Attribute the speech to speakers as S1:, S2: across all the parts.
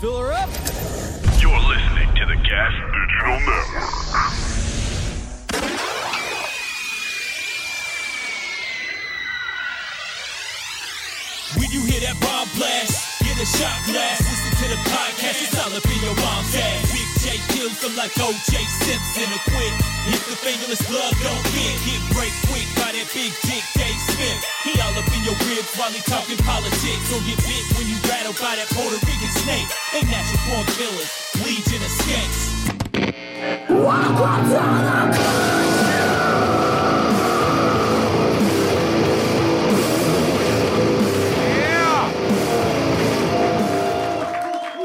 S1: Fill her up.
S2: You're listening to the Gas Digital Network.
S1: When you hear that bomb blast, get a shot blast. Listen to the podcast, it's all up in your mom's ass. Big J kills them like OJ Simpson. A quick, if the fingerless glove don't fit, get break quick by that big dick Dave Smith. He all up in your ribs while he talking politics. So get bit when you rattled by that Puerto Rican snake. They natural born killers, legion of skanks.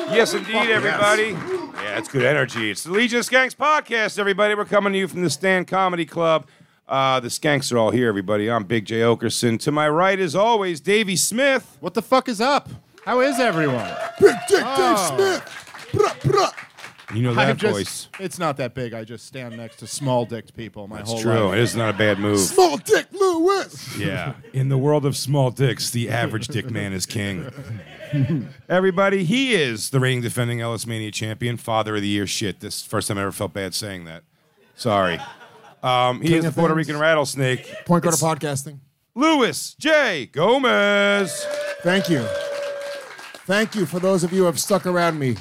S3: Yes, indeed, everybody. Yeah, it's good energy. It's the Legion of Skanks podcast, everybody. We're coming to you from the Stand Comedy Club. Uh, the Skanks are all here, everybody. I'm Big J. Okerson. To my right, as always, Davey Smith.
S4: What the fuck is up? How is everyone?
S5: Big Dick
S4: Ah.
S5: Dave Smith.
S3: You know
S4: I
S3: that
S4: just,
S3: voice.
S4: It's not that big. I just stand next to small dicked people my
S3: It's
S4: whole
S3: true.
S4: life.
S3: It is not a bad move.
S5: Small Dick Lewis.
S3: Yeah. In the world of small dicks, the average dick man is king. Everybody, he is the reigning defending Ellis Mania champion, father of the year. Shit, this is the first time I ever felt bad saying that. Sorry. Um, he is the
S6: of
S3: Puerto
S6: things.
S3: Rican rattlesnake,
S6: Point Guard of Podcasting.
S3: Louis J. Gomez.
S6: Thank you. Thank you for those of you who have stuck around me.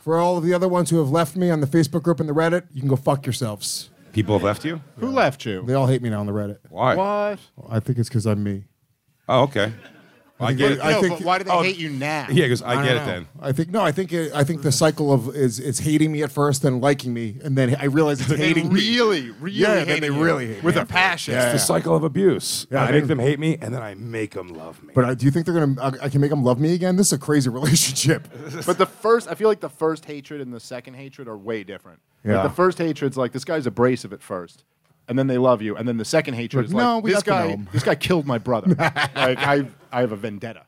S6: For all of the other ones who have left me on the Facebook group and the Reddit, you can go fuck yourselves.
S3: People have left you?
S4: Who left you?
S6: They all hate me now on the Reddit.
S3: Why?
S4: What?
S6: I think it's because I'm me.
S3: Oh, okay. I get it.
S6: I
S4: no,
S6: think-
S4: but why do they
S3: oh,
S4: hate you now?
S3: yeah, because I,
S6: don't
S3: get it
S6: know.
S3: then.
S6: I think no. I think it, I think the cycle of is it's hating me at first, then liking me, and then I realize it's
S4: They
S6: hating me.
S4: really, really,
S6: Yeah, then
S4: hated
S6: they
S4: you.
S6: really hated
S4: with
S6: me
S4: a
S6: after.
S4: passion.
S6: Yeah.
S3: The cycle of abuse.
S6: Yeah,
S3: I,
S6: I
S3: make
S6: didn't-
S3: them hate me, and then I make them love me.
S6: But I, do you think they're gonna? I, I can make them love me again. This is a crazy relationship.
S4: But the first, I feel like the first hatred and the second hatred are way different. Like,
S6: Yeah.
S4: the first hatred's like this guy's abrasive at first, and then they love you, and then the second hatred is
S6: Like, no,
S4: like
S6: we
S4: this
S6: got to
S4: guy,
S6: know him.
S4: this guy killed my brother. like I, I have a vendetta.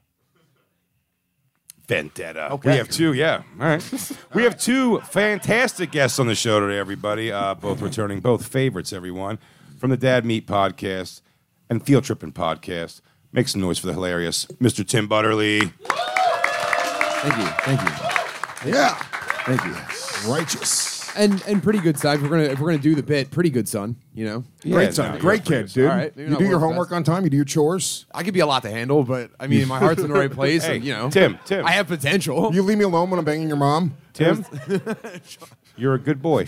S3: Vendetta.
S4: Okay.
S3: We have two, yeah. All right. we have two fantastic guests on the show today, everybody. Uh, both returning, both favorites, everyone, from the Dad Meat podcast and Field Tripping podcast. Make some noise for the hilarious Mr. Tim Butterly.
S7: Thank you, thank you,
S6: yeah,
S7: thank you.
S6: righteous.
S7: And and pretty good son. If we're gonna if we're gonna do the bit, pretty good son. You know,
S3: Yeah,
S6: Great son,
S3: no,
S6: great
S3: you're-
S6: kid, dude.
S7: All right, maybe
S6: you
S7: not
S6: do your
S7: world's
S6: homework
S7: best.
S6: on time. You do your chores.
S7: I could be a lot to handle, but I mean, my heart's in the right place.
S3: Hey,
S7: and, you know,
S3: Tim, Tim.
S7: I have potential.
S6: You leave me alone when I'm banging your mom.
S3: Tim, you're a good boy.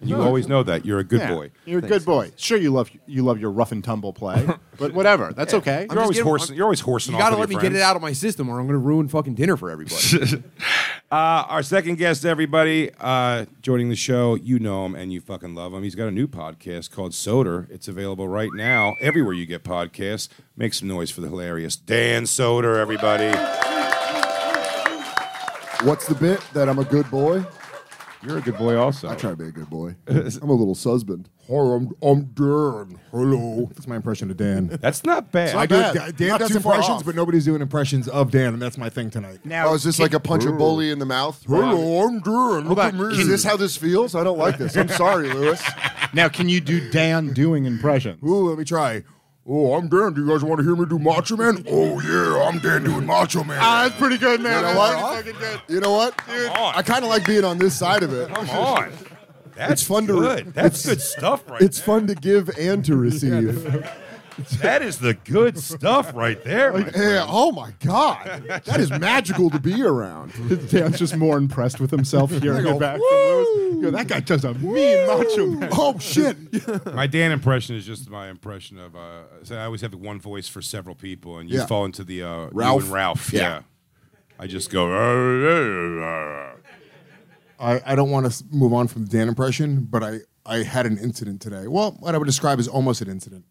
S3: And you always know that. You're a good
S4: Yeah,
S3: boy.
S4: You're a good boy. Sure, you love you love your rough and tumble play, but whatever. That's okay.
S3: You're always
S7: getting-
S3: horsing. You're always horsing.
S7: you
S3: off
S7: gotta
S3: with
S7: let me
S3: your
S7: get
S3: friends.
S7: it out of my system, or I'm gonna ruin fucking dinner for everybody.
S3: Uh, our second guest, everybody, uh, joining the show. You know him and you fucking love him. He's got a new podcast called Soder. It's available right now everywhere you get podcasts. Make some noise for the hilarious Dan Soder, everybody.
S8: What's the bit that I'm a good boy?
S3: You're a good boy, also.
S8: I try to be a good boy. I'm a little husband. Hi, I'm, I'm Dan. Hello.
S6: That's my impression of Dan.
S3: That's not bad.
S6: I do.
S8: bad.
S6: Dan
S8: Not
S6: does
S8: too far
S6: impressions,
S8: off.
S6: but nobody's doing impressions of Dan, and that's my thing tonight.
S8: Now, oh, is this like a punch a bully in the mouth? Hello, I'm Dan. Look at me. Is this how this feels? I don't like this. I'm sorry, Lewis.
S4: Now, can you do Dan doing impressions?
S6: Ooh, let me try.
S8: Oh, I'm Dan. Do you guys want to hear me do Macho Man? Oh, yeah, I'm Dan doing Macho Man.
S4: that's pretty good,
S8: you
S4: man.
S8: know what? You know what?
S3: on.
S8: I kind of like being on this side of it.
S3: Come on. That's
S8: It's fun to-
S3: good. That's good stuff right
S8: It's
S3: there.
S8: fun to give and to receive.
S3: That is the good stuff right there. my
S8: Yeah,
S3: friend.
S8: oh my God. That is magical to be around.
S4: Dan's just more impressed with himself hearing it back from Lewis. Yo, that guy does a mean macho man.
S8: Oh shit.
S3: My Dan impression is just my impression of. Uh, so I always have one voice for several people, and you
S8: Yeah.
S3: fall into the uh, Ralph.
S8: Ralph.
S3: You and Ralph. Yeah.
S8: Yeah.
S3: I just go. "Ah, "Arr,
S6: I, I don't want to move on from the Dan impression, but I, I had an incident today. Well, what I would describe as almost an incident.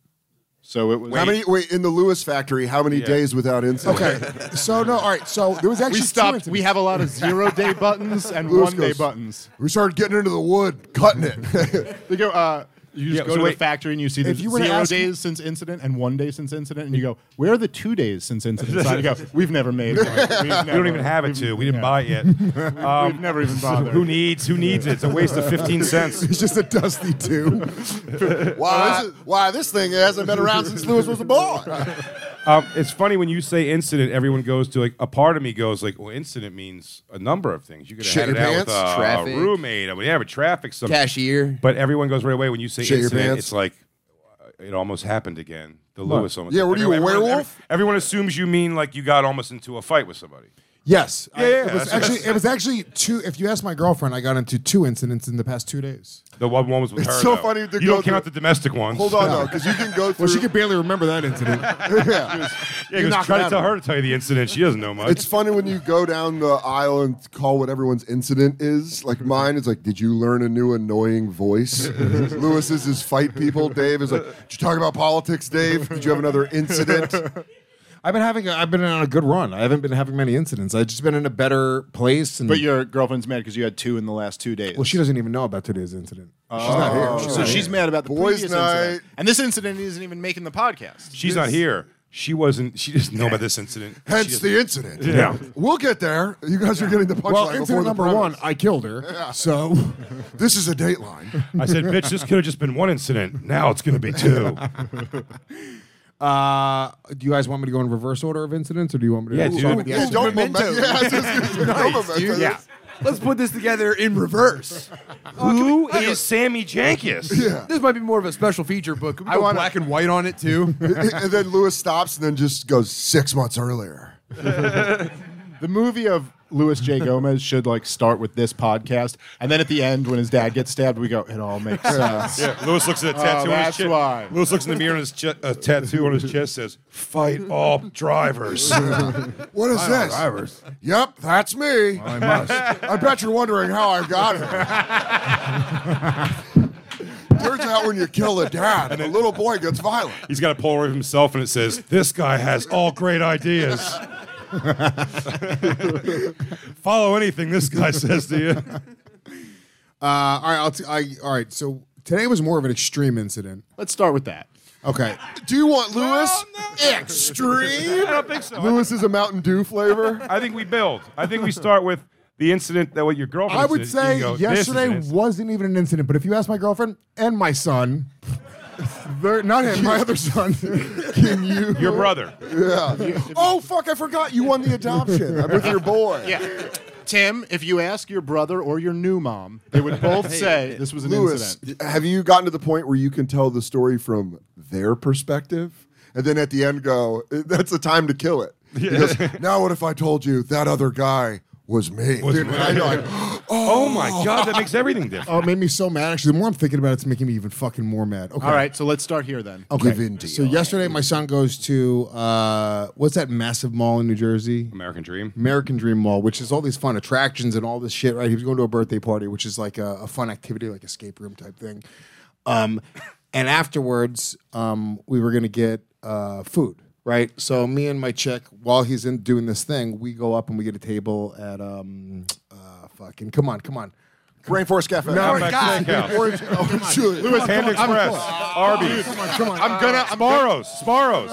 S4: So it was.
S8: How many? Wait, in the Lewis factory, how many
S3: Yeah.
S8: days without insulin?
S6: Okay. so no, all right. So there was actually
S4: we
S6: two
S4: stopped.
S6: interviews.
S4: We have a lot of zero day buttons and
S8: Lewis
S4: one day
S8: goes-
S4: buttons.
S8: We started getting into the wood, cutting it.
S4: They go. Uh, you just
S3: Yeah,
S4: go
S3: so
S4: to
S3: wait.
S4: the factory and you see the
S6: If you were to
S4: zero
S6: ask-
S4: days since incident and one day since incident, and you go, "Where are the two days since incident?" So you go, "We've never made one. We've never,
S3: We don't even have it to. We didn't buy it yet. Um,
S4: We've never even bothered."
S3: Who needs? Who needs it? It's a waste of fifteen cents.
S6: It's just a dusty tube.
S8: Why? this Oh, is- why this thing hasn't been around since Lewis was a boy?
S3: Um, it's funny when you say incident, everyone goes to like a part of me goes like, well, incident means a number of things. You could have
S8: Shit
S3: had it
S8: your
S3: out with
S8: pants,
S3: a
S7: traffic.
S3: roommate, I mean, yeah, but traffic, some
S7: Cashier.
S3: But everyone goes right away when you say
S8: Shit your
S3: incident.
S8: pants.
S3: It's like uh, it almost happened again. The Lewis almost.
S8: Yeah, what are you, a
S3: everyone- everyone-
S8: werewolf?
S3: Everyone, assumes you mean like you got almost into a fight with somebody.
S6: Yes. I-
S3: Yeah, yeah,
S6: it was
S3: that's-
S6: actually it was actually two. If you ask my girlfriend, I got into two incidents in the past two days.
S3: The one, one was with
S8: It's
S3: her.
S8: so
S3: though.
S8: funny to
S3: you
S8: go
S3: don't count the
S8: through-
S3: domestic ones.
S8: Hold on, though, because you can go through.
S6: Well, she could barely remember that incident.
S8: yeah.
S3: Yeah, because
S6: knock
S3: try
S6: it
S3: to
S6: out
S3: tell
S6: of
S3: her to tell you the incident. She doesn't know much.
S8: It's funny when you go down the aisle and call what everyone's incident is. Like mine is like, did you learn a new annoying voice? Lewis's is fight people. Dave is like, did you talk about politics, Dave? Did you have another incident?
S6: I've been having. A, I've been on a good run. I haven't been having many incidents. I've just been in a better place. And
S4: But your girlfriend's mad because you had two in the last two days. Oh.
S6: well, she doesn't even know about today's incident. She's not here. Oh. She's
S4: So
S6: not
S4: she's
S6: here.
S4: mad about the
S8: Boys'
S4: previous
S8: night.
S4: incident, and this incident isn't even making the podcast.
S3: She's not here. She wasn't. She doesn't know about this incident.
S8: Hence the incident.
S3: Yeah.
S8: We'll get there. You guys are getting the punchline.
S6: Well,
S8: before
S6: incident
S8: the
S6: number
S8: premise.
S6: one, I killed her. So
S8: This is a dateline.
S3: I said, bitch, this could have just been one incident. Now it's going to be two.
S6: Uh, do you guys want me to go in reverse order of incidents, or do you want me to?
S3: Yeah,
S6: Ooh,
S3: dude.
S6: ooh,
S3: Yeah,
S6: ooh,
S8: Yeah, don't
S6: ooh,
S8: memento. Yeah, it's just- don't memento.
S6: Yeah.
S7: Let's put this together in reverse. Oh,
S3: Who is Sammy Jenkins?
S7: This might be more of a special feature book. Can we
S4: I
S7: go
S4: wanna-
S7: black and white on it too.
S8: and then Lewis stops and then just goes six months earlier.
S4: The movie of Louis J. Gomez should like start with this podcast, and then at the end, when his dad gets stabbed, we go, "It all makes sense."
S3: Yeah, Lewis looks
S8: Oh,
S3: at a tattoo on his
S4: that's
S3: chest.
S4: why.
S3: Lewis looks in the mirror and his che- a tattoo on his chest says, "Fight all drivers."
S8: What is this? Yep, that's me.
S6: I must.
S8: I bet you're wondering how I got here. Turns out when you kill a dad, the little boy gets violent.
S3: He's got a Polaroid of himself, and it says, "This guy has all great ideas." Follow anything this guy says to you.
S6: Uh, all right, I'll t- I, all right. So today was more of an extreme incident.
S4: Let's start with that.
S6: Okay,
S8: Do you want Lewis?
S3: I
S8: Extreme.
S3: don't think so.
S8: Lewis is a Mountain Dew flavor.
S3: I think we build. I think we start with the incident that what your girlfriend.
S6: I would
S3: said, you
S6: say
S3: go, "This is an
S6: yesterday
S3: incident."
S6: wasn't even an incident, but if you ask my girlfriend and my son, they're not him, my other son.
S8: Can you?
S3: your brother.
S8: Oh fuck! I forgot you won the adoption. I'm with your boy.
S4: Yeah. Tim, if you ask your brother or your new mom, they would both say this was an
S8: Lewis,
S4: incident.
S8: have you gotten to the point where you can tell the story from their perspective, and then at the end go, "Eh, "That's the time to kill it." Because now, what if I told you that other guy was me? Dude, I know. I-
S3: Oh my god, that makes everything different.
S6: oh, it made me so mad. Actually, the more I'm thinking about it, it's making me even fucking more mad. Okay.
S4: All right, so let's start here then.
S6: Okay.
S8: Give in to
S6: so
S8: you.
S6: yesterday, my son goes to uh, what's that massive mall in New Jersey?
S3: American Dream.
S6: American Dream Mall, which is all these fun attractions and all this shit, right? He was going to a birthday party, which is like a, a fun activity, like escape room type thing. Um, and afterwards, um, we were going to get uh, food, right? So me and my chick, while he's in doing this thing, we go up and we get a table at um, uh, fucking, come on, come on.
S8: Rainforest Cafe.
S3: Outback Steakhouse.
S8: Orange,
S6: oh,
S8: orange, Lewis,
S3: Panda Express, Arby's,
S6: Come on. Ah,
S3: I'm gonna Sparrows, Sparrows,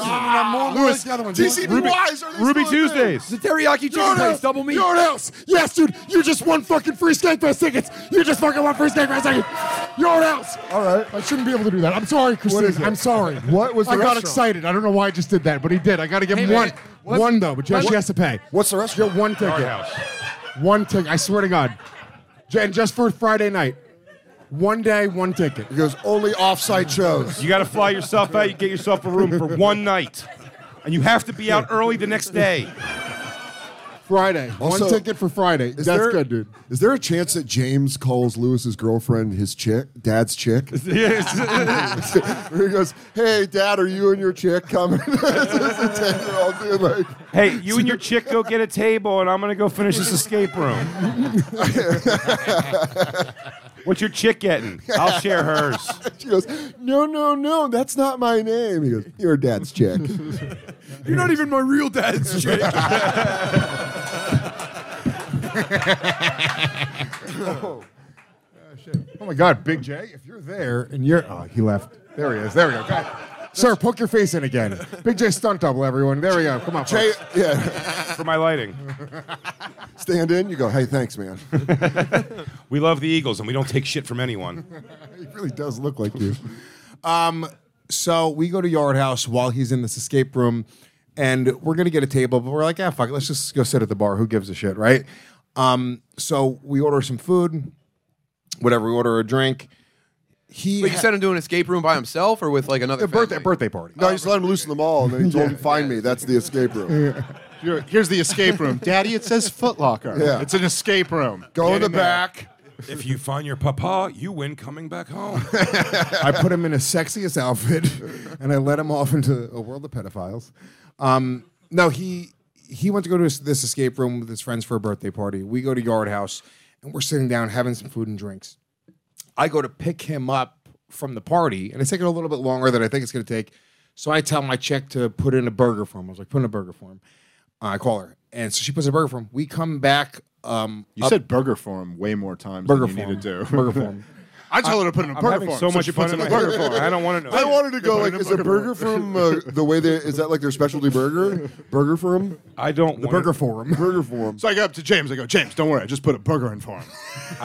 S8: Lewis,
S3: Ruby,
S8: TCBYs are they
S3: Ruby
S8: still a thing?
S3: Tuesdays.
S7: The teriyaki chicken place, double meat.
S6: Your house. Yes, dude. You just won fucking free steak fest tickets. You just fucking won free steak fest tickets. Your house. All right. I shouldn't be able to do that. I'm sorry,
S8: is
S6: Christine.
S8: it?
S6: I'm sorry.
S8: What was the
S6: I got
S8: restaurant?
S6: excited. I don't know why I just did that, but he did. I got to give
S7: Hey,
S6: him
S7: man,
S6: one.
S7: what's-
S6: One though, but she
S7: what-
S6: has to pay.
S8: What's the
S6: Get
S8: restaurant?
S6: one
S3: Art
S6: ticket.
S3: House.
S6: One ticket. I swear to God. J- And just for Friday night. One day, one ticket.
S8: He goes only offsite shows.
S3: You got to fly yourself out. You get yourself a room for one night, and you have to be out early the next day.
S6: Friday.
S8: Also,
S6: one ticket for Friday. That's
S8: Is there-
S6: good, dude.
S8: Is there a chance that James calls Lewis's girlfriend his chick, dad's chick? Where he goes, "Hey, dad, are you and your chick coming?" This is a ten-year-old dude. Like,
S3: hey, you and your chick go get a table, and I'm gonna go finish this escape room. What's your chick getting? I'll share hers.
S8: She goes, no, no, no, that's not my name. He goes, your dad's chick.
S3: You're not even my real dad's chick.
S6: Oh my God, Big J, if you're there and you're. Oh, he left. There he is. There we go. God. Sir, poke your face in again. Big J stunt double, everyone. There we go. Come on,
S8: Hey,
S6: folks.
S8: yeah,
S3: For my lighting.
S8: stand in. You go, hey, thanks, man.
S3: We love the Eagles and we don't take shit from anyone.
S6: He really does look like you. um, so we go to Yard House while he's in this escape room, and we're gonna get a table, but we're like, ah, fuck it, let's just go sit at the bar. Who gives a shit, right? Um, so we order some food, whatever. We order a drink. He
S9: But you
S6: ha-
S9: sent him to an escape room by himself or with like another
S6: a birthday
S9: family?
S6: birthday party.
S8: No, I just let him loose in the mall, and then he told him, find me. That's the escape room.
S4: Here- Here's the escape room. Daddy, it says Foot Locker.
S8: Yeah.
S4: It's an escape room.
S8: Go
S4: Get
S8: in the
S4: there.
S8: back.
S3: If you find your papa, you win coming back home.
S6: I put him in his sexiest outfit, and I let him off into a world of pedophiles. Um, no, he he went to go to this, this escape room with his friends for a birthday party. We go to Yard House, and we're sitting down having some food and drinks. I go to pick him up from the party, and it's taking a little bit longer than I think it's going to take. So I tell my check to put in a burger for him. I was like, put in a burger for him. Uh, I call her, and so she puts a burger for him. We come back. Um,
S4: You said burger form way more times
S6: burger
S4: than
S6: for
S4: you
S6: him.
S4: need to do.
S6: burger for him.
S4: I told her to put in a
S3: I'm
S4: burger
S3: having
S4: form.
S3: so much
S4: she
S3: fun
S4: puts
S3: in
S4: in
S3: my
S4: a burger
S3: head.
S4: form.
S3: I don't wanna know.
S8: I wanted to go
S4: Put
S8: like,
S4: in
S8: is a burger from uh, the way they is that like their specialty burger? Burger from
S3: I don't
S6: The
S3: wanna-
S6: burger for him.
S8: burger form.
S4: So I go up to James. I go, James, don't worry. I just put a burger in for him.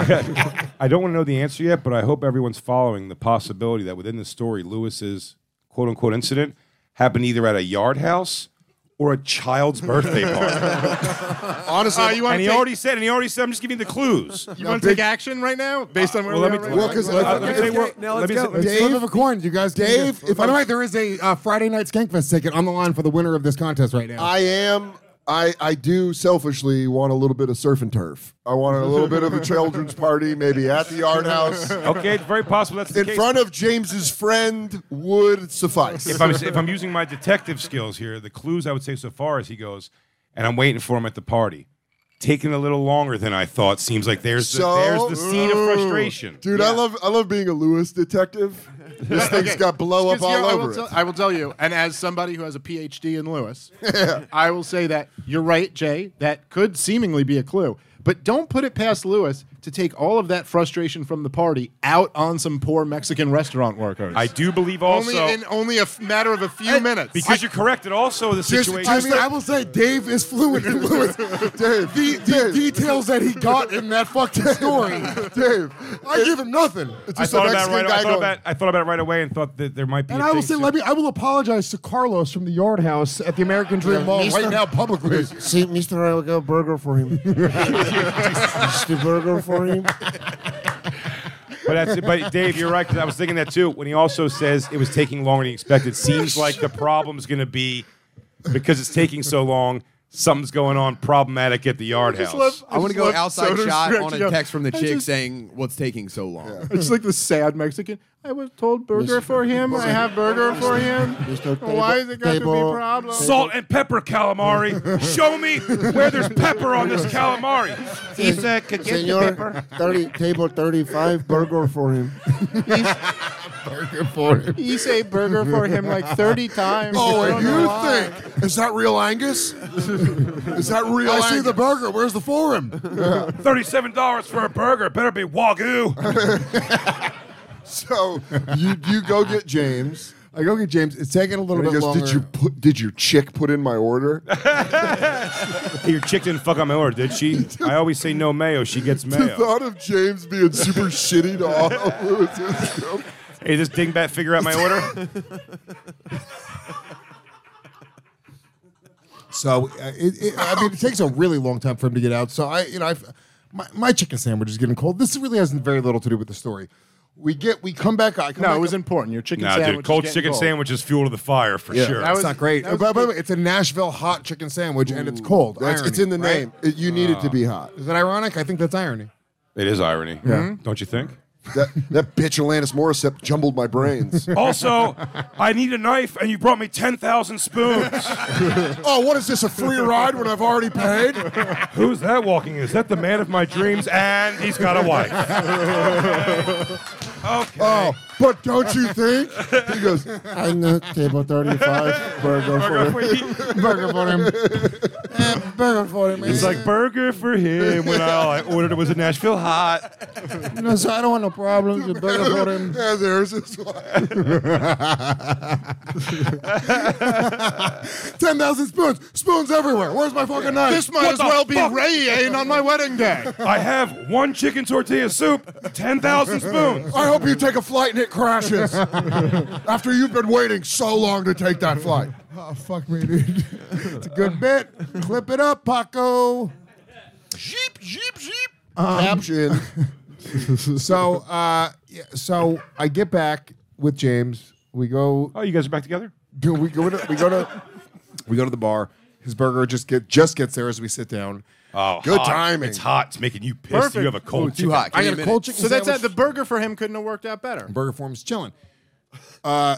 S3: I don't want to know the answer yet, but I hope everyone's following the possibility that within the story, Lewis's quote unquote incident happened either at a yard house or a child's birthday party.
S4: Honestly, you want
S3: and
S4: to
S3: he
S4: take,
S3: already said, and he already said, I'm just giving you the clues.
S4: you wanna take action right now based on where
S3: Well,
S4: we
S3: let me.
S4: are
S3: Well,
S4: right now?
S8: Well, 'cause
S3: I- I-
S8: if-
S3: I-
S8: if-
S3: say we're-
S7: now
S3: let
S7: let's
S3: me say-
S7: go.
S6: It's
S8: Dave-
S6: flip of a coin. You guys. can
S8: Dave,
S6: get-
S8: if
S6: by the
S8: I'm-
S6: way, there is a uh, Friday night Skankfest ticket on the line for the winner of this contest right now.
S8: I am. I, I do selfishly want a little bit of surf and turf. I want a little bit of a children's party, maybe at the yard house.
S3: Okay, it's very possible that's the
S8: In
S3: case.
S8: front of James's friend would suffice.
S3: if I'm, if I'm using my detective skills here, the clues I would say so far is he goes, and I'm waiting for him at the party. Taking a little longer than I thought seems like there's the,
S8: So-
S3: there's the seed of
S8: Ooh.
S3: frustration.
S8: Dude, I love I love being a Lewis detective. This thing's got blow up
S4: Because here,
S8: all
S4: I will,
S8: over
S4: tell,
S8: it.
S4: I will tell you, and as somebody who has a PhD in Lewis, I will say that you're right, Jay. That could seemingly be a clue. But don't put it past Lewis to take all of that frustration from the party out on some poor Mexican restaurant workers.
S3: I do believe
S4: only
S3: also
S4: in only a f- matter of a few minutes.
S3: because you're correct. It also the
S6: Just-
S3: situation.
S6: I mean, I will say Dave is fluent in Lewis. Dave, the, the details that he got in that fucking story, Dave, I give him nothing.
S3: I thought about it right. I thought
S6: going-
S3: about, I thought about it right away and thought that there might be.
S6: And
S3: a
S6: I will
S3: thing
S6: say,
S3: to-
S6: let me. I will apologize to Carlos from the Yard House at the American Dream Mall right now publicly.
S5: See, Mister, I will go burger for him. Just the burger for him.
S3: But, that's, but Dave, you're right because I was thinking that too. When he also says it was taking longer than he expected, seems like the problem's going to be because it's taking so long. Something's going on problematic at the yard house.
S7: I want to go
S4: love
S7: outside
S4: soda
S7: shot
S4: stretch,
S7: on
S4: you know.
S7: a text from the
S4: I
S7: chick
S4: just-
S7: saying, "What's taking so long?"
S4: It's like the sad Mexican. I was told burger for him. I have burger for him.
S5: Mr.
S4: Why is it got to be
S5: Table-
S4: problem?
S3: Salt and pepper calamari. Show me where there's pepper on this calamari. Isa could get the
S5: Senor,
S3: pepper.
S5: 30, table 35, burger for him.
S4: You say burger for him like thirty times.
S8: Oh,
S4: I
S8: and
S4: don't know why.
S8: you think is that real Angus? Is that real?
S6: I
S8: Angus?
S6: see the burger. Where's the forum?
S3: Thirty-seven dollars for a burger. Better be wagyu.
S8: So you you go get James.
S6: I go get James. It's taking a little
S8: And he
S6: bit
S8: goes,
S6: longer.
S8: did you put? Did your chick put in my order?
S3: Your chick didn't fuck on my order, did she? I always say no mayo. She gets
S8: The
S3: mayo.
S8: thought of James being super shitty to all of Lewis's girl-
S3: Hey, this dingbat figure out my order.
S6: So uh, it, it, I mean, it takes a really long time for him to get out. So I, you know, I've, my my chicken sandwich is getting cold. This really has very little to do with the story. We get we come back. I come
S4: No,
S6: back
S4: it was
S6: up-
S4: important. Your chicken
S3: Nah,
S4: sandwich.
S3: dude,
S4: is
S3: cold
S4: getting
S3: chicken
S4: cold.
S3: sandwich is fuel to the fire for sure.
S4: That
S6: It's
S4: was-
S6: not great.
S4: that was
S6: By, by the way, it's a Nashville hot chicken sandwich, and it's cold.
S8: That's, it's
S6: Irony,
S8: in the
S6: right?
S8: Uh, name. It- you need it to be hot.
S6: Is that ironic? I think that's irony.
S8: Mm-hmm.
S3: It is irony. Don't you think?
S8: That, that bitch Alanis Morissette jumbled my brains.
S3: Also, I need a knife, and you brought me 10,000 spoons.
S8: oh, what is this, a free ride when I've already paid?
S3: Who's that walking? Is that the man of my dreams? And he's got a wife. okay.
S8: Oh, but don't you think? He goes,
S5: I know table 35. Burger
S3: Burger
S5: for
S3: for
S5: him.
S3: he-
S5: Burger for him. Eh, Burger for him.
S3: It's
S5: eh.
S3: like burger for him when all I ordered it was a Nashville hot.
S5: no, so I don't want no problems with burger for him.
S8: yeah, there's his wife. 10,000 spoons, spoons everywhere. Where's my fucking knife?
S4: This might
S3: What
S4: as
S3: the
S4: well be
S3: fuck?
S4: Rayan on my wedding day.
S3: I have one chicken tortilla soup, 10,000 spoons.
S8: I hope you take a flight and it crashes after you've been waiting so long to take that flight.
S5: Oh, fuck me, dude. It's a good bit. Clip it up, Paco.
S8: Sheep, sheep, sheep. Caption.
S6: Um, So, uh, yeah, so I get back with James. We go
S3: Oh, you guys are back together?
S6: Do we go to we go to we go to the bar. His burger just get just gets there as we sit down.
S3: Oh,
S8: Good
S3: hot.
S8: timing.
S3: It's hot. It's making you pissed.
S4: Perfect.
S3: You have a cold
S9: Too hot. Give
S6: I
S9: me
S6: got a
S9: minute.
S6: cold chicken.
S4: So that's
S6: sandwich.
S4: that. The burger for him couldn't have worked out better.
S6: burger form's chilling. Uh,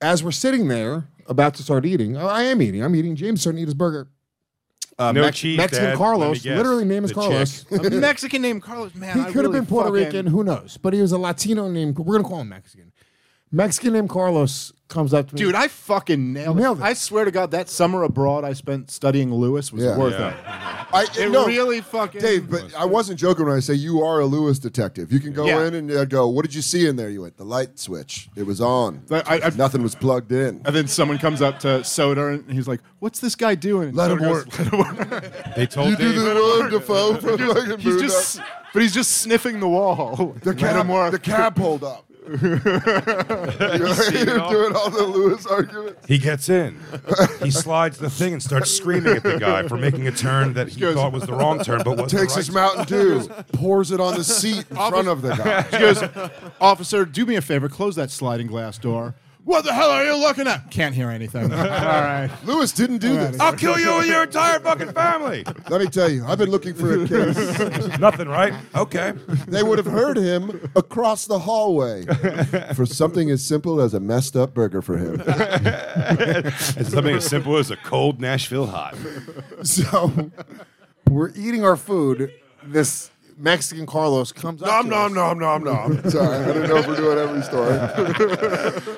S6: as we're sitting there about to start eating, oh, I am eating. I'm eating. James starting to eat his burger. Uh,
S3: No
S6: Mex-
S3: cheese,
S6: Mexican
S3: Dad. Let me
S6: Carlos,
S3: guess.
S6: literally name is
S3: The
S6: Carlos.
S3: chick.
S4: A Mexican named Carlos. Man,
S6: He
S4: I
S6: could have
S4: really
S6: been Puerto
S4: fucking-
S6: Rican, who knows? But he was a Latino named. We're gonna call him Mexican. Mexican named Carlos comes up to me,
S4: Dude, I fucking nailed it.
S6: Nailed it.
S4: I swear to God, that summer abroad I spent studying Lewis was
S8: Yeah.
S4: worth it.
S8: I,
S4: It
S8: no,
S4: really fucking.
S8: Dave, but I wasn't joking when I say you are a Lewis detective. You can go
S4: Yeah.
S8: in and uh, go, what did you see in there? You went, the light switch. It was on.
S4: But I- I-
S8: Nothing was plugged in.
S4: And then someone comes up to Soda and he's like, "What's this guy doing?" And
S8: Let
S4: Soder
S8: him
S4: goes,
S8: work.
S4: "Let him work."
S3: They told
S8: you
S3: Dave.
S8: do the Willem Dafoe from fucking
S4: He's
S8: Buddha.
S4: just, but he's just sniffing the wall.
S8: the
S4: Let him
S8: cab,
S4: work.
S8: the cab pulled up. You're, you're doing all the Lewis arguments.
S3: He gets in. He slides the thing and starts screaming at the guy for making a turn that he thought was the wrong turn, but was
S8: Takes
S3: the
S8: his
S3: right
S8: Mountain Dew, pours it on the seat in front of the guy.
S4: He goes, "Officer, do me a favor, close that sliding glass door." What the hell are you looking at? Can't hear anything. All right.
S8: Lewis didn't do this.
S3: I'll kill you and your entire fucking family.
S8: Let me tell you, I've been looking for a case.
S3: Nothing, right? Okay.
S8: They would have heard him across the hallway for something as simple as a messed up burger for him.
S3: It's something as simple as a cold Nashville hot.
S6: so we're eating our food. This Mexican Carlos comes up. to us.
S8: nom nom nom. Sorry, I didn't know if we're doing every story.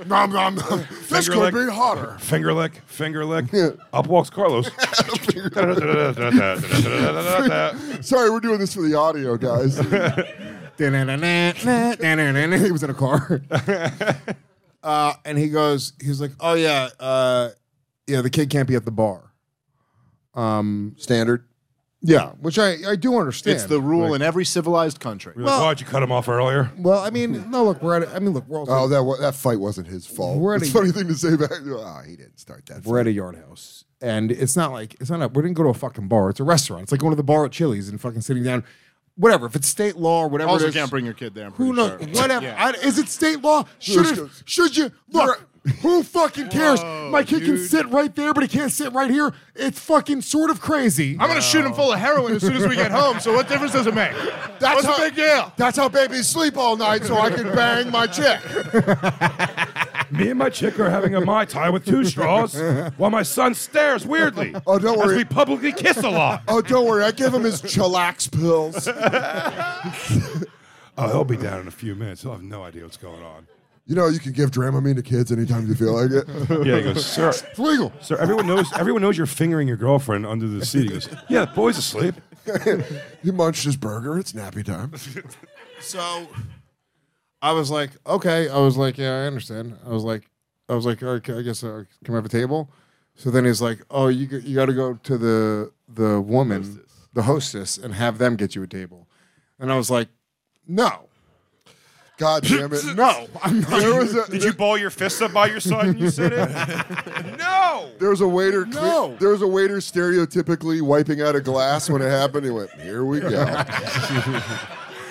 S8: nom nom nom. This
S3: Finger
S8: could
S3: lick.
S8: be hotter.
S3: Finger lick, finger lick. Up walks Carlos. That's
S8: Sorry, we're doing this for the audio, guys.
S6: Da-na-na-na-na-na-na-na. he was in a car. uh, and he goes, he's like, oh yeah, uh, yeah, the kid can't be at the bar.
S8: Standard.
S6: um, Yeah, which I, I do understand.
S4: It's the rule in every civilized country.
S3: Why'd you cut him off earlier?
S6: well, I mean, no, look, we're at. A, I mean, look, we're, also,
S8: Oh, that wa- that fight wasn't his fault.
S6: We're at
S8: it's
S6: a-
S8: a funny thing to say back. Oh, he didn't start that.
S6: we're at a yard house, and it's not like it's not. A, we didn't go to a fucking bar. It's a restaurant. It's like going to the bar at Chili's and fucking sitting down. Whatever. If it's state law or whatever. it
S4: Also,
S6: is,
S4: can't bring your kid there. I'm
S6: Who
S4: pretty
S6: knows?
S4: sure.
S6: Whatever. I, is it state law? Should it,
S8: goes-
S6: should you look? Who fucking cares? My kid can sit right there, but he can't sit right here. It's fucking sort of crazy.
S4: I'm gonna shoot him full of heroin as soon as we get home. So what difference does it make? That's What's
S8: how-
S4: the big deal?
S8: That's how babies sleep all night, so I can bang my chick.
S3: Me and my chick are having a Mai Tai with two straws while my son stares weirdly.
S8: Oh, don't
S3: As
S8: worry.
S3: we publicly kiss a lot.
S8: Oh, don't worry. I give him his chillax pills.
S3: Oh, he'll be down in a few minutes. He'll have no idea what's going on.
S8: You know, you can give Dramamine to kids anytime you feel like it.
S3: Yeah, he goes, sir.
S8: It's legal.
S3: Sir, everyone knows. Everyone knows you're fingering your girlfriend under the seat. He goes, "Yeah, the boy's asleep."
S8: He munched his burger. It's nappy time.
S6: So I was like, okay. I was like, yeah, I understand. I was like, I was like, all right, I guess uh, can we have a table? So then he's like, oh, you g- you got to go to the the woman, the hostess, and have them get you a table. And I was like, no,
S8: God damn it.
S6: no, I'm not.
S8: There was a,
S3: Did you ball your fist up by your side when you said it? no.
S8: There was a waiter.
S6: No.
S8: there was a waiter stereotypically wiping out a glass when it happened. He went, "Here we go." Uh,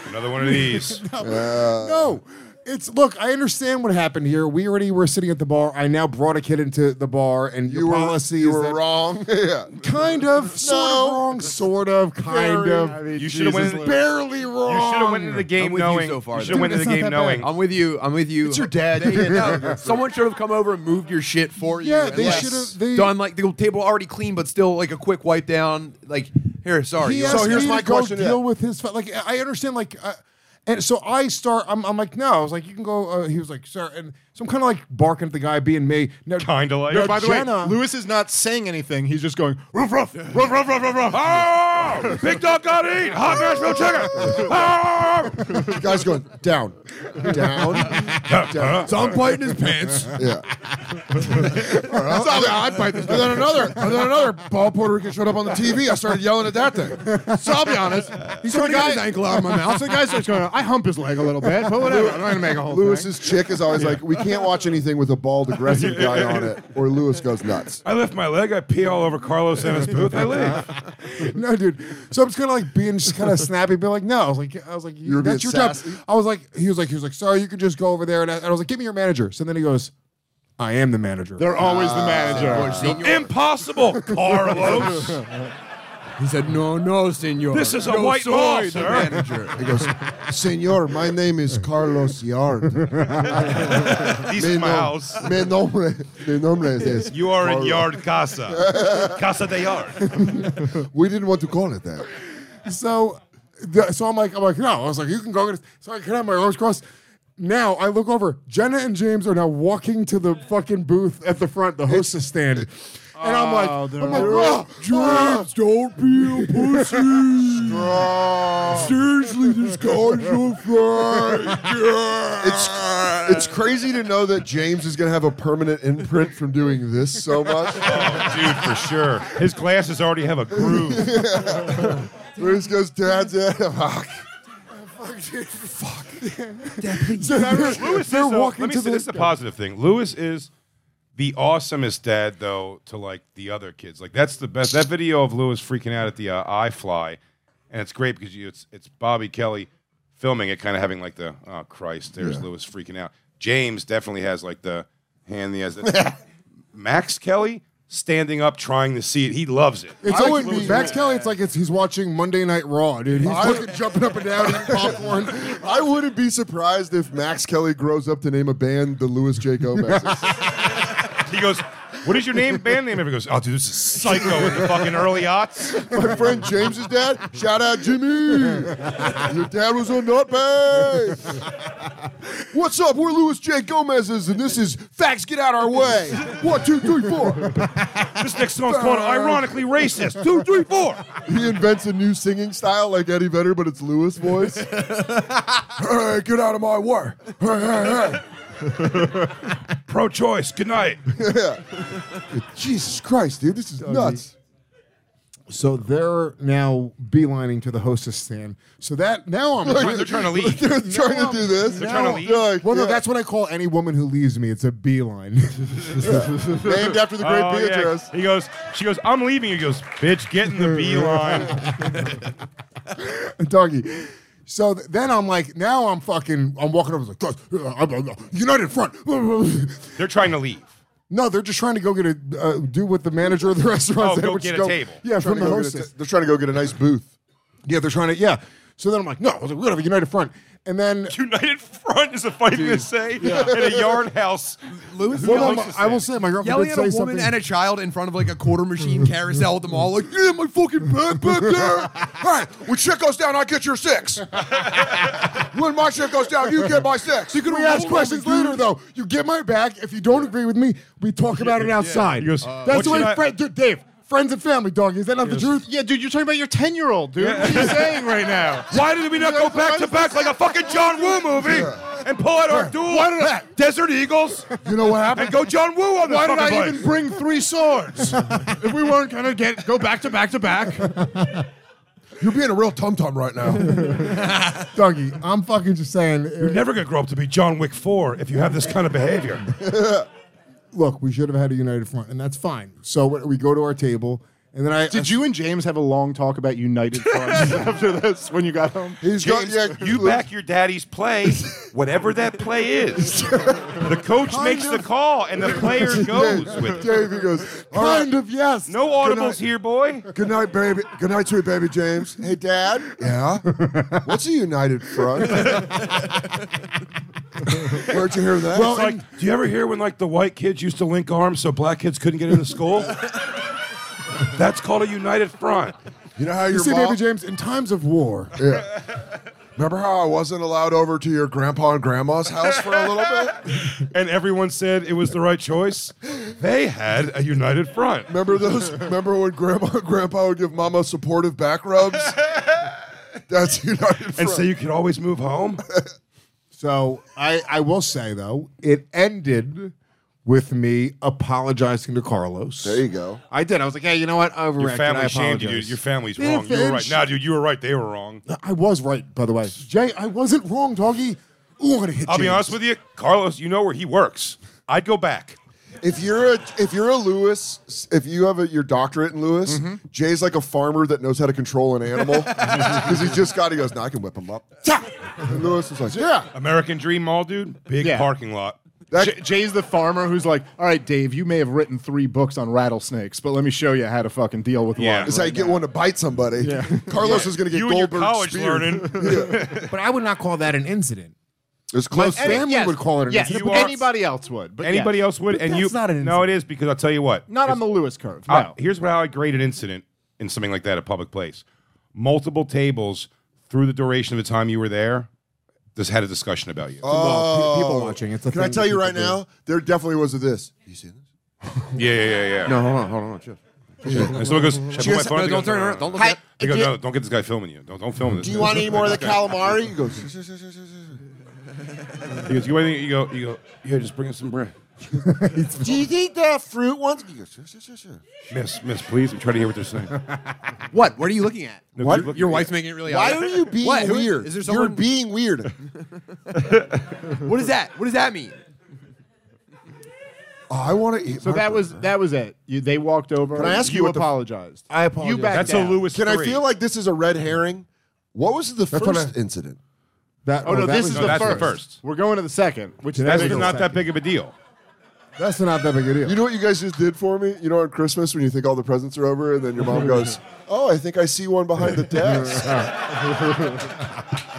S3: Another one of these.
S6: no. It's look. I understand what happened here. We already were sitting at the bar. I now brought a kid into the bar, and your
S8: You were,
S6: policy
S8: you
S6: is
S8: were
S6: that-
S8: wrong. yeah.
S6: Kind of, sort
S8: No.
S6: of wrong, sort of, kind
S8: Very-
S6: of.
S8: I mean,
S3: You should've went
S8: Jesus,
S3: in-
S8: barely
S3: You
S8: wrong.
S3: should have went into the
S9: I'm
S3: game
S9: with you
S3: knowing.
S9: so far,
S3: You should
S9: though.
S3: have went into the
S5: Dude,
S3: game
S5: that's not that
S3: knowing.
S5: bad.
S9: I'm with you. I'm with you.
S6: It's your dad.
S9: They- no, someone should have come over and moved your shit for you.
S6: Yeah,
S9: and,
S6: they
S9: like,
S6: should have- they-
S9: done like the table already clean, but still like a quick wipe down. Like here, sorry.
S6: He
S9: you
S6: asked
S9: want-
S8: So here's
S6: me
S8: my
S6: to go
S8: question, yeah.
S6: deal with his. fa- Like I understand. Like, uh, and so I start. I'm, I'm like, no. I was like, you can go. Uh, he was like, sir. And so I'm kind of like barking at the guy, being me. No,
S3: Kind of like.
S6: No,
S4: By the
S6: Jenna-
S4: way, Lewis is not saying anything. He's just going,
S3: Ruff, ruff, ruff, ruff, ruff, ruff, ruff. Oh, big dog got to eat. Hot Nashville chicken.
S8: The guy's going down, down, down.
S3: So I'm biting his pants.
S8: Yeah. I'd bite this. And then another, and then another bald Puerto Rican showed up on the TV. I started yelling at that thing. So I'll be honest. He's
S4: trying to get his ankle
S8: out of my
S4: "Now," so the guy starts going, I hump his leg a little bit, but whatever. I'm not gonna make a whole thing.
S8: Lewis's chick is always like, we can't watch anything with a bald aggressive guy on it, or Lewis goes nuts.
S3: I lift my leg. I pee all over Carlos and his booth. I leave.
S6: no, dude. So I'm just kind of like being just kind of snappy, being like, no. I was like, I was like,
S8: You were
S6: that's your
S8: being
S6: job.
S8: sassy?
S6: I was like, he was like, he was like, sorry, you can just go over there. And I, and I was like, give me your manager. So then he goes, I am the manager.
S4: They're always
S6: Ah,
S4: the manager.
S3: Impossible, Carlos.
S7: He said, "No, no, senor.
S3: This is a
S7: No,
S3: white
S7: soy,
S3: ball,
S7: the
S3: sir.
S7: manager."
S8: He goes, Senor, my name is Carlos Yard.
S3: This is my house.
S8: Mi nombre, mi nombre is this.
S3: You are in Yard Casa. Casa de Yard.
S8: We didn't want to call it that.
S6: So, the, so I'm like, I'm like, no. I was like, you can go get. So I can have my arms crossed. Now I look over. Jenna and James are now walking to the fucking booth at the front, the hostess stand, and I'm like,
S4: Oh, they're
S6: I'm like,
S4: all-
S6: oh, James, don't be a pussy. Seriously, this guy's so fly.
S8: It's it's crazy to know that James is gonna have a permanent imprint from doing this so much.
S3: Oh, Dude, for sure. His glasses already have a groove.
S8: Lewis goes, Dad's at fuck.
S6: So they're,
S3: Lewis
S6: they're
S3: is a-
S6: walking
S3: let me
S6: to
S3: say
S6: the.
S3: this is a positive thing. Lewis is the awesomest dad though to like the other kids. Like that's the best. That video of Lewis freaking out at the uh, iFly, and it's great because you, it's it's Bobby Kelly filming it, kind of having like the oh Christ, there's Lewis freaking out. James definitely has like the hand in the eyes. Max Kelly standing up trying to see it. He loves it.
S6: It's
S8: I
S6: like
S8: wouldn't be-
S6: Max Kelly. It's like it's, he's watching Monday Night Raw, dude. He's fucking jumping up and down, eating popcorn.
S8: I wouldn't be surprised if Max Kelly grows up to name a band the Lewis J. Gomez.
S3: He goes. What is your name, band name? Everyone goes, oh, dude, this is psycho in the fucking early aughts.
S8: My friend James's dad, shout out Jimmy. Your dad was a nutbag. What's up? We're Lewis J. Gomez's, and this is Facts Get Out Our Way. One, two, three, four.
S3: This next song's called Ironically Racist. Two, three, four.
S8: He invents a new singing style like Eddie Vedder, but it's Lewis voice. hey, get out of my way. Hey, hey,
S3: Pro-choice. Good night.
S8: hey. Jesus Christ, dude, this is nuts.
S6: So they're now beelining to the hostess stand. So that now I'm
S3: They're trying to leave.
S8: They're trying to
S6: I'm-
S8: do this.
S3: They're trying to leave?
S8: They're like,
S6: Well, no,
S8: yeah.
S6: that's what I call any woman who leaves me. It's a beeline.
S8: named after the great
S3: Oh, yeah.
S8: Beatrice.
S3: He goes, she goes, I'm leaving. He goes, bitch, get in the beeline.
S6: Doggy. So th- then I'm like, now I'm fucking, I'm walking over like, "Guys, uh, I'm, I'm, uh, United Front.
S3: They're trying to leave.
S6: no, they're just trying to go get a, uh, do what the manager of the restaurant
S3: Oh,
S6: said,
S3: go
S6: which is
S3: get a
S6: go-
S3: table.
S6: Yeah,
S8: Trying
S6: from
S8: to
S6: the
S8: go get a
S6: hostess.
S8: t- They're trying to go get a nice booth.
S6: yeah, they're trying to, yeah. So then I'm like, no, I was like, we're going to have a United Front. And then
S3: United Front is a fight to say in a yard house.
S9: Lewis
S3: Who
S6: Well, no,
S3: else is
S6: my- I will
S3: there?
S6: say my girlfriend
S9: yelling
S6: did
S9: at a
S6: say
S9: woman
S6: something.
S9: and a child in front of like a quarter machine carousel at the mall, like, yeah, my fucking back back there.
S8: Hey, when shit goes down, I get your six. when my shit goes down, you get my six. You
S6: we ask questions later, though. You get my back. If you don't agree with me, we talk about it outside.
S3: He goes,
S6: That's
S3: "What
S6: the
S3: should
S6: way,
S3: I-"
S6: friend, dude, Dave. Friends and family, dog. Is that not the truth?
S4: Yeah, dude, you're talking about your 10 year old, dude. What are you saying right now?
S3: Why did we not go back to back like a fucking John Woo movie and pull out our dual Desert Eagles
S8: You know what happened?
S3: and go John Woo on this
S4: Why did
S3: fucking
S4: I
S3: place?
S4: even bring three swords if we weren't gonna get go back to back to back?
S8: You're being a real tum tum right now.
S6: Doggy, I'm fucking just saying. uh,
S3: You're never gonna grow up to be John Wick four if you have this kind of behavior.
S6: look, we should have had a united front, and that's fine. So we we go to our table, And then I
S4: Did you and James have a long talk about United Front after this when you got home?
S8: He's
S3: James,
S8: got yeah.
S3: you back your daddy's play, whatever that play is. The coach makes the call, and the player goes with it.
S8: Dave, he goes. "All right,
S6: kind of yes.
S3: No audibles here, boy.
S8: Good night, baby. Good night, sweet baby James. Hey, Dad. Yeah. What's a united front? Where'd you hear that?
S3: It's like, do you ever hear when like the white kids used to link arms so black kids couldn't get into school? That's called a united front.
S8: you know how
S6: You
S8: your
S6: see,
S8: mom.
S6: David James, in times of war,
S8: Remember how I wasn't allowed over to your grandpa and grandma's house for a little bit?
S3: And everyone said it was the right choice. They had a united front.
S8: Remember those? Remember when grandma and grandpa would give mama supportive back rubs? That's united front.
S3: And so you could always move home.
S6: So I, I will say though, it ended with me apologizing to Carlos.
S8: there you go.
S6: I did. I was like, hey, you know what? I overreacted.
S3: Your
S6: I
S3: family shamed you,
S6: apologize.
S3: dude. Your family's
S6: Yeah,
S3: wrong. You were right.
S6: fam-
S3: Nah, dude, you were right. They were wrong.
S6: I was right, by the way. Jay, I wasn't wrong, doggy. Ooh, I'm gonna hit
S3: I'll be honest with you, Carlos, you know where he works. I'd go back.
S8: If you're a if you're a Lewis, if you have a, your doctorate in Lewis, Jay's like a farmer that knows how to control an animal because he just got. He goes, "Now I can whip him up." And Lewis is like, "Yeah,
S3: American Dream Mall, dude. Big
S4: Yeah.
S3: parking lot.
S4: J- Jay's the farmer who's like, all right, Dave, you may have written three books on rattlesnakes, but let me show you how to fucking deal with
S3: Yeah.
S4: one.
S8: It's how you get one to bite somebody. Carlos is going to get
S3: you and your
S8: Goldberg
S3: college
S8: speared.
S3: learning.
S6: you. But I would not call that an incident.
S8: It's close.
S6: Any- family
S4: yes,
S6: would call it an
S4: yes,
S6: incident,
S3: but that's-
S4: anybody else would. But
S3: Anybody
S4: yes.
S3: else would,
S6: But
S3: and
S6: that's
S3: you.
S6: not an
S3: no, it
S6: incident.
S3: is because I'll tell you what.
S4: Not on
S3: It's-
S4: the Lewis curve. No.
S3: I- here's how I grade an incident in something like that at a public place. Multiple tables through the duration of the time you were there, just had a discussion about you.
S6: Well, pe- people
S8: Oh.
S6: watching. It's a
S8: Can I
S6: thing
S8: tell
S6: that
S8: you
S6: people
S8: right
S6: do.
S8: now? There definitely was a this. You see this?
S3: Yeah, yeah, yeah, yeah.
S6: No, hold on, hold on. Just-
S3: And someone goes, "Should I put my phone?" They go,
S7: don't turn
S3: "No, no,
S7: around.
S3: no."
S7: Don't look
S3: They
S7: at
S3: go, "No, don't get this guy filming you. Don't, don't film this."
S8: Do you want any more of the calamari? He goes.
S3: He goes, you want anything? You go, you go, here, just bring us some bread.
S8: Do you eat the fruit ones? He goes.
S3: Miss, miss, please. I'm trying to hear what they're saying.
S7: What? What are you looking at?
S3: No, keep looking.
S7: Your wife's making it really
S8: Why
S7: obvious.
S8: are you being
S7: What? Who-
S8: weird?
S7: Is there
S8: You're
S7: someone?
S8: being weird.
S7: what is that? What does that mean?
S8: I want to eat.
S4: So that
S8: heartburn.
S4: was that was it. You, they walked over.
S8: Can I ask you
S4: you
S8: what the-
S4: apologized.
S6: I apologize.
S4: You backed
S3: That's
S4: down.
S3: a Lewis.
S8: Can I
S3: three.
S8: feel like this is a red herring? What was the
S6: what
S8: first
S6: I-
S8: incident?
S6: That,
S4: Oh no,
S6: that
S4: this
S6: was
S4: is
S3: no,
S6: not-
S4: the,
S3: that's the
S4: first.
S3: first.
S4: We're going to the second, which is
S3: that's
S4: the big
S3: not
S4: one.
S3: that big of a deal?
S6: That's not that big a deal.
S8: You know what you guys just did for me? You know, on Christmas when you think all the presents are over, and then your mom goes, "Oh, I think I see one behind the desk."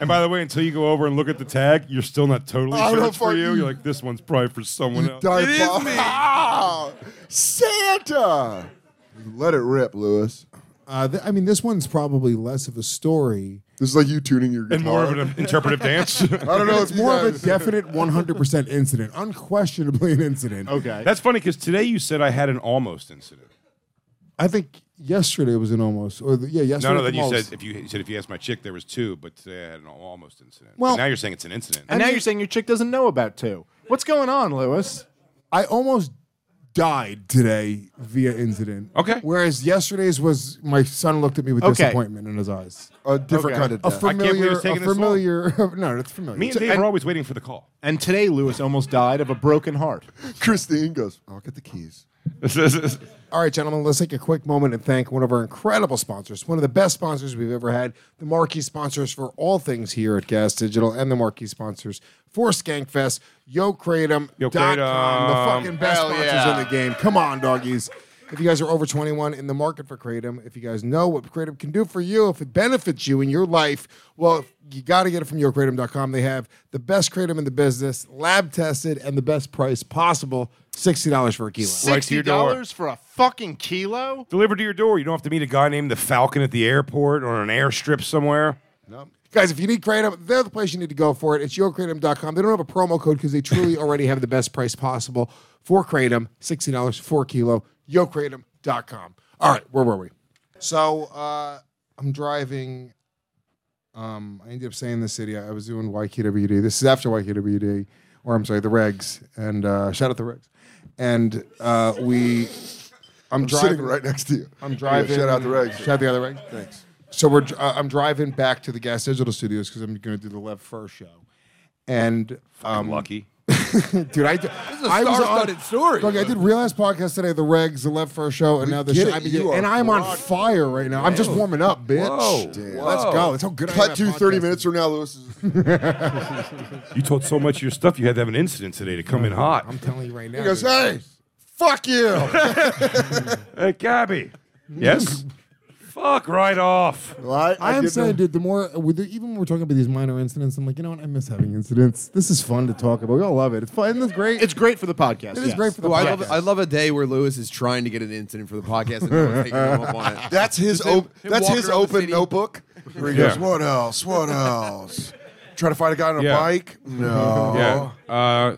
S3: And by the way, until you go over and look at the tag, you're still not totally
S8: I
S6: Oh,
S3: sure
S8: don't
S3: it's for
S8: fuck-
S3: you. You're like, this one's probably for someone else.
S8: Dive bomb. Ah, Santa. Let it rip, Lewis.
S6: Uh, th- I mean, this one's probably less of a story.
S8: This is like you tuning your guitar.
S3: And more of an interpretive dance.
S8: I don't know.
S6: It's
S8: if you
S6: more of a
S8: guys-
S6: definite 100% incident, unquestionably an incident.
S4: Okay.
S3: That's funny because today you said I had an almost incident.
S6: I think yesterday was an almost, or the, yeah,
S3: No,
S6: yesterday.
S3: no. Then you
S6: almost.
S3: said if you, you said if you asked my chick, there was two, but today I had an al- almost incident.
S6: Well-
S3: But now you're saying it's an incident.
S4: and now you're saying your chick doesn't know about two. What's going on, Lewis?
S6: I almost died today via incident.
S3: Okay.
S6: Whereas yesterday's was my son looked at me with
S4: Okay.
S6: disappointment in his eyes.
S8: a different
S4: Okay.
S8: kind of
S6: A
S8: death.
S3: can't believe
S6: familiar,
S3: it's
S6: a
S3: taken this long.
S6: familiar. no, that's familiar.
S3: Me and Dave were always waiting for the call.
S4: And today, Lewis almost died of a broken heart.
S8: Christine goes, "I'll get the keys."
S6: All right, gentlemen, let's take a quick moment and thank one of our incredible sponsors, one of the best sponsors we've ever had, the marquee sponsors for all things here at Gas Digital, and the marquee sponsors for Skankfest, YoKratom.com, the
S3: Kratom.
S6: fucking best
S4: Hell
S6: sponsors
S4: yeah.
S6: in the game. Come on, doggies. If you guys are over 21 in the market for Kratom, if you guys know what Kratom can do for you, if it benefits you in your life, well, you got to get it from YoKratom.com. They have the best Kratom in the business, lab tested, and the best price possible $60 for a kilo.
S3: Right to
S4: Sixty
S3: your door.
S4: dollars for a fucking kilo?
S3: Delivered to your door. You don't have to meet a guy named the Falcon at the airport or an airstrip somewhere.
S6: Guys, if you need Kratom, they're the place you need to go for it. It's yourkratom.com. They don't have a promo code because they truly already have the best price possible for Kratom, $60 for a kilo, yourkratom.com. All right, where were we? So uh, I'm driving. Um, I ended up staying in the city. I was doing YKWD. This is after YKWD, or I'm sorry, the regs. And uh, shout out the regs. And uh, we, I'm,
S8: I'm
S6: driving.
S8: sitting right next to you.
S6: I'm driving.
S8: Yeah, shout out the regs.
S6: Shout out the other regs. Thanks. So we're dr- uh, I'm driving back to the Gas Digital Studios because I'm going to do the Lev Fur show, and um,
S3: Lucky.
S6: dude. I, this
S9: is a star-studded story.
S6: Look, I did real ass podcast today, the regs, the left first show, and now the
S8: get
S6: shit.
S8: it.
S6: I mean,
S8: You are
S6: and I'm on
S8: broad.
S6: fire right now. I'm just warming up, bitch.
S3: Whoa.
S6: Dude,
S3: Whoa.
S6: Let's go. That's how good. I am
S8: Cut
S6: at
S8: to 30
S6: podcasting.
S8: minutes from now, Lewis is
S3: You told so much of your stuff, you had to have an incident today to come in hot.
S6: I'm telling you right now.
S8: He goes,
S6: dude.
S8: hey, fuck you.
S3: Hey, Gabby. Yes? Fuck right off.
S8: Well, I,
S6: I am
S8: didn't
S6: saying,
S8: know-
S6: dude, the more with the, even when we're talking about these minor incidents, I'm like, you know what? I miss having incidents. This is fun to talk about. We all love it. It's fun. It's great.
S4: It's great for the podcast.
S6: It is
S4: yes.
S6: great for the
S7: Oh, I,
S6: podcast.
S7: love, I love a day where Lewis is trying to get an incident for the podcast and no one's taking him up on it.
S8: That's his, op-
S7: him
S8: that's
S7: walking
S8: his
S7: around the
S8: open
S7: city.
S8: notebook where he
S3: Yeah.
S8: goes, what else? What else? Try to find a guy on a
S3: Yeah.
S8: bike? No.
S3: Yeah. Uh,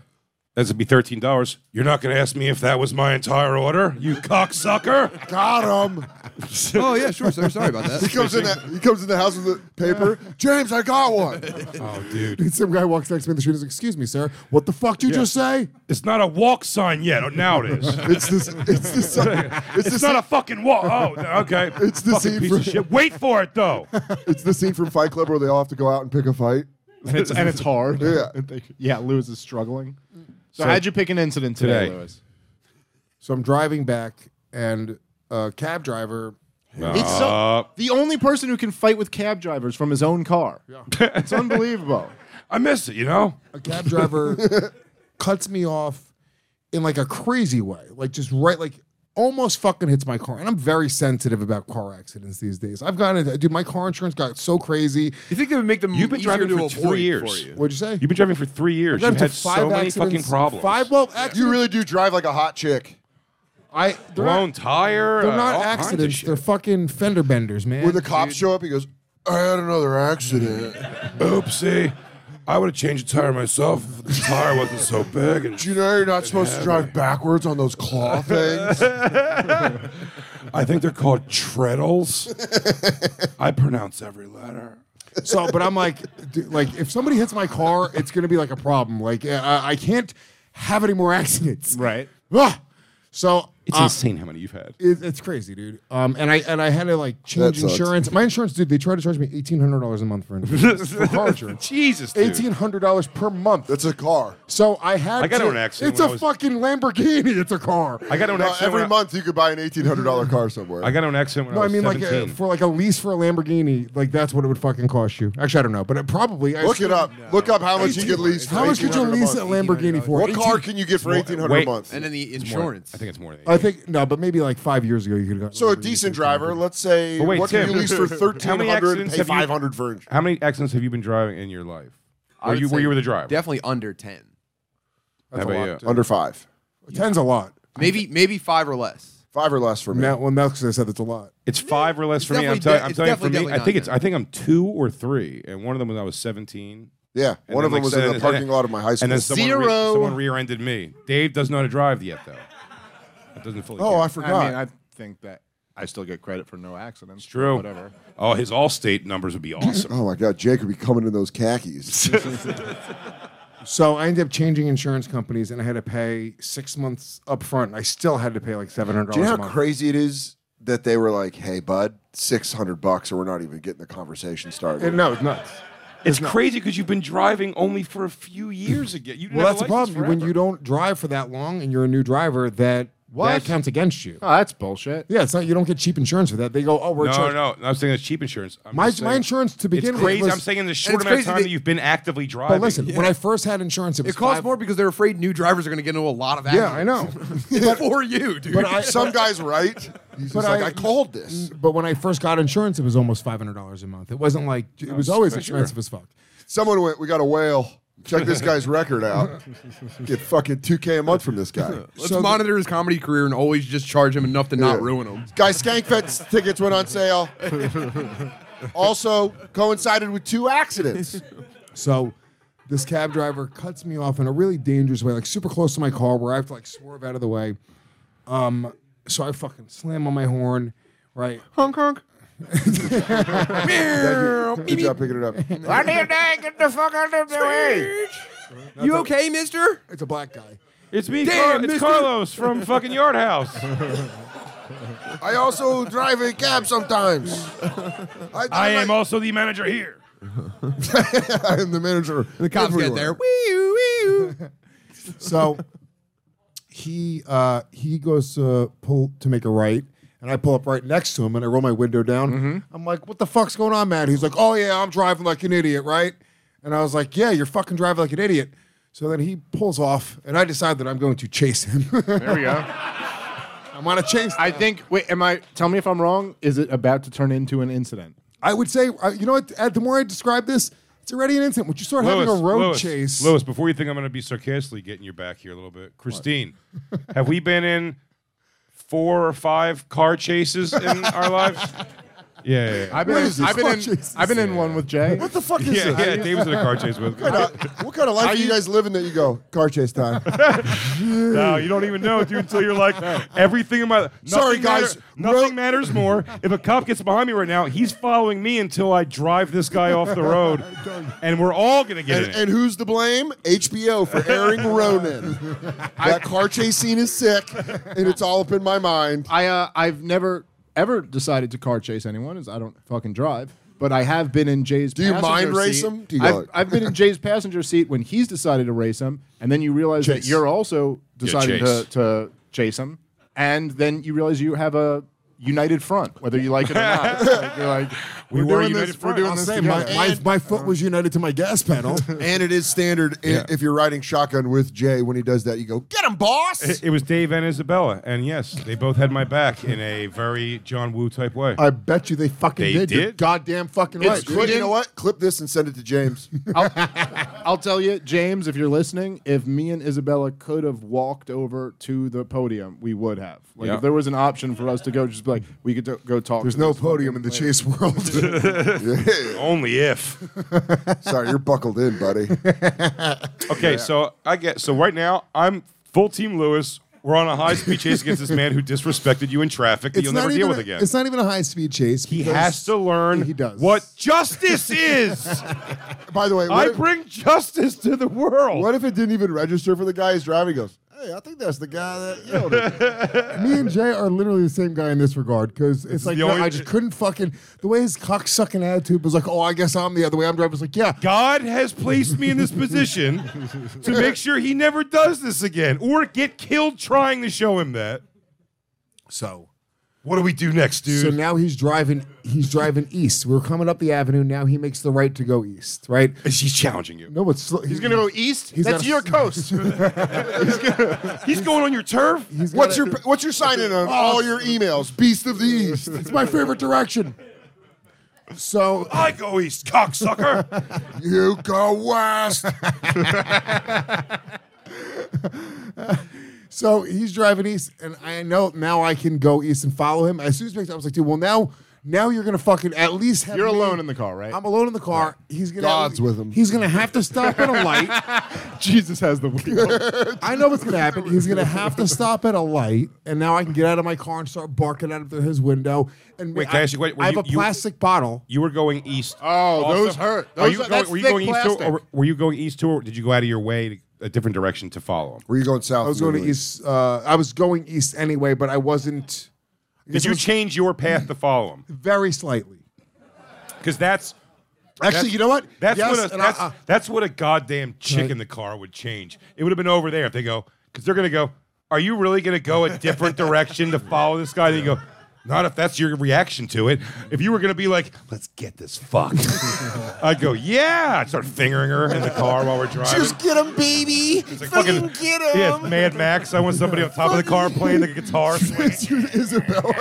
S3: that's would be thirteen dollars. You're not going to ask me if that was my entire order, you cocksucker.
S8: Got him.
S7: oh, yeah, sure, sir. Sorry about
S8: He
S7: that.
S8: comes in. The, he comes in the house with the paper. James, I got one.
S3: Oh, dude,
S6: Some guy walks next to me in the street and is like, excuse me, sir. What the fuck did you
S3: Yeah.
S6: just say?
S3: it's not a walk sign yet. Oh, now it is.
S8: It's this. It's this. It's
S3: It's,
S8: this.
S3: not a fucking walk. Oh, okay.
S8: It's the
S3: Fucking
S8: scene
S3: piece
S8: from-
S3: of shit. Wait for it though.
S8: It's the scene from Fight Club where they all have to go out and pick a fight.
S4: and it's, and it's hard.
S8: Yeah.
S4: And they- yeah, Lewis is struggling. So, how'd you pick an incident today,
S3: Today.
S4: Lewis?
S6: So I'm driving back, and a cab driver.
S4: It's so, the only person who can fight with cab drivers from his own car. it's unbelievable.
S3: I miss it. You know.
S6: A cab driver cuts me off in like a crazy way, like just right, like almost fucking hits my car. And I'm very sensitive about car accidents these days. I've gotten into, dude, my car insurance got so crazy.
S7: You think they would make them
S3: You've been
S7: easier
S3: driving
S7: to
S3: for
S7: avoid
S3: three years.
S7: for you?
S6: What'd you say?
S3: You've been driving for three years.
S6: Got
S3: You've
S6: into
S3: had so many fucking problems.
S6: Five, well, accidents.
S8: You really do drive like a hot chick
S6: I, they're
S3: blown
S6: not,
S3: tire.
S6: they're
S3: uh,
S6: not
S3: all kinds of
S6: accidents.
S3: shit.
S6: They're fucking fender benders, man.
S8: when the cops show up. He goes, I had another accident.
S3: Oopsie. I would have changed the tire myself if the tire wasn't so big. And
S8: Do you know you're not supposed to drive backwards on those claw things?
S3: I think they're called treadles. I pronounce every letter.
S6: So, but I'm like, dude, like if somebody hits my car, it's gonna be like a problem. Like uh, I can't have any more accidents.
S4: Right.
S6: Ugh. So
S3: It's
S8: Ah.
S6: uh,
S3: insane how many you've had.
S6: it- it's crazy, dude. Um, and I and I had to like change
S8: sucks.
S6: insurance. My insurance, dude, they tried to charge me eighteen hundred dollars a month for insurance for car insurance.
S3: Jesus, dude.
S6: Eighteen hundred dollars per month.
S8: That's a car.
S6: so I had.
S3: I got
S6: to,
S3: into an accident
S6: It's
S3: when
S6: a
S3: I was-
S6: fucking Lamborghini. It's a car.
S3: I got into an
S8: No,
S3: accident.
S8: every
S3: when I-
S8: month you could buy an eighteen hundred dollar car somewhere.
S3: I got into an accident when
S6: no,
S3: I
S6: I
S3: was
S6: mean like uh,
S3: 17.
S6: for like a lease for a Lamborghini, like that's what it would fucking cost you. Actually, I don't know, but it probably I
S8: Look
S6: assume-
S8: it up. Look up how much you could lease. For
S6: How much could you
S8: $1,800 a
S6: lease a
S8: month.
S6: Lamborghini for?
S8: What car
S6: 18
S8: can you get for eighteen hundred a
S3: Wait.
S8: month?
S7: And then the insurance.
S3: I think it's more than.
S6: I
S3: 80.
S6: think no, but maybe like five years ago you could. have gotten
S8: so a
S6: Lamborghini
S8: decent
S6: for
S8: driver,
S6: 200.
S8: let's say,
S3: But wait,
S8: what can
S3: Tim,
S8: you lease for
S3: how
S8: thirteen
S3: many
S8: hundred and
S3: accidents
S8: pay
S3: have you-
S8: five hundred for insurance?
S3: How many accidents have you been driving in your life?
S7: I
S3: Were
S7: would
S3: you were
S7: say
S3: you were the driver?
S7: Definitely under 10.
S3: How about you?
S8: Under five,
S6: Ten's a lot.
S7: Maybe maybe five or less.
S8: five or less for me.
S6: Now, well, now because I said that's a lot.
S3: It's five or less for me. I'm,
S7: definitely
S3: tell-
S7: de-
S3: I'm
S7: it's
S3: telling you, for
S7: definitely,
S3: me, I
S7: definitely
S3: think
S7: not
S3: it's. I think I'm two or three, and one of them was I was 17.
S8: yeah,
S3: And
S8: one
S3: then,
S8: of them
S3: like,
S8: was
S3: so-
S8: in the
S3: and-
S8: parking lot of my high school.
S3: And then someone, re-
S4: Zero.
S3: someone rear-ended me. Dave does not drive yet, though. That doesn't fully.
S8: oh,
S3: count.
S8: I forgot.
S4: I mean, I think that I still get credit for no accidents. It's
S3: True.
S4: Whatever.
S3: Oh, his Allstate numbers would be awesome.
S8: oh my God, Jake would be coming in those khakis.
S6: So I ended up changing insurance companies, and I had to pay six months up front. I still had to pay like seven hundred
S8: Do you
S6: dollars
S8: know
S6: a
S8: how
S6: month.
S8: crazy it is that they were like, "Hey, bud, six hundred bucks, or we're not even getting the conversation started."
S6: And no, it's nuts.
S3: it's crazy because you've been driving only for a few years again. You didn't
S6: Well,
S3: have
S6: that's
S3: a
S6: the problem.
S3: license
S6: When
S3: forever.
S6: you don't drive for that long, and you're a new driver, that that counts against you.
S4: Oh, that's bullshit.
S6: Yeah, it's not. You don't get cheap insurance for that. They go, oh, we're
S3: No,
S6: charged.
S3: no, no. I'm saying it's cheap insurance. I'm
S6: My-
S3: just saying-
S6: my insurance to begin
S3: it's
S6: with
S3: crazy.
S6: was-
S3: I'm saying in the
S7: And
S3: short
S7: it's
S3: amount of
S7: crazy
S3: time that,
S7: that-
S3: you've been actively driving.
S6: But listen, when I first had insurance, it was
S7: It costs
S6: five-
S7: more because they're afraid new drivers are going to get into a lot of
S6: Yeah,
S7: accidents.
S6: I know.
S7: It's for you, dude.
S6: But I,
S8: Some guy's right. He's just like, I,
S6: I-
S8: called this.
S6: But when I first got insurance, it was almost five hundred dollars a month. It wasn't like it was always expensive as fuck.
S8: Someone went, "We got a whale. Check this guy's record out. Get fucking two k a month from this guy."
S7: Let's
S6: so the-
S7: monitor his comedy career and always just charge him enough to not
S8: Yeah.
S7: ruin him.
S8: Guy Skankfest tickets went on sale. also coincided with two accidents.
S6: So this cab driver cuts me off in a really dangerous way, like super close to my car, where I have to like swerve out of the way. Um, so I fucking slam on my horn, right?
S7: Honk honk.
S8: Good job picking it up.
S7: You okay, mister?
S6: It's a black guy.
S3: it's me,
S7: Damn,
S3: Car- it's
S7: mister-
S3: Carlos from fucking Yard House.
S8: I also drive a cab sometimes. I,
S3: I am also the manager here.
S8: I am the manager.
S7: The cops get there. Wee-oo, wee-oo.
S6: So he uh, he goes to pull to make a right, and I pull up right next to him, and I roll my window down. I'm like, "What the fuck's going on, man?" He's like, "Oh yeah, I'm driving like an idiot, right?" And I was like, "Yeah, you're fucking driving like an idiot." So then he pulls off, and I decide that I'm going to chase him.
S4: There we go.
S6: I'm gonna chase.
S4: I think. Wait, am I? Tell me if I'm wrong. Is it about to turn into an incident?
S6: I would say, uh, you know what? Ed, the more I describe this, it's already an incident. Would you start having a road
S3: Lewis,
S6: chase?
S3: Lewis, before you think I'm going to be sarcastically getting your back here a little bit, Christine, have we been in four or five car chases in our lives? Yeah, yeah, yeah.
S4: I've been.
S6: What
S4: In,
S6: is this?
S4: I've been in.
S6: Fuck Jesus.
S4: I've been in one with Jay.
S6: What the fuck is
S3: yeah,
S6: this?
S3: yeah. Dave was in a car chase with.
S8: what kind of life are you guys living that you go car chase time?
S3: No, you don't even know, dude, until you're like everything in my. Nothing
S8: Sorry, guys.
S3: matter- nothing matters more. If a cop gets behind me right now, he's following me until I drive this guy off the road, and we're all gonna get
S8: and,
S3: in. it.
S8: and who's to blame? HBO for airing Ronin. that car chase scene is sick, and it's all up in my mind.
S4: I uh, I've never ever decided to car chase anyone, as I don't fucking drive. But I have been in Jay's. Do
S8: you mind race him? Do you go
S4: I've,
S8: like-
S4: I've been in Jay's passenger seat when he's decided to race him, and then you realize that
S8: Chase.
S4: you're also deciding
S3: chase.
S4: to, to chase him, and then you realize you have a united front, whether you like it or not. Like, you're like, we are
S3: were
S4: doing
S3: united
S4: this. We're
S3: front.
S4: doing
S3: I'll
S4: this
S3: say,
S4: together.
S6: My, my, my foot was united to my gas pedal.
S8: And it is standard i- if you're riding shotgun with Jay when he does that. You go get him, boss.
S3: It, it was Dave and Isabella, and yes, they both had my back in a very John Woo type way.
S6: I bet you they fucking
S3: They
S6: did. You're
S3: did?
S6: goddamn fucking
S8: Right,
S6: right.
S8: dude, you know what? Clip this and send it to James.
S4: I'll tell you, James, if you're listening, if me and Isabella could have walked over to the podium, we would have. Like,
S3: Yeah.
S4: if there was an option for us to go, just be like, we could do- go talk.
S6: There's
S4: to
S6: no
S4: this
S6: podium
S4: fucking
S6: in the
S4: lady.
S6: chase world.
S3: Only if.
S8: Sorry, you're buckled in, buddy.
S3: Okay, so I get so right now I'm full team Lewis. We're on a high speed chase against this man who disrespected you in traffic that you'll never
S6: even
S3: deal with
S6: a,
S3: again.
S6: It's not even a high speed chase.
S3: He has to learn
S6: He does.
S3: what justice is.
S8: By the way, what
S3: I
S8: if-
S3: bring justice to the world.
S8: What if it didn't even register for the guy who's driving? He goes, hey, I think that's the guy that you know. the-"
S6: Me and Jay are literally the same guy in this regard because it's like
S3: the
S6: no,
S3: only-
S6: I just couldn't fucking the way his cocksucking attitude was like. Oh, I guess I'm the other way. I'm driving. It's like yeah.
S3: God has placed me in this position to make sure he never does this again or get killed trying to show him that.
S6: So
S3: What do we do next, dude?
S6: So now he's driving. He's driving east. We're coming up the avenue. Now he makes the right to go east. Right?
S3: He's challenging you.
S6: No, it's slow.
S4: He's going to go east?
S6: He's
S4: That's
S6: gotta-
S4: your coast.
S3: He's going on your turf.
S8: what's your what's your sign in
S4: Oh.
S8: on all your emails? Beast of the East.
S6: It's my favorite direction. So
S3: I go east, cocksucker.
S8: You go west.
S6: so he's driving east, and I know now I can go east and follow him. As soon as he picks up, I was like, dude, well now. Now you're gonna fucking at least have
S4: You're
S6: me-
S4: alone in the car, right?
S6: I'm alone in the car. He's gonna
S8: God's with him.
S6: He's gonna have to stop at a light.
S4: Jesus has the wheel.
S6: I know what's gonna happen. He's gonna have to stop at a light, and now I can get out of my car and start barking out of his window. And
S3: Wait,
S6: I,
S3: can I ask you, wait, were
S6: I have
S3: you-
S6: a
S3: you-
S6: plastic bottle.
S3: You were going east.
S4: Oh, those hurt.
S3: are
S4: Those
S3: you
S4: are-
S3: going,
S4: that's
S3: were you
S4: thick
S3: going east to,
S4: plastic.
S3: or were you going east to, or did you go out of your way to a different direction to follow him?
S8: Were you going south?
S6: I was going to
S8: immediately?
S6: east. Uh, I was going east anyway, but I wasn't
S3: Did you change your path to follow him?
S6: very slightly.
S3: Because that's
S6: Actually, you know what?
S3: that's
S6: Yes,
S3: what a,
S6: and
S3: that's,
S6: I, uh,
S3: that's what a goddamn chick
S6: Right.
S3: in the car would change. It would have been over there if they go because they're gonna go. Are you really gonna go a different direction to follow this guy? Then you go. Not if that's your reaction to it. If you were gonna be like, "Let's get this fuck," I'd go, "Yeah." I'd start fingering her in the car while we're driving.
S5: Just get him, baby.
S3: It's like
S5: fucking, get him.
S3: Yeah, it's Mad Max. I want somebody on top of the car playing the guitar.
S8: It's Isabella.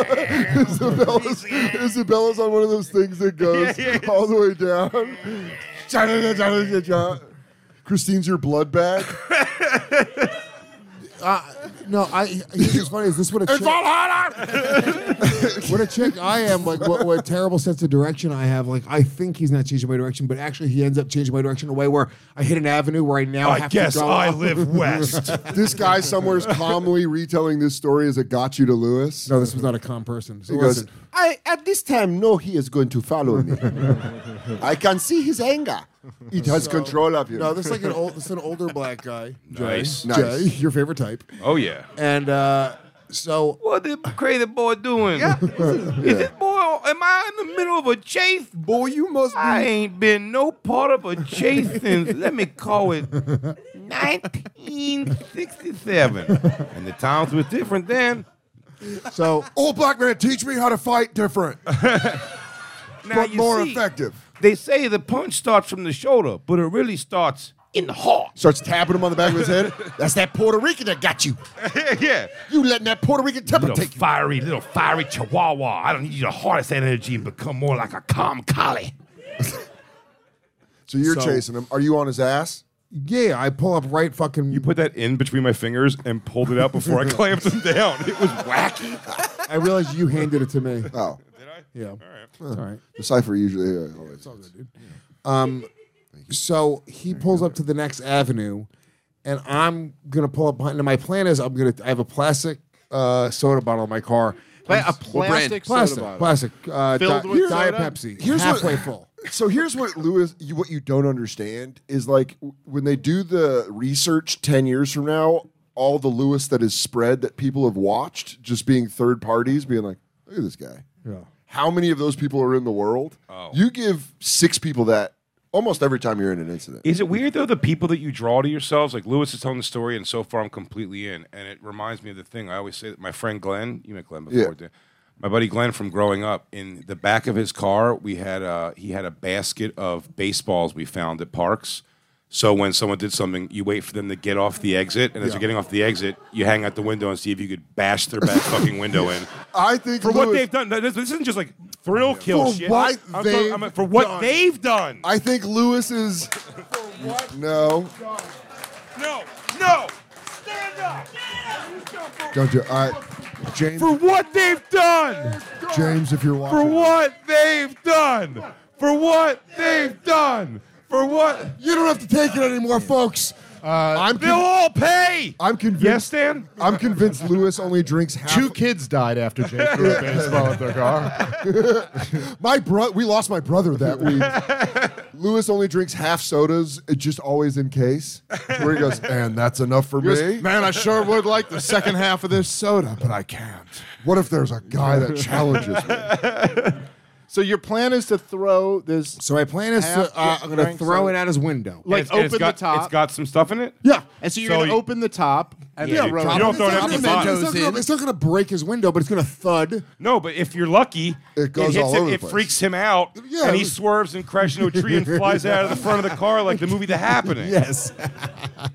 S8: Isabella's, Isabella's on one of those things that goes
S3: Yeah, yeah.
S8: all the way down. Christine's your blood bag.
S6: Uh, no, I. Here's what's funny is this what a chick, what a chick I am. Like what, what terrible sense of direction I have. Like I think he's not changing my direction, but actually he ends up changing my direction in a way where I hit an avenue where I now
S3: I
S6: have
S3: guess
S6: to go.
S3: I live west.
S8: This guy somewhere is calmly retelling this story as a got you to Lewis.
S6: No, this was not a calm person. So
S8: He goes,
S6: listen.
S8: I at this time know he is going to follow me. I can see his anger. It has control of you.
S6: No, this is like an old, this is an older black guy.
S3: Nice.
S6: Jay,
S8: Nice.
S6: Jay, your favorite type.
S3: Oh yeah.
S6: And uh, so
S3: What the crazy boy doing? Is this boy? Am I in the middle of a chase?
S8: boy, you must be.
S3: ain't been no part of a chase since. let me call it 1967. and the times were different then.
S6: So
S8: Old black man, teach me how to fight different,
S3: Now
S8: but
S3: you
S8: more
S3: see,
S8: effective.
S3: They say the punch starts from the shoulder, but it really starts in the heart.
S6: starts tapping him on the back of his head. That's that Puerto Rican that got you.
S3: yeah.
S6: You letting that Puerto Rican temper
S3: Little
S6: take you.
S3: fiery, little fiery chihuahua. I don't need your hardest energy and become more like a calm collie.
S8: So you're
S6: So-
S8: chasing him. Are you on his ass?
S6: Yeah, I pull up right fucking.
S3: You put that in between my fingers and pulled it out before I clamped him down. It was wacky.
S6: I realized you handed it to me.
S8: Oh,
S3: Did I?
S6: Yeah. All right. All right.
S8: the cipher usually. Uh, always.
S6: Um, So he pulls up to the next avenue, and I'm gonna pull up behind. And my plan is I'm gonna. I have a plastic uh, soda bottle in my car.
S4: Pla-
S6: I'm
S4: a
S6: s-
S4: plastic soda
S6: plastic,
S4: bottle.
S6: plastic, uh,
S4: Filled
S6: di-
S4: with
S6: Diet
S4: soda?
S6: Pepsi,
S8: Here's what-
S6: halfway full.
S8: So here's what Lewis, you, what you don't understand is like w- when they do the research ten years from now, all the Lewis that is spread that people have watched, just being third parties, being like, look at this guy. Yeah. How many of those people are in the world? Oh. You give six people that almost every time you're in an incident.
S3: Is it weird though the people that you draw to yourselves? Like Lewis is telling the story, and so far I'm completely in, and it reminds me of the thing I always say that my friend Glenn, you met Glenn before,
S8: Yeah.
S3: Dan- my buddy Glenn from growing up. In the back of his car, we had a, he had a basket of baseballs we found at parks. So when someone did something, you wait for them to get off the exit, and as you're getting off the exit, you hang out the window and see if you could bash their back fucking window in.
S8: I think
S3: For what
S8: Lewis-
S3: they've done, this, this isn't just like thrill kill
S8: For
S3: shit.
S8: what
S3: I'm talking-
S8: they've
S3: I'm- for what
S8: done.
S3: they've done.
S8: I think Lewis is. No,
S3: No, no, stand up.
S8: don't do. All right,
S6: James,
S3: For what they've done.
S8: James, if you're
S3: For
S8: watching,
S3: what they've done. For what they've done. For what Uh,
S8: you don't have to take it anymore, folks. I'm
S3: they'll all pay.
S8: I'm convinced.
S3: Yes, Dan.
S8: I'm convinced Lewis only drinks half.
S4: Two kids died after Jake threw a baseball at their car.
S8: My bro, we lost my brother that week. Lewis only drinks half sodas, uh, just always in case. Where he goes, and that's enough for me.
S4: Man, I sure would like the second half of this soda, but I can't.
S8: What if there's a guy that challenges me?
S4: So your plan is to throw this
S6: So my plan is
S4: Half
S6: to, uh, I'm gonna
S4: drink
S6: throw
S4: soda.
S6: it out his window.
S4: like
S3: And
S4: open
S3: it's got,
S4: the top.
S3: It's got some stuff in it.
S4: yeah, and so you're
S3: So
S4: gonna
S3: you-
S4: open the top and
S3: Yeah,
S4: then throw
S3: you
S4: it.
S3: don't throw it out the
S6: it's, not
S3: bottom.
S6: gonna, it's not gonna break his window, but it's gonna thud.
S3: No, but if you're lucky,
S8: It goes
S3: hits
S8: all
S3: him,
S8: over the
S3: it
S8: place.
S3: freaks him out,
S8: Yeah,
S3: and
S8: it
S3: he
S8: was-
S3: swerves and crashes into a tree and flies out of the front of the car like the movie The Happening.
S6: Yes.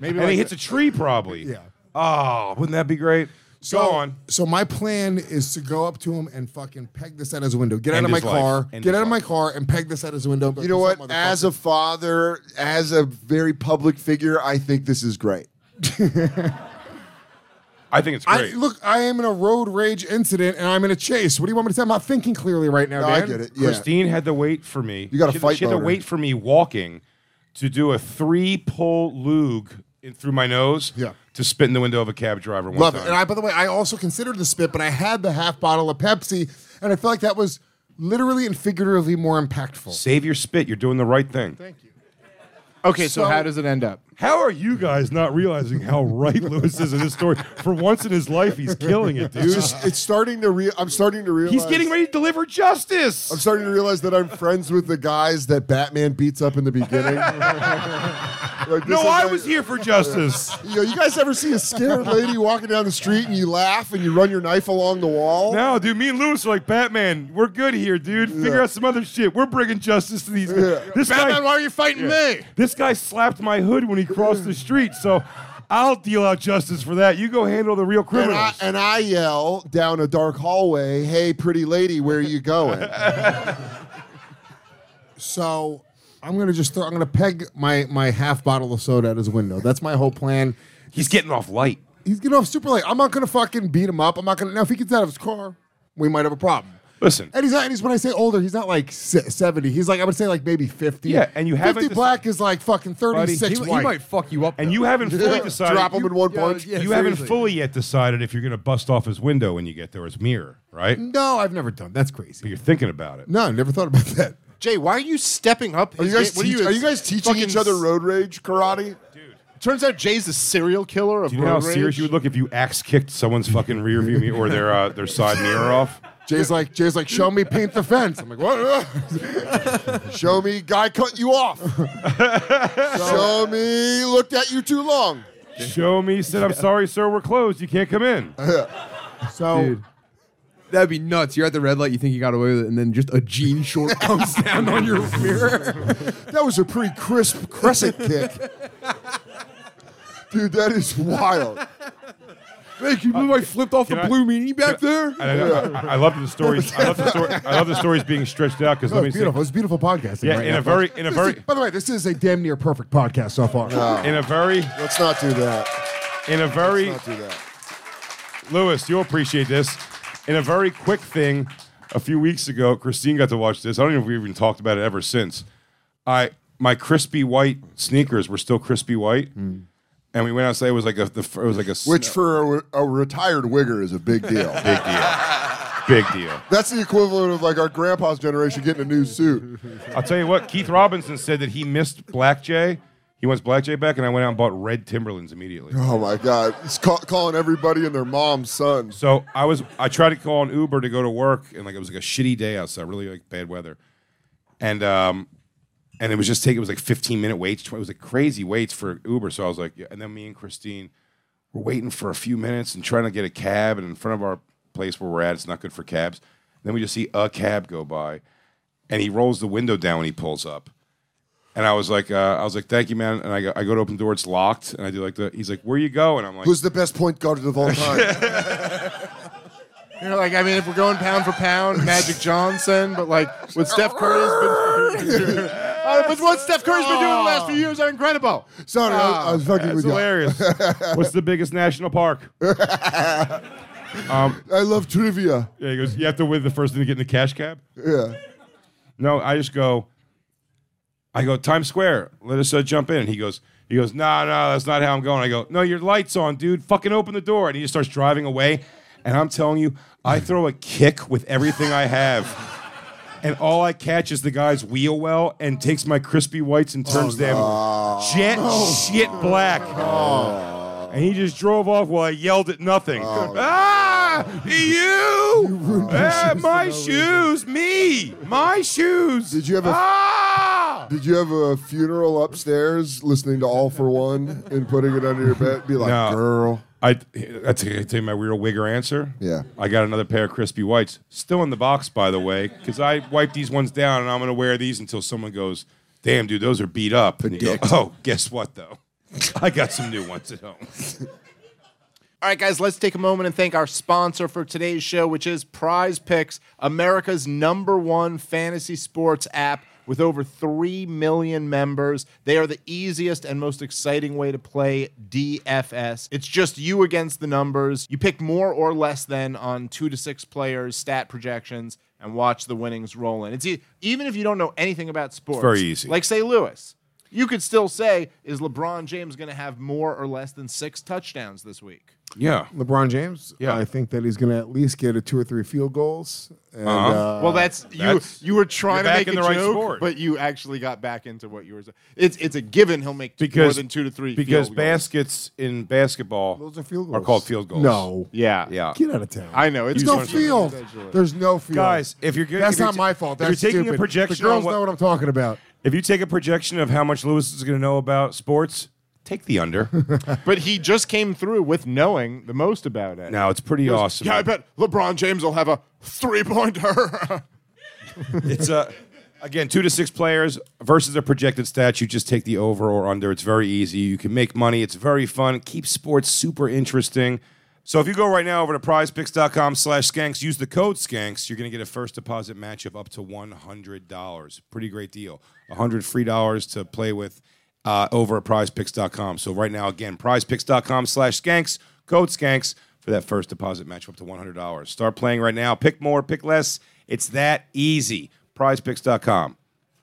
S3: Maybe and he hits a tree probably. Yeah. Oh, wouldn't that be great? Go on.
S6: So my plan is to go up to him and fucking peg this out his window. Get
S3: End
S6: out of my
S3: his life.
S6: car.
S3: End
S6: get
S3: his
S6: out of my
S3: life.
S6: car and peg this out his window.
S8: You know what? As a father, as a very public figure, I think this is great.
S3: I think it's
S6: I
S3: great.
S6: look, I am in a road rage incident and I'm in a chase. What do you want me to say? I'm not thinking clearly right now.
S8: No, I
S6: Dan.
S8: get it. Yeah.
S3: Christine had to wait for me.
S8: You got a
S3: she, had-
S8: fight
S3: She had to
S8: boner.
S3: wait for me walking to do a three pull lug in through my nose.
S6: Yeah.
S3: To spit in the window of a cab driver one
S6: Love
S3: time.
S6: it. And I, by the way, I also considered the spit, but I had the half bottle of Pepsi, and I feel like that was literally and figuratively more impactful.
S3: Save your spit. You're doing the right thing.
S4: Okay, so,
S6: So-
S4: how does it end up?
S3: How are you guys not realizing how right Lewis is in this story? For once in his life, he's killing it, dude.
S8: It's just, it's starting to real. I'm starting to realize.
S3: he's getting ready to deliver justice.
S8: I'm starting to realize that I'm friends with the guys that Batman beats up in the beginning. Like, this
S3: no,
S8: is
S3: I
S8: like-
S3: was here for justice.
S8: You, know, you guys ever see a scared lady walking down the street and you laugh and you run your knife along the wall?
S3: No, dude, me and Lewis are like Batman. We're good here, dude. Figure out some other shit. We're bringing justice to these. This guy,
S4: are you fighting me?
S3: This guy slapped my hood when he crossed the street, so I'll deal out justice for that. You go handle the real
S8: And I,
S3: criminals.
S8: and I yell down a dark hallway, "Hey, pretty lady, where are you going?"
S6: So I'm gonna just throw. I'm gonna peg my my half bottle of soda at his window. That's my whole plan.
S3: He's getting off light.
S6: He's getting off super late. I'm not gonna fucking beat him up. I'm not gonna. Now, if he gets out of his car, we might have a problem.
S3: Listen.
S6: and he's not. And he's when I say older, he's not like se- seventy. He's like I would say like maybe fifty.
S3: Yeah, and you haven't
S6: fifty
S3: dis-
S6: black is like fucking thirty
S7: He,
S6: six
S7: he
S6: white.
S7: might fuck you up.
S3: And
S7: though.
S3: you haven't fully decided.
S8: Drop him
S3: you,
S8: in one
S7: yeah,
S8: punch.
S7: yeah.
S3: you haven't
S7: seriously.
S3: fully yet decided if you're going to bust off his window when you get there, his mirror, right?
S6: no, I've never done. That's
S3: But
S6: crazy.
S3: you're thinking about it.
S6: No, I never thought about that.
S4: Jay, why are you stepping up?
S8: Are you
S4: his
S8: guys?
S4: game? What
S8: teach-
S4: you,
S8: are you guys teaching
S4: fucking
S8: each other
S4: s-
S8: road rage karate?
S4: Turns out Jay's the serial killer of
S3: Do you know
S4: road
S3: how
S4: rage.
S3: serious you would look if you axe kicked someone's fucking rear view mirror or their uh, their side mirror off?
S6: Jay's like, Jay's like, show me paint the fence. I'm like, what?
S8: Show me guy cut you off. Show me looked at you too long.
S3: Show me said, I'm sorry, sir, we're closed. You can't come in.
S6: So
S7: That'd be nuts. You're at the red light, you think you got away with it, and then just a jean short comes down on your mirror.
S8: That was a pretty crisp crescent kick. Dude, that is wild.
S7: Hey, can you believe I flipped off
S3: Can
S7: the
S3: I-
S7: blue meanie back there?
S3: And I, I, I love the stories. I love the, story, I love the stories being stretched out because
S6: oh,
S3: let me
S6: it's beautiful.
S3: see.
S6: It's beautiful podcasting.
S3: Yeah,
S6: right
S3: in
S6: now,
S3: a very,
S6: folks.
S3: in a
S6: This
S3: very,
S6: is- by the way, this is a damn near perfect podcast so far.
S3: in a very,
S8: Let's not do that.
S3: in a very,
S8: Let's not do that.
S3: Lewis, you'll appreciate this. In a very quick thing, a few weeks ago, Christine got to watch this. I don't know if we even talked about it ever since. I my crispy white sneakers were still crispy white, and we went outside. It was like a the, fir- it was like a
S8: Hmm. Which
S3: snow-
S8: for a, a retired wigger is a big deal.
S3: big deal, big deal.
S8: That's the equivalent of like our grandpa's generation getting a new suit.
S3: I'll tell you what. Keith Robinson said that he missed Black Jay. He wants Black Jay back, and I went out and bought red Timberlands immediately.
S8: Oh my God. He's ca- calling everybody and their mom's son.
S3: So I was I tried to call an Uber to go to work, and like it was like a shitty day outside, really like bad weather, and um, and it was just taking it was like fifteen minute waits. tw- It was like crazy waits for Uber. So I was like, yeah. and then me and Christine were waiting for a few minutes and trying to get a cab, and in front of our place where we're at, it's not good for cabs. Then we just see a cab go by, and he rolls the window down when he pulls up. And I was like, uh, I was like, thank you, man. And I go, I go to open the door, it's locked. And I do like the, he's like, where you going? I'm like,
S8: Who's the best point guard of all time?
S4: You know, like I mean, if we're going pound for pound, Magic Johnson, but like what Steph Curry's been, Uh, but what Steph Curry's been doing the last few years are incredible. Ah,
S8: Sorry, I, I was fucking
S3: Ah, That's
S8: with you.
S3: hilarious. What's the biggest national park? Um,
S8: I love trivia.
S3: Yeah, he goes, You have to win the first thing to get in the cash cab? Yeah. No, I just go, I go, Times Square, let us uh, jump in. And he goes, he goes, no, nah, no, nah, that's not how I'm going. I go, no, your light's on, dude. Fucking open the door. And he just starts driving away. And I'm telling you, I throw a kick with everything I have. And all I catch is the guy's wheel well and takes my crispy whites and
S8: Oh,
S3: turns them jet
S6: Oh,
S3: shit black. And he just drove off while I yelled at nothing.
S6: Oh,
S3: ah, you! ah, my shoes, me, my shoes.
S8: Did you have a-
S3: ah?
S8: Did you have a funeral upstairs listening to All for One and putting it under your bed? Be like,
S3: No.
S8: girl.
S3: I that's I tell you my real wigger answer.
S8: Yeah.
S3: I got another pair of crispy whites, still in the box, by the way, because I wiped these ones down, and I'm gonna wear these until someone goes, "Damn, dude, those are beat up." And you go, oh, guess what though? I got some new ones at home.
S4: All right, guys, let's take a moment and thank our sponsor for today's show, which is Prize Picks, America's number one fantasy sports app with over 3 million members. They are the easiest and most exciting way to play DFS. It's just you against the numbers. You pick more or less than on two to six players, stat projections, and watch the winnings roll in. It's e- even if you don't know anything about sports.
S3: very easy.
S4: Like, say, Lewis. You could still say, is LeBron James going to have more or less than six touchdowns this week?
S3: Yeah.
S6: LeBron James,
S3: Yeah.
S6: I think that he's going to at least get a two or three field goals. And,
S3: Uh-huh.
S6: uh,
S4: Well, that's you.
S3: that's-
S4: you were trying to
S3: you're back
S4: make
S3: in
S4: a
S3: the right
S4: joke,
S3: sport.
S4: but you actually got back into what you were. saying. It's it's a given he'll make more than two to three.
S3: because
S4: field goals.
S3: baskets in basketball
S6: those are field goals.
S3: called field goals.
S6: No.
S4: Yeah,
S3: Yeah.
S6: Get out of town.
S4: I know it's
S6: There's no field. There's no field.
S3: Guys, if you're good-
S6: that's
S3: if you're
S6: not
S3: ta-
S6: my fault.
S3: if
S6: That's
S3: you're taking a
S6: stupid.
S3: projection
S6: the
S3: on
S6: girls
S3: what-
S6: know what I'm talking about.
S3: If you take a projection of how much Lewis is going to know about sports, take the under.
S4: But he just came through with knowing the most about it.
S3: now it's pretty awesome.
S4: Yeah, I bet LeBron James will have a three pointer.
S3: It's a again two to six players versus a projected stat. You just take the over or under. It's very easy. You can make money. It's very fun. Keep sports super interesting. So if you go right now over to prizepicks.com slash skanks, use the code skanks, you're going to get a first deposit match of up to $100. Pretty great deal. 100 free dollars to play with uh, over at prizepicks.com. So right now, again, prizepicks.com slash skanks, code skanks for that first deposit match up to $100. Start playing right now. Pick more, pick less. It's that easy. Prizepicks.com.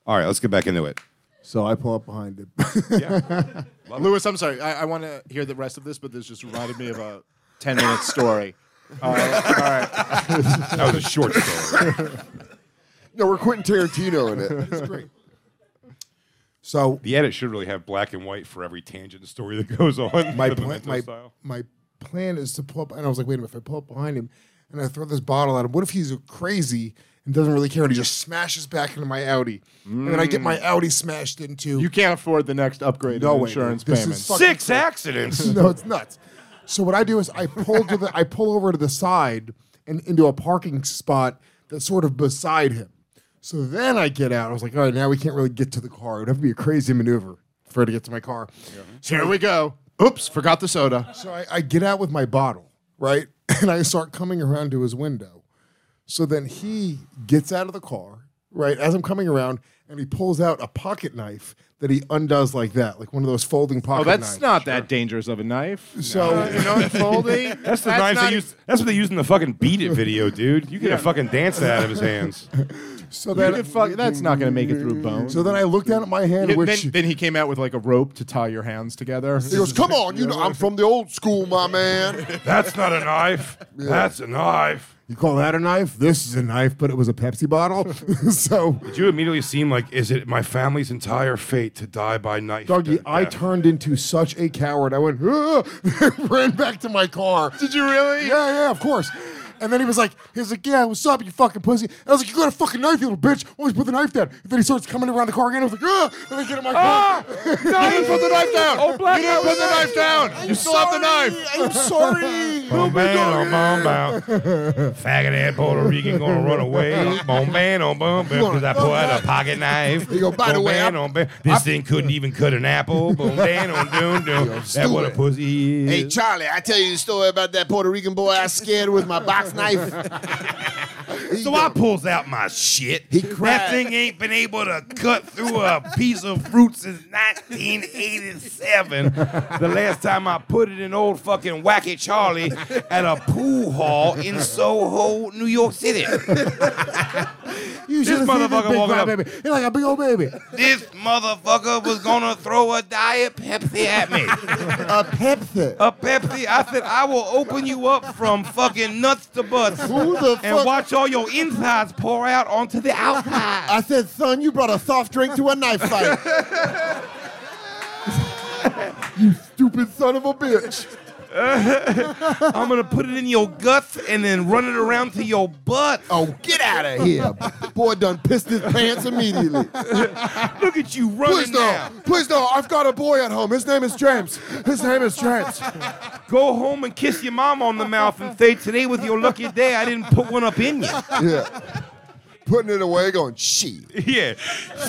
S3: All right, let's get back into it.
S6: So I pull up behind him.
S4: Lewis, I'm sorry. I, I want to hear the rest of this, but this just reminded me of a ten minute story. Uh, all right.
S3: That was a short story.
S8: No, we're Quentin Tarantino in it. It's great.
S6: so
S3: the edit should really have black and white for every tangent story that goes on.
S6: my
S3: The
S6: plan,
S3: Memento
S6: my,
S3: style.
S6: my plan is to pull up, and I was like, wait a minute, if I pull up behind him, and I throw this bottle at him. What if he's crazy and doesn't really care and he just smashes back into my Audi? And then I get
S3: Mm.
S6: my Audi smashed into.
S4: You can't afford the next upgrade
S6: No
S4: in
S6: way,
S4: insurance
S6: dude. This is
S4: payments.
S6: fucking
S10: Six accidents.
S6: no, it's nuts. So what I do is I pull to the I pull over to the side and into a parking spot that's sort of beside him. So then I get out. I was like, all right, now we can't really get to the car. It would have to be a crazy maneuver for her to get to my car.
S4: So here we go. Oops, forgot the soda.
S6: So I, I get out with my bottle, right? And I start coming around to his window. So then he gets out of the car, right? As I'm coming around, and he pulls out a pocket knife that he undoes like that, like one of those folding pocket
S4: Oh,
S6: knives.
S4: that's not that dangerous of a knife.
S6: So-
S4: you know, it's folding.
S10: That's the knives
S4: not
S10: they use. That's what they use in the fucking Beat It video, dude. You could have fucking danced that out of his hands.
S6: So
S4: You
S6: then,
S4: could fuck- that's not going to make it through bone.
S6: so then I look down at my hand,
S4: Yeah,
S6: which
S4: then, then he came out with like a rope to tie your hands together.
S8: He goes, "Come on, you know I'm from the old school, my man."
S10: That's not a knife. That's a knife.
S6: you call that a knife? This is a knife, but it was a Pepsi bottle. so,
S10: Did you immediately seem like, is it my family's entire fate to die by knife?
S6: Dougie,
S10: to
S6: I
S10: death?
S6: turned into such a coward. I went, "Ah," ran back to my car. Did you really? Yeah, yeah, of course. And then he was like, he was like, yeah, what's up, you fucking pussy? And I was like, you got a fucking knife, you little bitch. Why don't you put the knife down? And then he starts coming around the car again. I was like, ah! And I get in my car.
S10: You didn't put the knife down. Ah! Oh, black. You didn't put the knife down.
S6: you still have the knife. I'm sorry.
S10: Boom, man, oh, boom, boom. Faggot ass Puerto Rican gonna run away. Boom, man, oh, boom, because I pull out a pocket knife.
S8: You go, by the
S10: Boom,
S8: way,
S10: man,
S8: I-
S10: oh, boom. This thing couldn't even cut an apple. Boom, man, oh, doom, doom. That what a
S8: stupid.
S10: pussy is.
S8: Hey, Charlie, I tell you the story about that Puerto Rican boy I scared with my box knife.
S10: So I pulls out my shit. That
S8: cried.
S10: thing ain't been able to cut through a piece of fruit since 1987. the last time I put it in old fucking Wacky Charlie at a pool hall in Soho, New York City.
S6: You
S10: This
S6: should've seen
S10: motherfucker
S6: big
S10: walking
S6: white
S10: up-
S6: baby. He's like a big old baby.
S10: This motherfucker was gonna throw a diet Pepsi at me.
S6: a Pepsi.
S10: A Pepsi. I said I will open you up from fucking nuts to butts
S6: Who the
S10: and
S6: fuck-
S10: watch all your insides pour out onto the outside.
S6: I said, son, you brought a soft drink to a knife fight.
S8: Stupid son of a bitch.
S10: I'm gonna put it in your guts and then run it around to your butt.
S8: Oh, get out of here. Boy done pissed his pants immediately.
S10: Look at you
S8: Please
S10: running now.
S8: don't. Please don't. I've got a boy at home. His name is James. His name is James.
S10: Go home and kiss your mom on the mouth and say, "Today was your lucky day. I didn't put one up in you."
S8: Yeah. Putting it away, going, shit.
S10: yeah,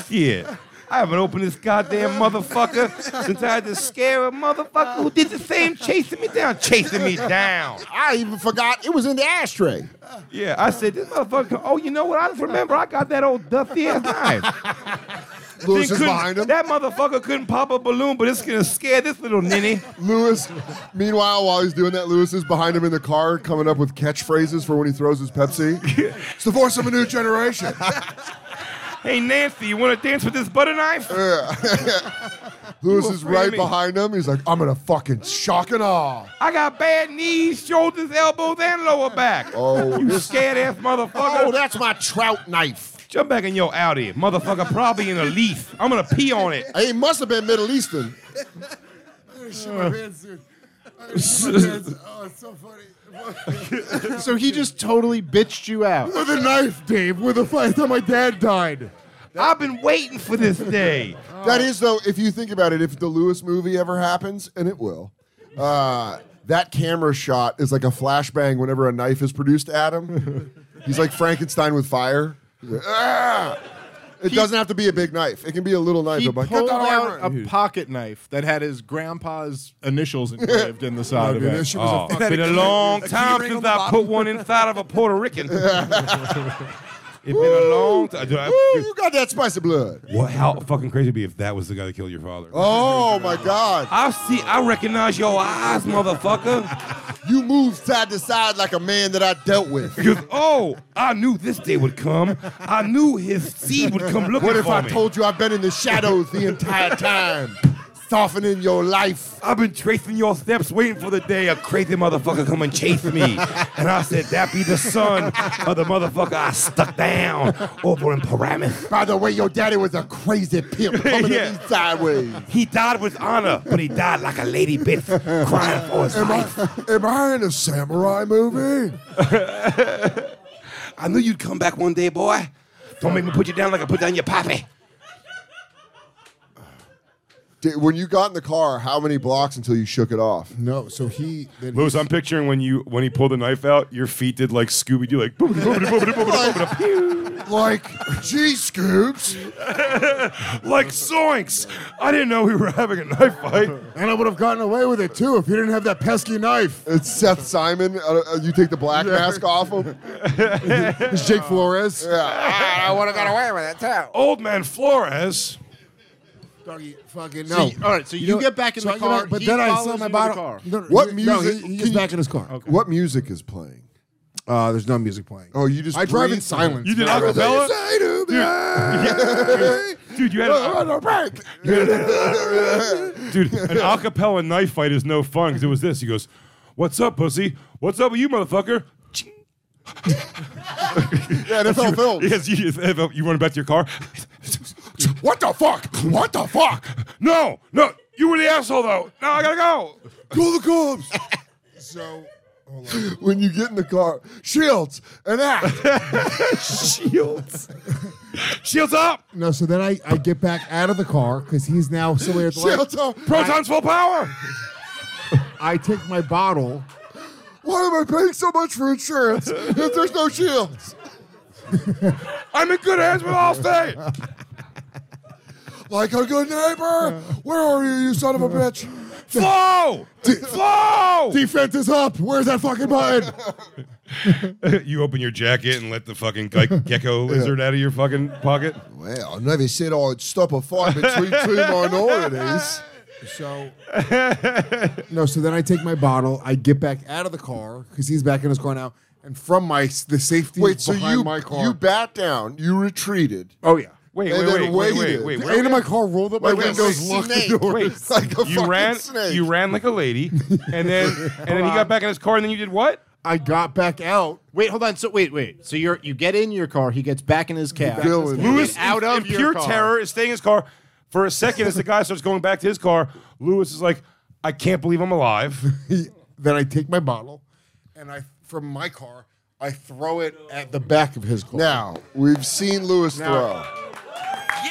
S10: yeah. I haven't opened this goddamn motherfucker since I had to scare a motherfucker who did the same, chasing me down, chasing me down.
S8: I even forgot it was in the ashtray.
S10: Yeah, I said, "This motherfucker." Oh, you know what? I just remember I got that old dusty ass knife.
S8: Lewis
S10: Thing
S8: is
S10: couldn't-
S8: behind him.
S10: That motherfucker couldn't pop a balloon, but it's gonna scare this little ninny.
S8: Lewis, meanwhile, while he's doing that, Lewis is behind him in the car coming up with catchphrases for when he throws his Pepsi. it's the voice of a new generation.
S10: Hey Nancy, you wanna dance with this butter knife?
S8: Lewis
S10: will
S8: is
S10: free
S8: right
S10: me.
S8: behind him. He's like, I'm going to fucking shock and awe.
S10: I got bad knees, shoulders, elbows, and lower back.
S8: Oh,
S10: you
S8: this- Oh,
S10: scared ass motherfucker.
S8: that's my trout knife.
S10: Jump back in your Audi, motherfucker. Probably in a leaf. I'm gonna pee on it.
S8: Hey, It must have been Middle Eastern.
S6: oh, it's so funny.
S4: So he just totally bitched you out.
S6: with a knife, Dave. With a fight. That my dad died.
S10: I've been waiting for this day.
S8: That is, though, if you think about it, if the Lewis movie ever happens, and it will, uh, that camera shot is like a flashbang whenever a knife is produced at him. He's like Frankenstein with fire. He's like, "Ah!" It doesn't have to be a big knife. It can be a little knife.
S4: He
S8: I'm like, "Get
S4: pulled
S8: that away
S4: out
S8: from me."
S4: a pocket knife that had his grandpa's initials engraved in the side of
S6: dude, that
S4: it. Oh.
S6: shit was a
S10: it's been a long time since I put one inside of a Puerto Rican. it's been a long time. Dude, I-
S8: Woo,
S10: dude,
S8: you got that spicy blood.
S10: what, how fucking crazy would it be if that was the guy that killed your father?
S8: Oh my God.
S10: I see. I recognize your eyes, motherfucker.
S8: You move side to side like a man that I dealt with.
S10: Because oh, I knew this day would come. I knew his seed would come looking
S8: What if
S10: for
S8: I
S10: me.
S8: told you I've been in the shadows the entire time? softening your life.
S3: I've been tracing your steps, waiting for the day a crazy motherfucker come and chase me. And I said, that be the son of the motherfucker I stuck down over in Paramus.
S8: By the way, your daddy was a crazy pimp coming
S3: Yeah.
S8: at me sideways.
S3: He died with honor, but he died like a lady bitch, crying for his
S8: Am
S3: life.
S8: I, am I in a samurai movie?
S3: I knew you'd come back one day, boy. Don't make me put you down like I put down your poppy.
S8: Did, when you got in the car, how many blocks until you shook it off?
S6: No, so he. Then
S3: Lewis, I'm picturing when you when he pulled the knife out, your feet did like Scooby Doo, like boopity, boopity, boopity, boopity, boopity,
S8: Like, gee, Scoops.
S3: like zoinks. I didn't know we were having a knife fight.
S6: and I would have gotten away with it too if you didn't have that pesky knife.
S8: It's Seth Simon. Uh, uh, you take the black mask off him.
S6: It's Jake Flores.
S8: Yeah.
S6: would have got away with it too.
S3: Old man Flores.
S6: Doggy, fucking no.
S4: So you- all right, so you get back in the
S6: I get
S4: car,
S6: back- but
S4: he
S6: then I
S4: follows
S6: sell
S4: you
S6: my
S4: to the
S6: bottle.
S4: car.
S6: No, no,
S8: What
S6: no, he-
S8: music
S6: he
S8: can
S6: gets
S8: you-
S6: back in his car.
S8: What music is playing?
S6: Uh, there's no music playing.
S8: Oh, you just
S6: I drive in
S8: breathe?
S6: silence.
S3: You did
S6: man.
S3: acapella?
S8: Everything you say to me.
S3: Dude, you had
S8: I'm on
S3: a,
S8: a break.
S3: dude an acapella knife fight is no fun because it was this. He goes, "What's up, pussy? What's up with you, motherfucker?"
S8: Yeah, NFL films.
S3: Yes, you, you run back to your car. what the fuck? What the fuck? No, no, you were the asshole though. No, I gotta go.
S8: Call the cops. so, when you get in the car, shields and act.
S3: Shields. Shields up.
S6: No, so then I, I get back out of the car because he's now somewhere at the light.
S8: shields up.
S3: Protons full power.
S6: I take my bottle.
S8: Why am I paying so much for insurance if there's no shields?
S3: I'm in good hands with Allstate.
S8: Like a good neighbor. Where are you, you son of a bitch?
S3: Flow. Flow.
S6: Defense is up. Where's that fucking button?
S3: you open your jacket and let the fucking ge- gecko lizard out of your fucking pocket.
S8: Well, I never said I'd stop a fight between two minorities.
S6: So no, so then I take my bottle. I get back out of the car because he's back in his car now, and from my s- the safety
S8: Wait, so
S6: behind
S8: you
S6: my car.
S8: you bat down, you retreated.
S6: oh yeah,
S3: Wait,
S8: And
S3: wait,
S8: then
S3: wait, wait,
S8: waited.
S3: wait, wait.
S6: the
S3: where-
S6: end of my car rolled up. My
S8: Wait, wait,
S6: windows
S8: wait,
S6: locked the
S8: snake.
S6: door.
S3: Wait,
S8: like a
S3: you
S8: fucking
S3: ran,
S8: snake.
S3: you ran like a lady, and then and then he got back in his car, and then you did what?
S6: I got back out.
S4: Wait, hold on. So wait, wait. So you're you get in your car. He gets back in his cab.
S8: Dylan.
S4: You get
S3: Lewis,
S4: out
S3: in,
S4: of
S3: in
S4: your
S3: pure
S4: car.
S3: terror, is staying in his car for a second. As the guy starts going back to his car, Lewis is like, "I can't believe I'm alive."
S6: He, then I take my bottle, and I from my car I throw it at the back of his car.
S8: Now, we've seen Lewis throw.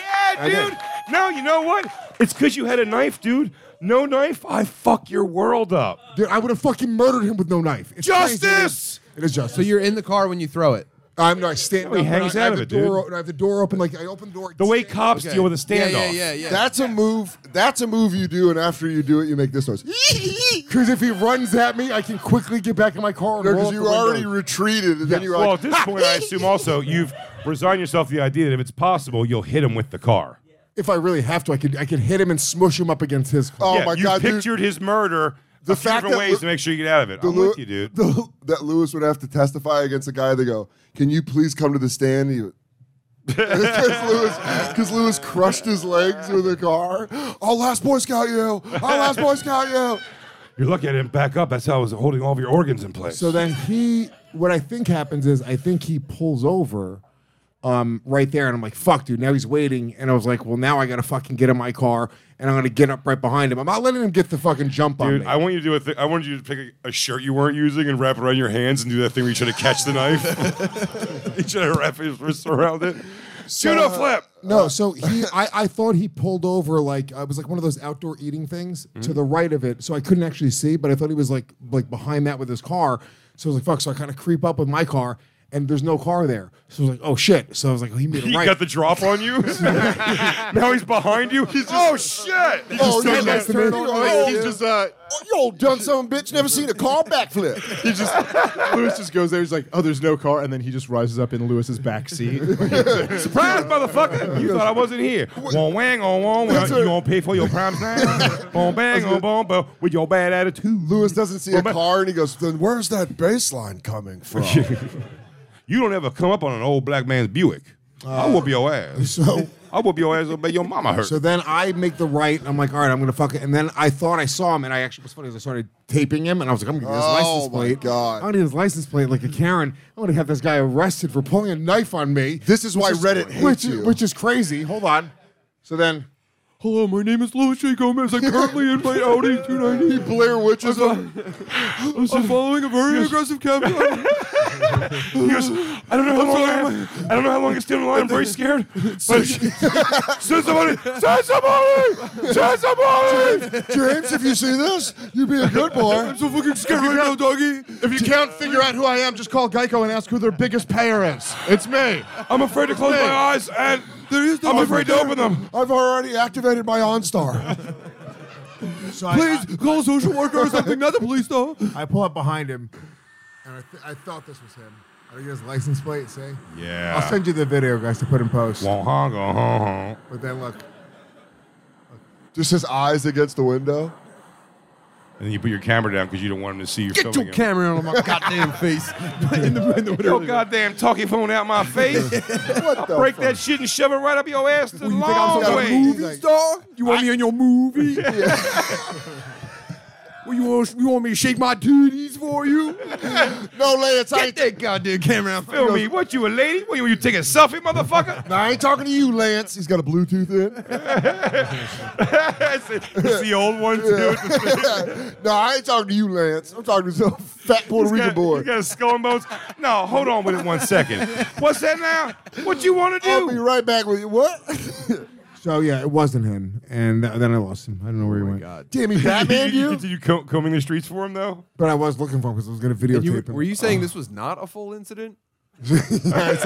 S3: yeah, dude. No, you know what? It's because you had a knife, dude. No knife, I fuck your world up.
S6: Dude, I would have fucking murdered him with no knife. It's crazy, dude.
S3: Justice!
S6: It is justice.
S7: So you're in the car when you throw it.
S6: I'm not standing.
S3: No, he
S6: up, but
S3: hangs
S6: I, I
S3: out
S6: have
S3: of
S6: the
S3: it, dude.
S6: door, o- I have the door open. Like I open the door.
S3: The way cops deal with a standoff.
S7: Yeah, yeah, yeah. yeah.
S8: That's a move. That's a move you do, and after you do it, you make this noise.
S6: Because if he runs at me, I can quickly get back in my car. and roll
S8: Because
S6: up
S8: you
S6: the
S8: already
S6: window.
S8: retreated, and then you were
S3: Well,
S8: like, "Ah!"
S3: at this point, I assume also you've resigned yourself to the idea that if it's possible, you'll hit him with the car.
S6: If I really have to, I could I could hit him and smush him up against his. car.
S8: "Oh
S3: yeah,
S8: my
S3: you
S8: god, dude,
S3: pictured his murder.
S8: The
S3: The
S8: fact
S3: fact different
S8: that
S3: ways
S8: Lu-
S3: to make sure you get out of it. I'm
S8: Lew-
S3: with you, dude.
S8: the- that Lewis would have to testify against a guy. They go, "Can you please come to the stand?" He would- Because Lewis, because Lewis crushed his legs with a car. I'll last Boy Scout you. I'll last Boy Scout you.
S3: You're lucky I didn't back up. That's how I was holding all of your organs in place.
S6: So then he, what I think happens is I think he pulls over, um, right there, and I'm like, fuck, dude. Now he's waiting, and I was like, well, now I gotta fucking get in my car, and I'm gonna get up right behind him. I'm not letting him get the fucking jump on
S3: Dude,
S6: me.
S3: I want you to do a thing. I wanted you to pick a, a shirt you weren't using and wrap it around your hands and do that thing where you try to catch the knife. you try to wrap his wrists around it. Judo flip.
S6: No, so he, I, I thought he pulled over like uh, it was like one of those outdoor eating things
S3: Mm-hmm.
S6: to the right of it, so I couldn't actually see, but I thought he was like like behind that with his car. So I was like, fuck. So I kind of creep up with my car, and there's no car there. So I was like, oh shit. So I was like, oh, he made a
S3: He
S6: right.
S3: got the drop on you. now he's behind you. oh shit!
S8: Oh,
S6: turned
S8: you
S6: back
S8: just
S6: to
S8: turned
S6: me.
S8: on-
S4: Oh,
S8: oh,
S4: he's
S8: yeah.
S4: just uh,
S8: You old dumb son of a bitch never seen a car backflip.
S4: he just Lewis just goes there. He's like, oh, there's no car, and then he just rises up in Lewis's back seat.
S3: Surprise, motherfucker! You thought I wasn't here. Wong wang on wong. You
S8: That's right.
S3: gonna pay for your crimes now? Boom bang on boom boom with your bad attitude.
S8: Lewis doesn't see a
S3: Well, but-
S8: car, and he goes, "Then where's that bass line coming from?"
S3: You don't ever come up on an old black man's Buick. I whoop your ass.
S6: Uh, So
S3: I'll whoop your ass will make your mama hurt.
S6: So then I make the right, and I'm like, all right, I'm gonna fuck it. And then I thought I saw him, and I actually was funny. 'cause I started taping him, and I was like, I'm gonna get his
S8: Oh,
S6: license
S8: my
S6: plate.
S8: God.
S6: I'm gonna get his license plate like a Karen. I'm gonna have this guy arrested for pulling a knife on me.
S8: This is why
S6: Which
S8: Reddit hates
S6: which,
S8: you.
S6: which is crazy. Hold on. So then,
S7: Hello, my name is Louis J. Gomez. I'm currently in my Audi 290.
S8: Blair Witch is a
S7: I'm following a very aggressive cab.
S3: He goes, I don't know how long I, I don't know how long it's still in line. I'm very scared. But- Send somebody! Send somebody! Send somebody!
S8: James. If you see this, you be a good boy.
S7: so fucking scared right now, doggy.
S4: If you can't figure out who I am, just call Geico and ask who their biggest payer is. It's me.
S3: I'm afraid to close my eyes, and
S7: There is no
S3: I'm afraid to open them.
S8: I've already activated my OnStar.
S6: so
S7: Please call a social worker or something, not the police, though.
S6: I, I pull up behind him, and I, th- I thought this was him. I think his license plate. Say,
S3: Yeah.
S6: I'll send you the video, guys, to put in post. But then look,
S8: Just his eyes against the window.
S3: And then you put your camera down because you don't want him to see you
S7: Get your camera out of my goddamn face. in the, in the,
S3: Your goddamn talkie phone out my face.
S8: What the?
S3: Break
S8: fuck?
S3: that shit and shove it right up your ass the
S7: You think I'm
S3: long
S7: some
S3: way.
S7: kind of movie star? You want me in your movie? well, you want, you want me to shake my titties for you?
S8: No, lay it
S7: Get that goddamn camera out.
S3: Feel me? What you a lady? What you, you take a selfie, motherfucker?
S8: No, I ain't talking to you, Lance. He's got a Bluetooth in.
S3: it's, it's the old one too.
S8: no, I ain't talking to you, Lance. I'm talking to some fat Puerto
S3: He's
S8: Rican
S3: got,
S8: boy.
S3: he's got skull and bones. No, hold on with it one second. What's that now? What you want to
S8: I'll be
S3: do?
S8: right back with you. What?
S6: so yeah, it wasn't him, and th- then I lost him. I don't know where he went.
S8: Damn, he Batman
S3: you,
S8: you?
S3: did you co- combing the streets for him though?
S6: But I was looking for him because I was gonna videotape
S7: You,
S6: him.
S7: were you
S9: Uh.
S7: saying this was not a full incident? I'm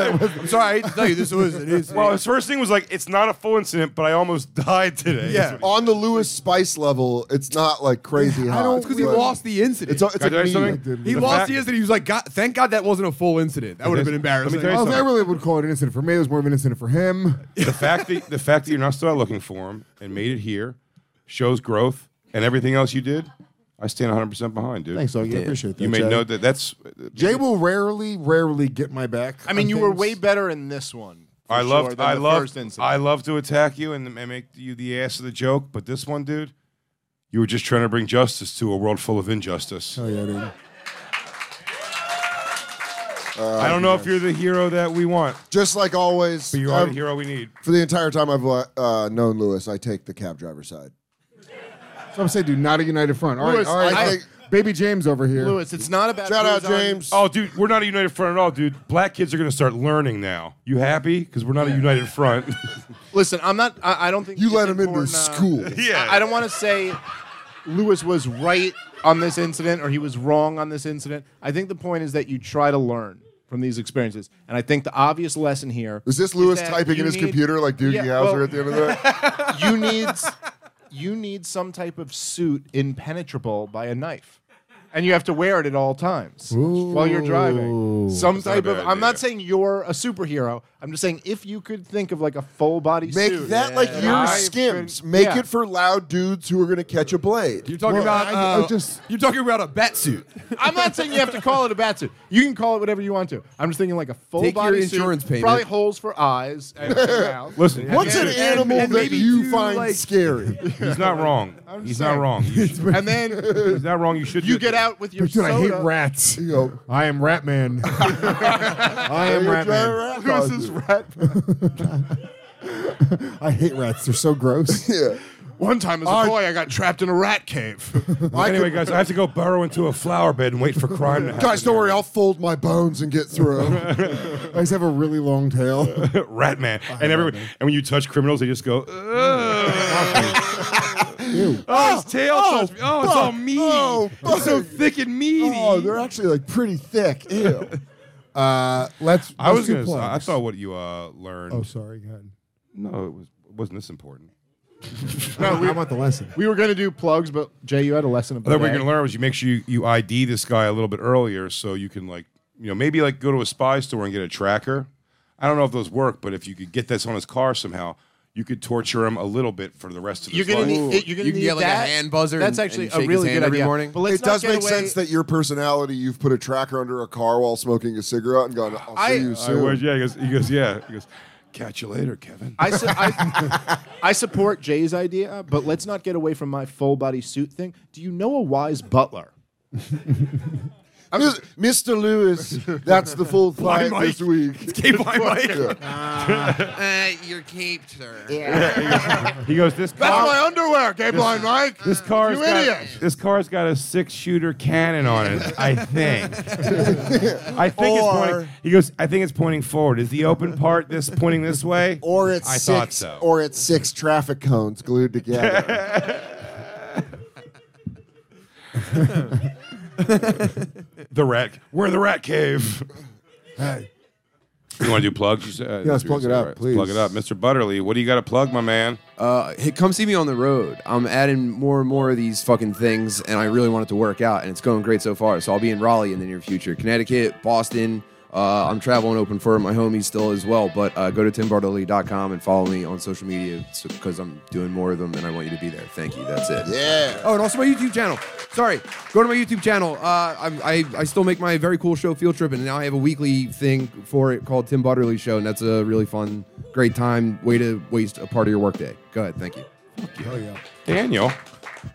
S7: sorry, I hate to tell you, this was an incident.
S3: Well, his first thing was like, it's not a full incident, but I almost died today.
S7: Yeah.
S8: On the Lewis Spice level, it's not like crazy hot.
S7: it's because he
S8: but
S7: lost the incident.
S8: It's, a- it's
S3: Can I tell
S8: like
S3: you
S8: mean.
S3: something?
S7: he
S3: The
S7: lost
S3: fact-
S7: the incident. He was like, God, thank God that wasn't a full incident. That would have been embarrassing.
S3: Let me tell
S6: Oh,
S3: you
S6: I
S3: something.
S6: really would call it an incident for me. It was more of an incident for him.
S3: The fact that the fact that you're not still out looking for him and made it here shows growth and everything else you did. I stand 100 percent behind, dude.
S6: Thanks, Augie. I appreciate that.
S3: You may
S6: Jay.
S3: know that that's.
S6: Jay will rarely, rarely get my back.
S4: I mean,
S6: on
S4: you were
S6: things.
S4: way better in this one. for
S3: I love.
S4: sure, than
S3: I
S4: the
S3: love.
S4: First incident.
S3: I love to attack you and, and make you the ass of the joke, but this one, dude, you were just trying to bring justice to a world full of injustice.
S6: Oh yeah, dude.
S3: I don't know if you're the hero that we want,
S8: uh, Just like always,
S3: but you are the
S4: Um,
S8: I've-
S3: hero we need.
S8: for the entire time I've uh, known Lewis, I take the cab driver's side.
S6: So I'm saying, dude, not a united front. All right,
S4: Louis,
S6: all right.
S4: I
S6: all right. Baby James over here.
S4: Lewis, it's not about
S8: Shout out,
S4: who's on-
S8: James.
S3: Oh, dude, we're not a united front at all, dude. Black kids are gonna start learning now. You happy? Because we're not a united front.
S4: Listen, I'm not. I, I don't think
S8: you
S4: it's
S8: let him into
S4: important, uh,
S8: school.
S3: yeah.
S4: I, I don't want to say Lewis was right on this incident or he was wrong on this incident. I think the point is that you try to learn from these experiences, and I think the obvious lesson here
S8: Is this Lewis
S4: that
S8: typing
S4: you
S8: in his
S4: need-
S8: computer like Doogie
S4: Yeah,
S8: Howser
S4: well-
S8: at the end of that?
S4: you need you need some type of suit impenetrable by a knife. And you have to wear it at all times while you're driving. Some
S3: not a
S4: type of.
S3: bad
S4: I'm not
S3: idea.
S4: saying you're a superhero. I'm just saying if you could think of like a full body
S8: Make
S4: suit.
S8: that like your
S4: I've
S8: skims.
S4: been-
S8: Make
S4: yeah.
S8: it for loud dudes who are gonna catch a blade.
S7: You're talking
S6: Well,
S7: about
S6: I- I
S7: uh,
S6: just-
S7: you're talking about a bat suit.
S4: I'm not saying you have to call it a bat suit. You can call it whatever you want to. I'm just thinking like a full
S7: Take your
S4: body
S7: insurance
S4: suit.
S7: payment.
S4: Probably holes for eyes and mouth.
S3: Listen,
S8: What's an
S3: dude,
S8: animal
S7: and
S8: that
S7: maybe
S8: you
S7: do,
S8: find
S7: like-
S8: scary?
S3: He's not wrong. He's not
S4: saying.
S3: wrong. You should-
S4: and then
S3: He's not wrong. You should.
S4: you
S3: do
S4: get
S3: that.
S4: out with your
S6: But dude, I hate
S4: soda.
S6: rats.
S8: You go,
S6: I am rat man. I am
S8: "You're
S6: rat
S8: driving
S6: man.
S8: around on
S4: This is
S8: you."
S4: rat-
S6: I hate rats. They're so gross.
S8: Yeah.
S4: One time as a boy, I got trapped in a rat cave.
S8: I
S3: Anyway,
S8: could-
S3: guys, I have to go burrow into a flower bed and wait for crime to happen.
S8: guys, don't worry. I'll fold my bones and get through.
S6: I just have a really long tail.
S3: rat man. And every and when you touch criminals, they just go. "Ugh." oh, his tail touched me. Oh, it's all meaty.
S8: Oh,
S3: it's so thick and meaty.
S8: oh, they're actually like pretty thick. Ew.
S6: Uh, Let's.
S3: I
S6: let's
S3: was
S6: do
S3: gonna. Say, I
S6: plugs.
S3: thought what you uh, learned.
S6: Oh, sorry. Go ahead.
S3: No, it was wasn't this important.
S6: No, we, I want the lesson.
S4: we were going to do plugs, but Jay, you had a lesson about
S3: Then what you're gonna learn was you make sure you, you ID this guy a little bit earlier, so you can like you know maybe like go to a spy store and get a tracker. I don't know if those work, but if you could get this on his car somehow, you could torture him a little bit for the rest of his
S4: You're gonna
S3: life.
S4: need. it- You're gonna
S7: You can
S4: need
S7: get, like, a
S4: that.
S7: hand buzzer
S4: That's
S7: and-
S4: actually
S7: and you shake
S4: a
S7: his
S4: really
S7: hand
S4: good
S7: every
S4: idea.
S7: morning.
S4: But let's
S8: it does
S4: not get
S8: make
S4: away-
S8: sense that your personality, you've put a tracker under a car while smoking a cigarette and gone, I'll see
S4: I-
S8: you
S3: I
S8: soon.
S3: wish- yeah, he goes, he goes, yeah. He goes, Catch you later, Kevin.
S4: I, su- I, I support Jay's idea, but let's not get away from my full body suit thing. Do you know a wise butler?
S8: I'm just, Mr. Lewis, that's the full fight this week.
S9: Uh, you're caped, sir.
S3: he goes, this
S8: That's
S3: car,
S8: my underwear, Gay Blind Mike.
S3: this car's
S8: You
S3: got
S8: idiot.
S3: this car's got a six shooter cannon on it. I think. I think it's
S5: Or-
S3: pointing. He goes, I think it's pointing forward. Is the open part this pointing this way?
S6: Or it's
S3: I
S6: six,
S3: thought so.
S6: or it's six traffic cones glued together.
S3: the rat. We're the rat cave. You want to do plugs? You said, uh, yeah,
S6: let's plug it up, please.
S3: Plug it up, Mr. Butterly. What do you got to plug, my man?
S7: Uh, hey, come see me on the road. I'm adding more and more of these fucking things, and I really want it to work out, and it's going great so far. So I'll be in Raleigh in the near future, Connecticut, Boston. Uh, I'm traveling open for my homies still as well, but uh, go to timbardoli.com and follow me on social media because I'm doing more of them, and I want you to be there. Thank you. That's it.
S8: Yeah.
S7: Oh, and also my YouTube channel. Sorry, go to my YouTube channel. Uh, I, I I still make my very cool show Field Trip, and now I have a weekly thing for it called Tim Butterly Show, and that's a really fun, great time way to waste a part of your workday. Go ahead, thank you.
S3: Daniel.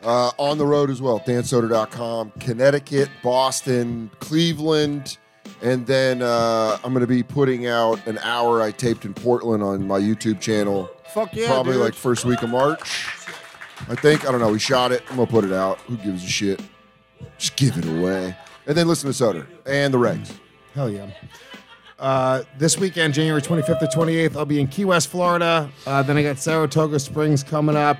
S8: Uh, on the road as well, dansoder.com, Connecticut, Boston, Cleveland. And then uh, I'm going to be putting out an hour I taped in Portland on my YouTube channel.
S4: Fuck yeah,
S8: Probably
S4: dude.
S8: like first week of March. I think. I don't know. We shot it. I'm going to put it out. Who gives a shit? Just give it away. And then listen to Soder and the Regs.
S6: Hell yeah. Uh, this weekend, January 25th to 28th, I'll be in Key West, Florida. Uh, then I got Saratoga Springs coming up.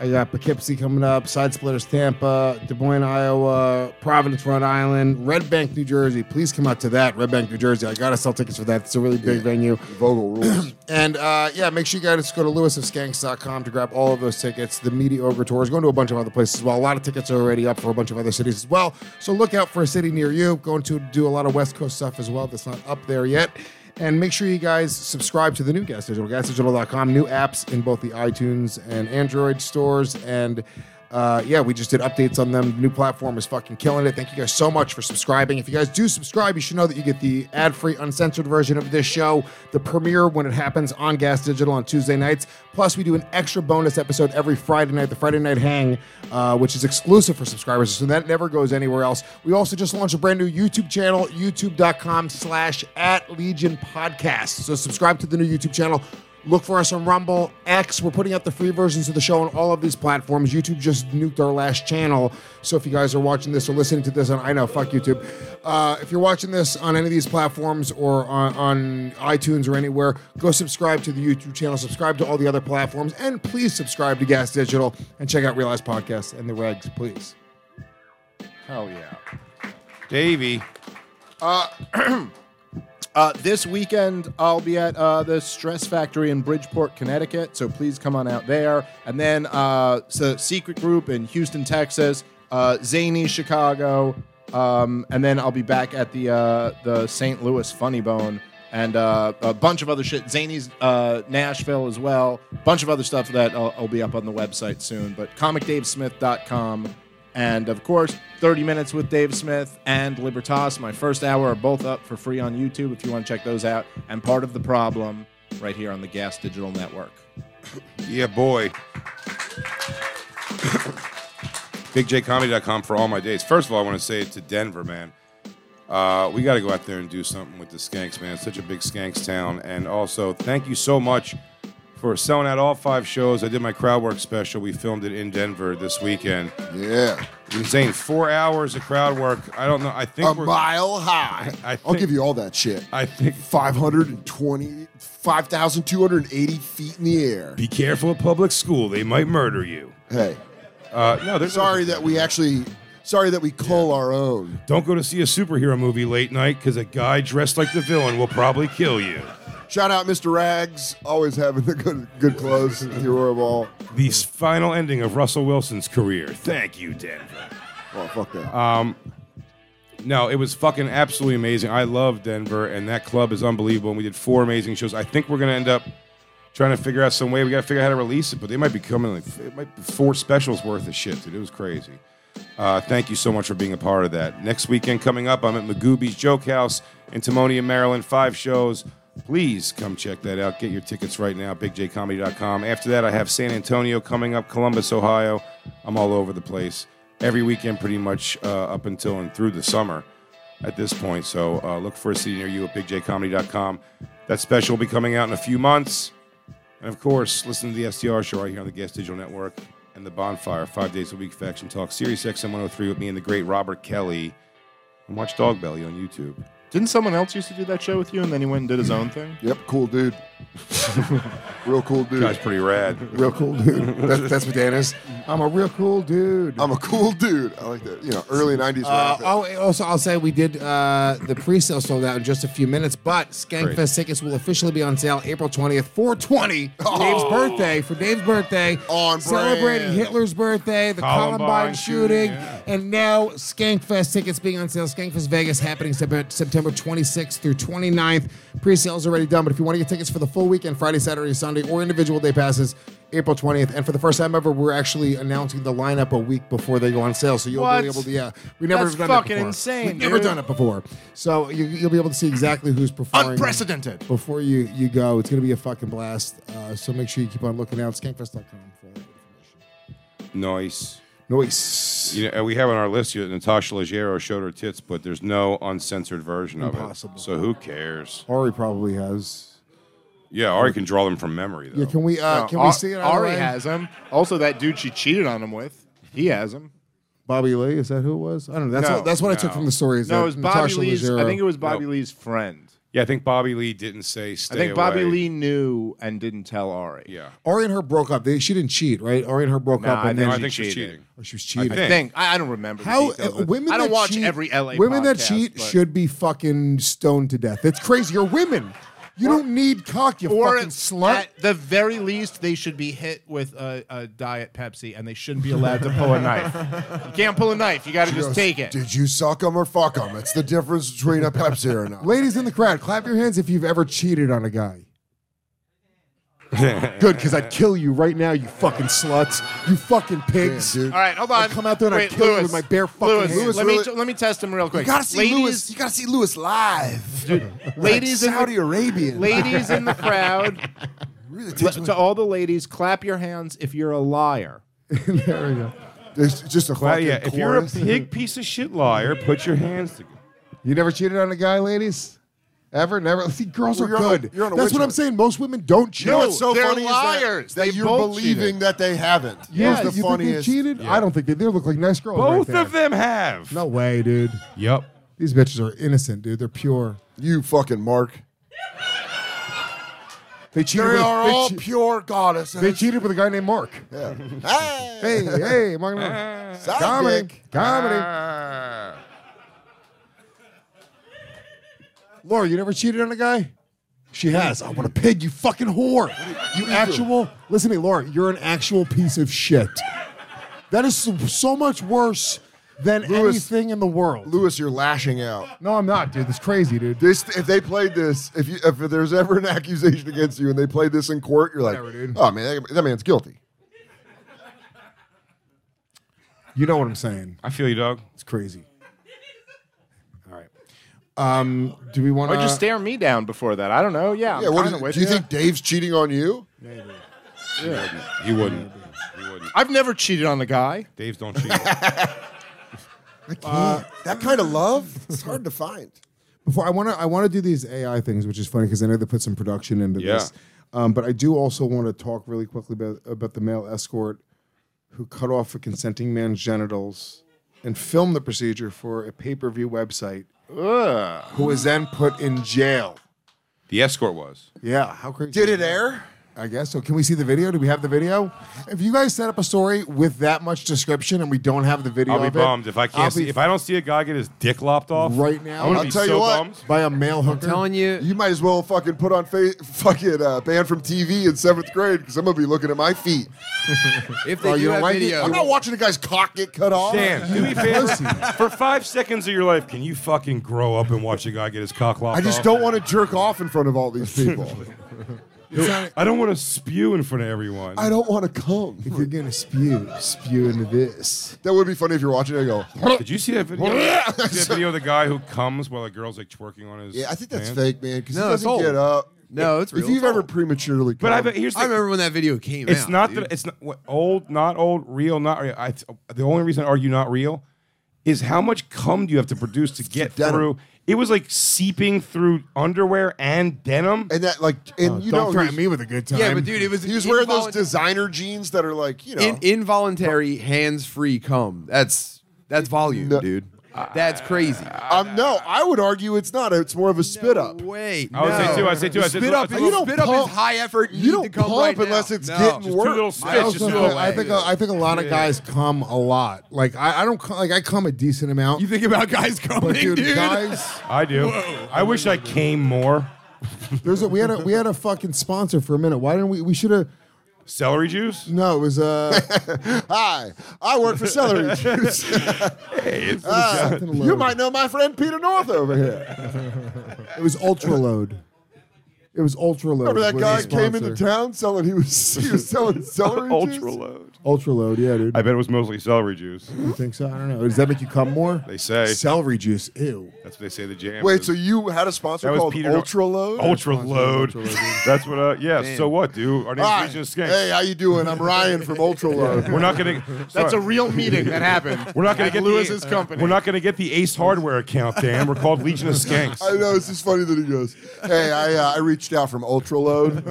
S6: I got Poughkeepsie coming up, Side Splitters, Tampa, Des Moines, Iowa, Providence, Rhode Island, Red Bank, New Jersey. Please come out to that, Red Bank, New Jersey. I got to sell tickets for that. It's a really big venue.
S8: Vogel rules.
S6: And uh, yeah, make sure you guys go to lewisofskanks.com to grab all of those tickets. The Media Ogre Tour is going to a bunch of other places as well. A lot of tickets are already up for a bunch of other cities as well. So look out for a city near you. Going to do a lot of West Coast stuff as well that's not up there yet. And make sure you guys subscribe to the new Gas Digital, gasdigital.com, new apps in both the iTunes and Android stores. And uh, yeah, we just did updates on them. The new platform is fucking killing it. Thank you guys so much for subscribing. If you guys do subscribe, you should know that you get the ad free, uncensored version of this show, the premiere when it happens on Gas Digital on Tuesday nights. Plus, we do an extra bonus episode every Friday night, the Friday Night Hang, uh, which is exclusive for subscribers. So that never goes anywhere else. We also just launched a brand new YouTube channel, youtube.com slash at Legion Podcast. So subscribe to the new YouTube channel. Look for us on Rumble, X. We're putting out the free versions of the show on all of these platforms. YouTube just nuked our last channel. So if you guys are watching this or listening to this on, I know, fuck YouTube. Uh, if you're watching this on any of these platforms or on, on iTunes or anywhere, go subscribe to the YouTube channel, subscribe to all the other platforms, and please subscribe to Gas Digital and check out Realize Podcast and the regs, please.
S4: Hell yeah.
S3: Davey.
S4: Uh, this weekend, I'll be at uh, the Stress Factory in Bridgeport, Connecticut. So please come on out there. And then uh, so Secret Group in Houston, Texas, uh, Zany, Chicago, um, and then I'll be back at the uh, the St. Louis Funny Bone and uh, a bunch of other shit. Zany's uh, Nashville as well. Bunch of other stuff that I'll, I'll be up on the website soon. But comicdavesmith.com. And of course, 30 Minutes with Dave Smith and Libertas, my first hour, are both up for free on YouTube if you want to check those out. And part of the problem right here on the Gas Digital Network.
S3: Yeah, boy. BigJComedy.com for all my dates. First of all, I want to say to Denver, man, uh, we got to go out there and do something with the Skanks, man. It's such a big Skanks town. And also, thank you so much for selling out all five shows. I did my crowd work special. We filmed it in Denver this weekend.
S8: Yeah.
S3: Insane. Four hours of crowd work. I don't know. I think
S8: A
S3: we're.
S8: mile high.
S3: Ah, I think,
S8: I'll give you all that shit.
S3: I think.
S8: 520, 5,280 feet in the air.
S3: Be careful at public school. They might murder you.
S8: Hey,
S3: Uh, no, there's
S8: sorry that we actually, sorry that we cull our own.
S3: Don't go to see a superhero movie late night because a guy dressed like the villain will probably kill you.
S8: Shout out Mr. Rags, always having the good good clothes at the Aurora Ball.
S3: The s- final ending of Russell Wilson's career. Thank you, Denver. Um,
S8: Oh, fuck that.
S3: No, it was fucking absolutely amazing. I love Denver, and that club is unbelievable. And we did four amazing shows. I think we're gonna end up trying to figure out some way. We gotta figure out how to release it, but they might be coming. Like, it might be four specials worth of shit, dude. It was crazy. Uh, thank you so much for being a part of that. Next weekend coming up, I'm at Magooby's Joke House in Timonium, Maryland. Five shows. Please come check that out. Get your tickets right now, bigjcomedy.com. After that, I have San Antonio coming up, Columbus, Ohio. I'm all over the place every weekend, pretty much uh, up until and through the summer at this point. So uh, look for a city near you at bigjcomedy.com. That special will be coming out in a few months. And of course, listen to the STR show right here on the Gas Digital Network and the Bonfire, five days a week, Faction Talk, Series XM 103 with me and the great Robert Kelly. And watch Dog Belly on YouTube.
S4: Didn't someone else used to do that show with you, and then he went and did his own thing?
S8: Yep, cool dude. Real cool dude.
S3: That's pretty rad.
S6: Real cool dude. That's, that's what Dan is. I'm a real cool dude.
S8: I'm a cool dude. I like that. You know, early 90s.
S6: Uh,
S8: rap.
S6: oh, and also, I'll say we did uh, the pre-sale sold out in just a few minutes, but Skankfest tickets will officially be on sale April 20th, 420, Dave's birthday, for Dave's birthday,
S8: Oh. On
S6: celebrating
S8: brand.
S6: Hitler's birthday, the
S3: Columbine
S6: Columbine, shooting,
S3: shooting, yeah.
S6: and now Skankfest tickets being on sale. Skankfest Vegas happening Sep- September 26th through 29th. Pre-sales already done, but if you want to get tickets for the full weekend, Friday, Saturday, Sunday, or individual day passes, April 20th. And for the first time ever, we're actually announcing the lineup a week before they go on sale, so you'll
S4: What?
S6: be able to, yeah. We never
S4: That's
S6: have done
S4: fucking
S6: it before.
S4: insane,
S6: We've never
S4: dude.
S6: done it before. So you, you'll be able to see exactly who's performing.
S4: Unprecedented.
S6: Before you, you go, it's going to be a fucking blast. Uh, so make sure you keep on looking out. Skankfest.com for all that information.
S3: Nice.
S6: Noise.
S3: You know, we have on our list here that Natasha Leggero showed her tits, but there's no uncensored version of
S6: Impossible.
S3: it. So who cares?
S6: Ari probably has.
S3: Yeah, Ari can draw them from memory, though.
S6: Yeah, can we uh,
S4: No,
S6: can we
S4: Ar-
S6: see it? on
S4: Ari
S6: the line?
S4: has him. Also, that dude she cheated on him with, he has him.
S6: Bobby Lee. Is that who it was? I don't know. That's
S3: No,
S6: what, that's what I
S3: no.
S6: took from the story. Is
S4: No,
S6: that
S4: it was Bobby
S6: Natasha
S4: Lee's. I
S6: Leggero-
S4: think it was Bobby
S3: No.
S4: Lee's friend.
S3: Yeah, I think Bobby Lee didn't say stay
S4: I think Bobby
S3: away.
S4: Lee knew and didn't tell Ari.
S3: Yeah.
S6: Ari and her broke up. They, she didn't cheat, right? Ari and her broke
S4: Nah,
S6: up,
S4: I
S6: and
S3: No,
S6: then
S3: I
S4: she
S3: think she's
S4: cheated.
S3: cheating.
S6: oh, she was cheating.
S3: think.
S4: Thing. I, I don't remember. the
S6: How
S4: details
S6: uh,
S4: of it.
S6: women
S4: I don't
S6: that
S4: watch
S6: cheat,
S4: every LA.
S6: women that
S4: podcast,
S6: cheat
S4: but-
S6: should be fucking stoned to death. It's crazy. You're women. You don't need cock. You
S4: Or
S6: fucking slut.
S4: at the very least, they should be hit with a, a diet Pepsi, and they shouldn't be allowed to pull a knife. You can't pull a knife. You got to just take it.
S8: Did you suck him or fuck him? It's the difference between a Pepsi or not.
S6: Ladies in the crowd, clap your hands if you've ever cheated on a guy. Good, because I'd kill you right now, you fucking sluts. You fucking pigs.
S8: dude.
S4: All right, hold on.
S6: I'd come out there and
S4: Wait,
S6: I'd kill you
S4: Lewis,
S6: with my bare fucking
S4: Lewis,
S6: hands.
S4: let me
S8: Lewis,
S4: t- let me test him real quick.
S8: You gotta see
S4: ladies,
S8: Lewis. You gotta see Lewis live.
S4: ladies, in
S8: Saudi
S4: the,
S8: Arabian.
S4: ladies in the crowd.
S8: Really
S4: Le-
S8: takes me-
S4: to all the ladies, clap your hands if you're a liar.
S6: there we go.
S8: It's just a
S3: Well,
S8: fucking
S3: yeah, if you're a
S8: chorus.
S3: pig piece of shit liar, put your hands together.
S6: You never cheated on a guy, ladies? Ever? Never? See, girls
S8: Well,
S6: are
S8: you're on a-
S6: good.
S8: you're on a
S6: That's
S8: witch
S6: what I'm
S8: hunt.
S6: saying. Most women don't cheat.
S8: You know what's so
S4: they're
S8: funny
S4: liars.
S8: is that- that,
S4: They
S8: you're
S4: both
S8: believing
S4: cheated.
S8: that they haven't.
S6: Yeah,
S8: was the
S6: you
S8: funniest.
S6: think they cheated? I don't think they. They look like nice girls. right
S3: Both
S6: there.
S3: of them have.
S6: No way, dude.
S3: Yep.
S6: These bitches are innocent, dude. They're pure.
S8: You fucking Mark.
S6: They cheated.
S8: They
S6: with,
S8: are
S6: they
S8: all
S6: che-
S8: pure goddesses.
S6: they cheated with a guy named Mark.
S8: Yeah.
S6: Hey,
S8: Hey,
S6: hey, Mark. Mark.
S8: side
S6: Comedy, Ah.
S8: dick.
S6: comedy. Laura, you never cheated on a guy? She has. I want a pig, you fucking whore. You actual, listen to me, Laura, you're an actual piece of shit. That is so, so much worse than
S8: Louis-
S6: anything in the world.
S8: Lewis, you're lashing out.
S6: No, I'm not, dude. That's crazy, dude.
S8: This, if they played this, if you, if there's ever an accusation against you and they play this in court, you're like,
S6: Whatever, dude.
S8: oh man, that, that man's guilty.
S6: You know what I'm saying.
S3: I feel you, dog.
S6: It's crazy. All right. Um, do we want
S4: Or
S6: to
S4: just stare me down before that. I don't know. Yeah.
S8: Yeah,
S4: I'm
S8: what
S4: kinda
S8: is it?
S4: with
S8: Do you think Dave's cheating on you?
S3: He wouldn't. He wouldn't.
S4: I've never cheated on a guy.
S3: Dave's don't cheat.
S8: that kind of love, it's hard to find.
S6: before I want to I want to do these AI things, which is funny because I know they put some production into
S3: Yeah.
S6: this. Um, but I do also want to talk really quickly about, about the male escort who cut off a consenting man's genitals and filmed the procedure for a pay per view website. Who was then put in jail?
S3: the escort was.
S6: Yeah, how crazy!
S8: Did it air?
S6: I guess so. Can we see the video? Do we have the video? If you guys set up a story with that much description and we don't have the video,
S3: I'll be
S6: of it,
S3: bummed if I can't
S6: I'll
S3: see.
S6: be
S3: If I don't see a guy get his dick lopped off
S6: Right now?
S3: I'm gonna
S8: I'll
S3: be
S8: tell
S3: so
S8: you what.
S3: bummed.
S6: by a male hooker.
S7: telling you,
S8: You might as well fucking put on fa- fucking uh, ban from TV in seventh grade because I'm gonna be looking at my feet.
S7: if they
S6: you
S7: do
S6: don't
S7: have
S6: like it?
S7: video,
S8: I'm not watching a guy's cock get cut off.
S3: Dan, do me a favor. For five seconds of your life, can you fucking grow up and watch a guy get his cock lopped
S8: I
S3: off?
S8: just don't want to jerk off in front of all these people.
S3: I don't want to spew in front of everyone.
S8: I don't want to come.
S6: If you're gonna spew, spew into this.
S8: That would be funny if you're watching it and go,
S3: Did you see that video? Did you see that video of the guy who comes while a girl's like twerking on his.
S8: yeah, I think that's
S3: pants?
S8: fake, man, because
S7: No,
S8: he
S7: it's
S8: doesn't
S7: old.
S8: get up.
S7: No, it's
S8: If
S7: real.
S8: you've
S7: It's
S8: ever
S7: old.
S8: prematurely come,
S3: But I, but here's the
S7: I remember when that video came out.
S3: It's not
S7: dude.
S3: that it's not what, old, not old, real, not. real. I, the only reason I argue not real is how much cum do you have to produce to get
S8: Denim.
S3: through? It was like seeping through underwear and denim.
S8: and that like, and
S7: Oh,
S8: you know,
S6: Don't
S8: he
S6: threaten
S8: was-
S6: me with a good time.
S7: Yeah, but dude, it was
S8: he was wearing those
S7: involunt-
S8: designer jeans that are like, you know,
S7: in, involuntary hands-free cum. That's that's volume,
S8: No.
S7: dude. That's crazy.
S8: um, no, I would argue it's not. It's more of a spit up.
S7: Wait,
S3: I would say too. I would say too. I said,
S7: spit up.
S3: I
S7: Is,
S3: said,
S8: you don't
S7: spit up
S8: pump-
S7: is high effort.
S8: You don't
S7: need to come
S8: pump
S7: right now.
S8: unless it's
S7: No.
S8: getting
S3: two
S8: worse.
S3: little
S6: I,
S3: spits.
S6: also
S3: Just
S6: think,
S3: do it.
S6: I think I think a lot of guys come a lot. Like I, I don't cum- like I come a decent amount.
S9: You think about guys coming,
S6: but dude,
S9: dude?
S6: guys,
S3: I do. I wish I came more.
S6: there's a we had a we had a fucking sponsor for a minute. Why didn't we? We should have.
S3: Celery juice.
S6: No, it was uh
S8: Hi, I work for Celery Juice. Uh,
S6: something load.
S8: you might know my friend Peter North over here.
S6: It was ultra load. It was ultra load.
S8: Remember that
S6: was
S8: guy
S6: the
S8: came into
S6: sponsor.
S8: town selling? He was he was selling celery
S3: Ultra
S8: juice.
S3: load.
S6: Ultra load, yeah, dude.
S3: I
S6: I
S3: bet it was mostly celery juice.
S6: think so. I don't know. Does that make you come more?
S3: They say.
S6: celery juice. Ew.
S3: That's what they say. The jam.
S8: Wait,
S3: is.
S8: so you had a sponsor
S3: That was
S8: called
S3: Peter-
S8: Ultra Load?
S3: ultra load.
S6: Ultra Load, dude.
S3: That's what. Uh, yeah. So what, dude? Our
S8: Hi.
S3: name's Legion of Skanks.
S8: Hey, how you doing? I'm Ryan from Ultra Load.
S3: We're not gonna.
S4: That's a
S3: sorry.
S4: real meeting that happened.
S3: We're not going
S4: at
S3: to get
S4: Lewis's
S3: the,
S4: company.
S3: We're not going to get the Ace Hardware account, Dan. We're called Legion of Skanks.
S8: I know it's just funny that he goes, "Hey, I uh, I reached out from Ultra Load.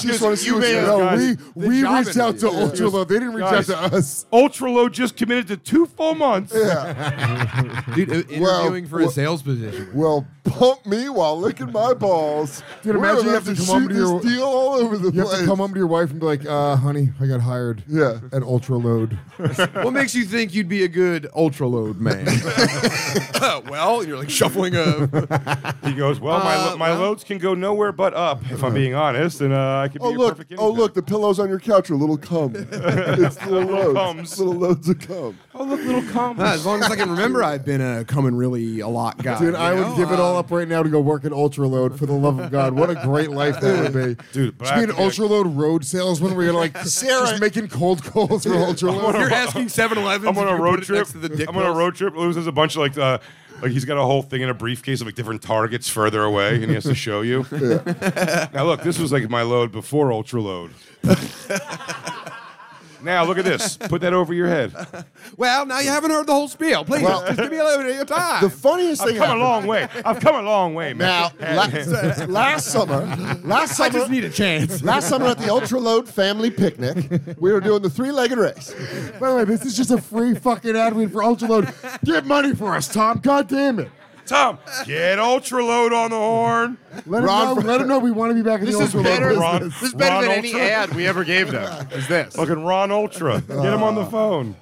S8: just want to see
S4: you
S8: what
S4: may
S8: you
S4: have
S8: know.
S3: guys-
S8: We-
S6: We reached
S7: job
S6: out to ultra load. They didn't reach
S3: Guys.
S6: out to us.
S3: Ultra Low just committed to two full months.
S9: Dude, uh, interviewing
S8: Well,
S9: for
S8: well-
S9: a sales position.
S8: Well, pump me while licking my balls.
S6: Dude,
S8: We're
S6: imagine
S8: gonna
S6: you have to come up
S8: shoot
S6: to your-
S8: this deal all over the
S6: You have
S8: place.
S6: to come home to your wife and be like, uh, honey, I got hired
S8: Yeah.
S6: at ultra load.
S7: What makes you think you'd be a good ultra load man?
S9: well, you're like shuffling a.
S3: He goes, well, my lo- my loads can go nowhere but up, if I'm being honest, and uh, I could be
S8: Oh
S3: your
S8: look!
S3: perfect
S8: Oh
S3: guinea pig.
S8: look! The pillows on your couch are little cum. it's little,
S3: Little
S8: loads.
S3: cums.
S8: Little loads of cum.
S3: Oh look, little cum.
S7: as long as I can remember, I've been a coming really a lot guy.
S6: Dude, I would give it all up right now to go work at Ultra Load for the love of God. What a great life that would be.
S3: Dude, but
S6: Just
S3: I
S6: be an
S3: have to be like-
S6: Ultra Load road salesman where you're like just making cold calls for Ultra Load.
S9: You're asking 7 Eleven.
S3: I'm on a road trip.
S9: Next to the dick
S3: I'm on a
S9: pills?
S3: road trip. Lewis has a bunch of like, uh, like he's got a whole thing in a briefcase of like different targets further away, and he has to show you. now look, this was like my load before ultra load. now look at this. Put that over your head.
S9: Well, now you haven't heard the whole spiel. Please, just give me a little bit of time.
S8: The funniest
S3: I've
S8: thing
S3: come a
S8: happened.
S3: long way. I've come a long way, man.
S8: Now, la- last summer, last summer,
S9: I just need a chance.
S8: last summer at the Ultra Load family picnic, we were doing the three-legged race.
S6: By the way, this is just a free fucking ad read for Ultra Load. Get money for us, Tom. God damn it.
S3: Tom, get ultra load on the horn.
S6: Let him
S8: Ron-
S6: know, let him know we want to be back in
S4: This
S6: the
S4: is
S6: Ultra
S4: better.
S6: Load.
S3: Ron-
S4: this is better
S3: Ron
S4: than any
S3: Ultra.
S4: ad we ever gave them. Is this?
S3: Fucking Ron Ultra. Get him on the phone.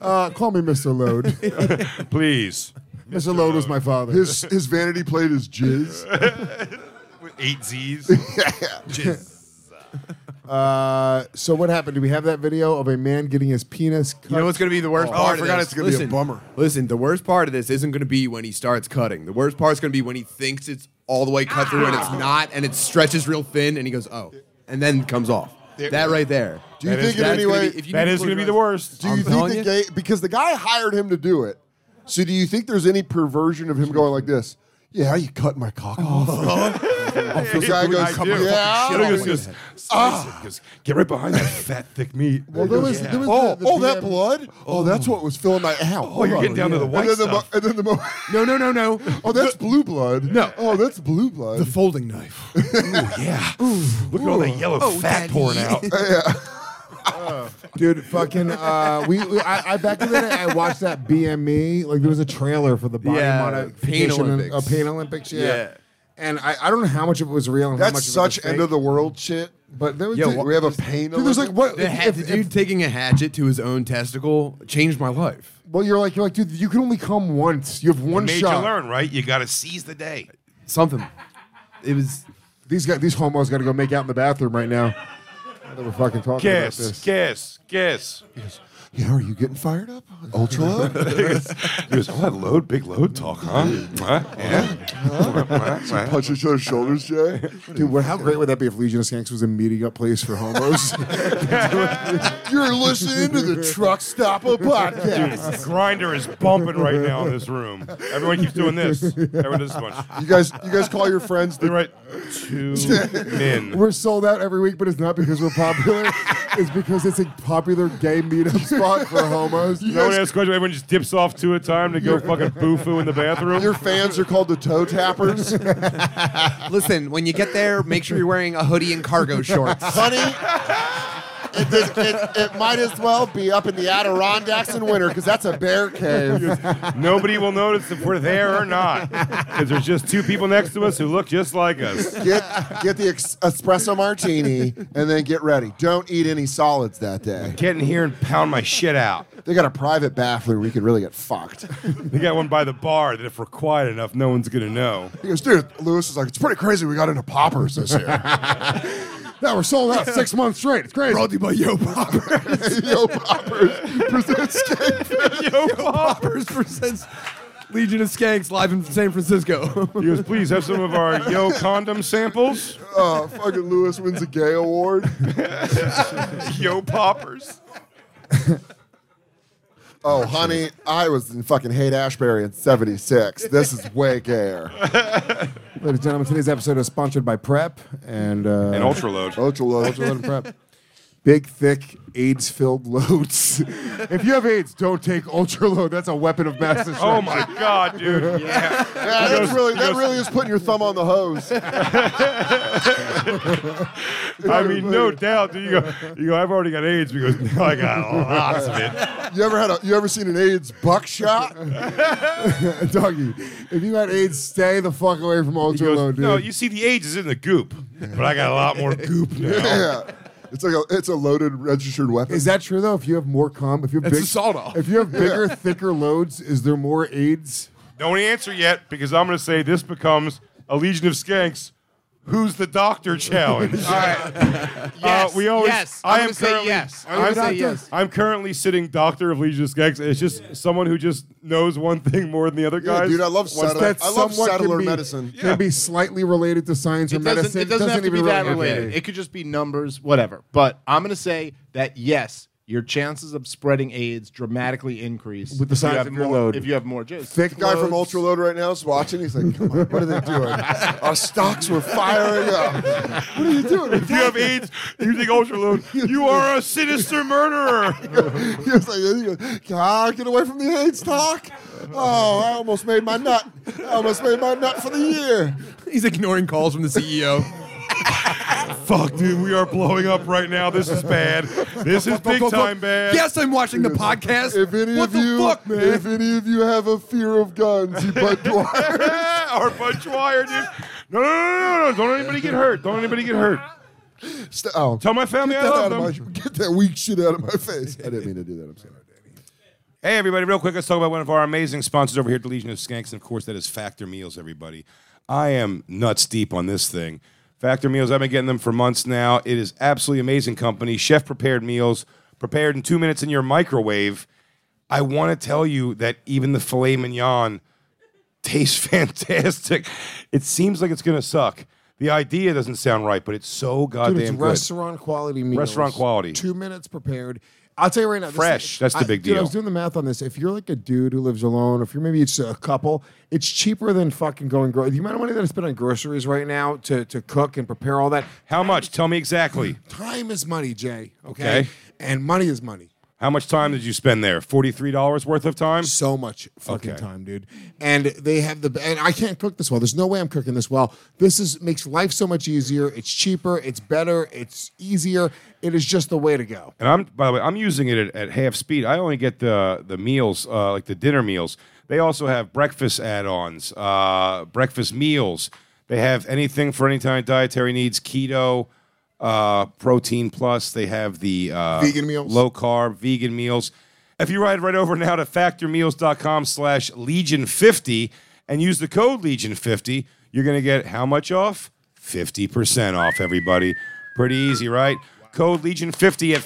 S6: Uh, call me Mr. Load.
S3: Please.
S6: Mr. Load was my father.
S8: His his vanity plate is
S4: Uh.
S8: jizz.
S3: With eight Z's.
S6: Uh, so what happened? Do we have that video of a man getting his penis cut?
S7: You know what's going to be the worst
S8: Oh, I
S7: part?
S8: forgot
S7: of this?
S8: it's gonna be a
S7: Listen,
S8: bummer.
S7: Listen, the worst part of this isn't going to be when he starts cutting. The worst part's going to be when he thinks it's all the way cut through and
S3: Ah.
S7: it's not, and it stretches real thin, and he goes, "Oh," and then comes off. That right there.
S8: Do you
S3: That
S8: think
S3: is-
S8: in
S7: That's
S8: any
S7: gonna
S8: way?
S7: be- if you
S3: That
S7: need
S3: is going to be
S7: close
S3: the
S7: your eyes-
S3: worst.
S8: do you
S7: I'm
S8: think
S7: telling
S8: the
S7: you.
S8: gay? Because the guy hired him to do it. So do you think there's any perversion of him going like this? Yeah, you cut my cock off. the guy
S3: I
S8: goes,
S3: do.
S8: yeah. Ah.
S3: He goes, goes, "Slice it," goes, get right behind that fat, thick meat.
S6: Ah. Well, there was, there was
S8: Oh,
S6: the- the
S8: oh, that
S6: PM
S8: blood! Oh, that's what was filling my ow. Oh,
S3: you're getting down to the white
S8: and then
S3: stuff.
S8: The, mo- and then the mo-
S7: No, no, no, no.
S8: oh, that's blue blood. No. Oh, that's blue blood.
S9: The folding knife.
S3: yeah. Look at all that yellow fat
S6: Oh,
S3: pouring out.
S6: Dude, fucking, uh, we, we I, I back in the day, I watched that BME. Like there was a trailer for the body
S7: Yeah,
S6: modification,
S7: Pain
S6: and-
S7: Olympics.
S6: uh, Pain Olympics, yeah.
S7: Yeah.
S6: And I, I don't know how much of it was real. And how
S8: That's
S6: much
S8: such
S6: of it was
S8: end
S6: fake.
S8: of the world shit.
S6: But there was,
S7: Yo,
S6: dude,
S7: what-
S8: We have a pain.
S6: dude, there's like what?
S7: The, ha-
S6: if-
S7: the
S6: if-
S7: dude taking a hatchet to his own testicle changed my life.
S6: well, you're like you're like, dude, you can only come once. You have one
S3: Made
S6: shot.
S3: you learn, right? You got to seize the day.
S7: Something. It was.
S6: These guys, these homos got to go make out in the bathroom right now. that we're fucking talking about
S3: Kiss,
S6: this.
S3: kiss, kiss.
S8: Yeah, are you getting fired up? Ultra load?
S3: He goes, oh, that load, big load talk, huh? Huh? Yeah.
S8: Punch each other's shoulders, Jay.
S6: Dude, what, how great would that be if Legion of Skanks was a meeting up place for homos?
S8: You're listening to the Truck Stopper podcast.
S3: Grinder is bumping right now in this room. Everyone keeps doing this. Everyone does this bunch.
S8: You guys, you guys call your friends
S3: They
S8: the
S3: write two men.
S6: we're sold out every week, but it's not because we're popular. it's because it's a popular gay meetup spot for homos.
S3: No one asks questions. Everyone just dips off two at a time to go fucking boo-foo in the bathroom.
S8: your fans are called the toe tappers.
S9: Listen, when you get there, make sure you're wearing a hoodie and cargo shorts.
S5: Honey, it, does- it, it might as well be up in the Adirondacks in winter because that's a bear cave.
S3: Nobody will notice if we're there or not. Because there's just two people next to us who look just like us.
S8: Get get the ex- espresso martini and then get ready. Don't eat any solids that day.
S3: Get in here and pound my shit out.
S8: They got a private bathroom. We could really get fucked.
S3: They got one by the bar that if we're quiet enough, no one's going to know.
S8: He goes, dude. Lewis is like, it's pretty crazy. We got into poppers this year.
S6: No, we're sold out six months straight. It's crazy.
S9: Brought to you by Yo Poppers.
S8: Yo, poppers presents
S9: Yo Poppers presents Legion of Skanks live in San Francisco.
S3: He goes, please have some of our yo condom samples.
S8: uh, fucking Lewis wins a gay award.
S3: Yo poppers.
S8: Oh, honey, I was in fucking Haight Ashbury in '76. This is way gayer.
S6: Ladies and gentlemen, today's episode is sponsored by Prep and uh,
S3: An ultra load.
S8: Ultra low.
S6: Ultra Load and Prep. Big, thick, AIDS filled loads. if you have AIDS, don't take Ultra Load. That's a weapon of mass destruction.
S3: Oh my God, dude.
S8: Yeah, that's really that really is putting your thumb on the hose.
S3: I mean, no doubt. dude. You go, you go, I've already got AIDS because now I got lots of it.
S8: You ever had a you ever seen an AIDS buckshot?
S6: Doggy, if you got AIDS, stay the fuck away from
S3: He
S6: Ultra
S3: goes,
S6: Load, dude.
S3: no, you see, the AIDS is in the goop, but I got a lot more goop now.
S8: Yeah. It's like a it's a loaded registered weapon.
S6: Is that true though? If you have more cum, if you have
S9: It's
S6: big-
S9: a sawed-off.
S6: if you have bigger, thicker loads, is there more AIDS?
S3: Don't answer yet because I'm going to say this becomes a Legion of Skanks. Who's the doctor challenge? All right.
S4: Yes,
S3: we always.
S4: yes. I'm
S3: I am
S4: gonna say
S3: currently.
S4: yes. I'm
S3: I'm,
S4: gonna say yes.
S3: I'm currently sitting doctor of Legion of Skanks. It's just someone who just knows one thing more than the other
S8: Yeah,
S3: guys.
S8: dude, I love
S3: Wants
S8: settler. I love
S6: somewhat can
S8: settler
S6: be-
S8: medicine.
S3: Yeah.
S6: Can be slightly related to science or
S4: It doesn't,
S6: medicine.
S4: it doesn't, have to be
S6: even
S4: that
S6: really
S4: related. It could just be numbers, whatever. But I'm going to say that yes, your chances of spreading AIDS dramatically increase
S6: With the
S4: if you
S6: size
S4: have
S6: of your
S4: more-
S6: load.
S4: If you have more jizz.
S6: Thick
S8: The guy from
S6: loads-
S8: Ultra Load right now is watching. He's like, come on, what are they doing? Our stocks were firing up. What are you doing?
S3: If you have AIDS, you think ultraload. You are a sinister murderer.
S8: He was like, he goes, God, get away from the AIDS talk. Oh, I almost made my nut. I almost made my nut for the year.
S9: He's ignoring calls from the E CEO.
S3: Fuck, dude, we are blowing up right now. This is bad. This is big time bad.
S9: Yes, I'm watching the podcast.
S8: If any
S9: what
S8: of
S9: the
S8: you,
S9: fuck, man?
S8: if any of you have a fear of guns, you Bud Dwyer.
S3: Our Bud Dwyer, dude. No, no, no, no, no. Don't anybody get hurt. Don't anybody get hurt.
S8: St- oh,
S3: Tell my family
S8: get
S3: I
S8: that
S3: love
S8: out of
S3: them.
S8: my- Get that weak shit out of my face. I didn't mean to do that. I'm sorry.
S3: Hey, everybody, real quick, let's talk about one of our amazing sponsors over here at the Legion of Skanks. And of course, that is Factor Meals, everybody. I am nuts deep on this thing. Factor Meals, I've been getting them for months now. It is absolutely amazing company. Chef prepared meals, prepared in two minutes in your microwave. I want to tell you that even the filet mignon tastes fantastic. It seems like it's going to suck. The idea doesn't sound right, but it's so goddamn
S6: Dude, it's
S3: good.
S6: restaurant quality meals.
S3: Restaurant quality.
S6: Two minutes prepared. I'll tell you right now. this-
S3: Fresh. That's the
S6: I-
S3: big
S6: Dude, I
S3: deal.
S6: was doing the math on this. If you're like a dude who lives alone, if you're maybe it's a couple, it's cheaper than fucking going. Gro- the amount of money that I spend on groceries right now to, to cook and prepare all that.
S3: How much? Tell me exactly.
S6: Time is money, Jay. E Okay.
S3: Okay.
S6: And money is money.
S3: How much time did you spend there? $43 worth of time?
S6: So much fucking
S3: Okay.
S6: time, dude. And they have the and I can't cook this well. There's no way I'm cooking this well. This is makes life so much easier. It's cheaper. It's better. It's easier. It is just the way to go.
S3: And I'm by the way, I'm using it at, at half speed. I only get the the meals, uh, like the dinner meals. They also have breakfast add-ons, uh, breakfast meals. They have anything for any kind of dietary needs: keto, uh, protein plus. They have the uh,
S6: Vegan meals.
S3: low carb, vegan meals. If you ride right over now to factormeals.com/slash legion fifty and use the code legion fifty, you're gonna get how much off? Fifty percent off, everybody. Pretty easy, right? Code Legion50 at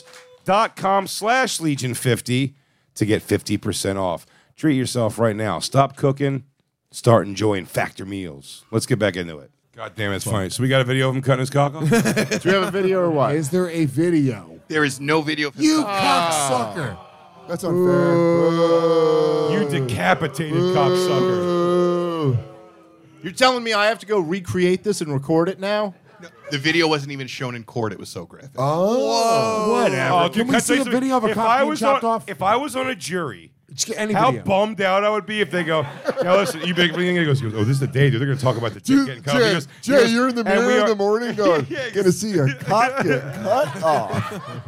S3: factormeals.com slash Legion50 to get 50% off. Treat yourself right now. Stop cooking. Start enjoying Factor Meals. Let's get back into it. God damn, it's funny. So we got a video of him cutting his cock off?
S4: Do you have a video or what?
S6: Is there a video?
S11: There is no video. of his
S6: You
S11: cock.
S6: cocksucker!
S3: Ah.
S8: That's unfair.
S3: you decapitated cocksucker.
S4: You're telling me I have to go recreate this and record it now?
S11: The video wasn't even shown in court. It was so graphic.
S8: Oh.
S3: Whatever.
S6: Can we see a video of a
S3: if
S6: cock
S3: I
S6: being
S3: was
S6: chopped
S3: on,
S6: off?
S3: If I was on a jury,
S6: Just Any
S3: how
S6: video.
S3: bummed out I would be if they go, now listen, you big thing. He goes, he goes, oh, this is the day, dude. They're going to talk about the chick
S8: Dude,
S3: getting caught. He
S8: Jay,
S3: goes- he
S8: Jay,
S3: goes,
S8: you're in the
S3: "And we
S8: mirror in
S3: are-
S8: the morning going,
S3: Yeah, he
S8: gonna
S3: goes-
S8: see a cock get cut off.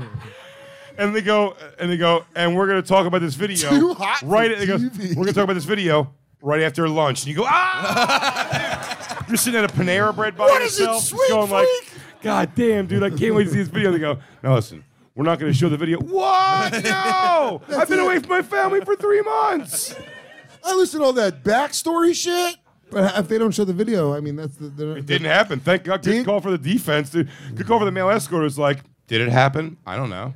S3: and they go and they go and we're going to talk about this video
S8: Too hot for
S3: right they go,
S8: TV.
S3: we're going to talk about this video right after lunch and you go ah dude." you're sitting at a Panera Bread by
S8: What is it,
S3: yourself
S8: sweet
S3: going like
S8: freak?
S3: god damn dude I can't wait to see this video they go now listen we're not going to show the video what no I've been away from my family for 3 months
S8: I listened to all that backstory shit.
S6: But if they don't show the video, I mean, that's the. they're-
S3: it didn't happen thank god good
S6: Did-
S3: call for the defense dude good call for the male escort It was like did it happen I don't know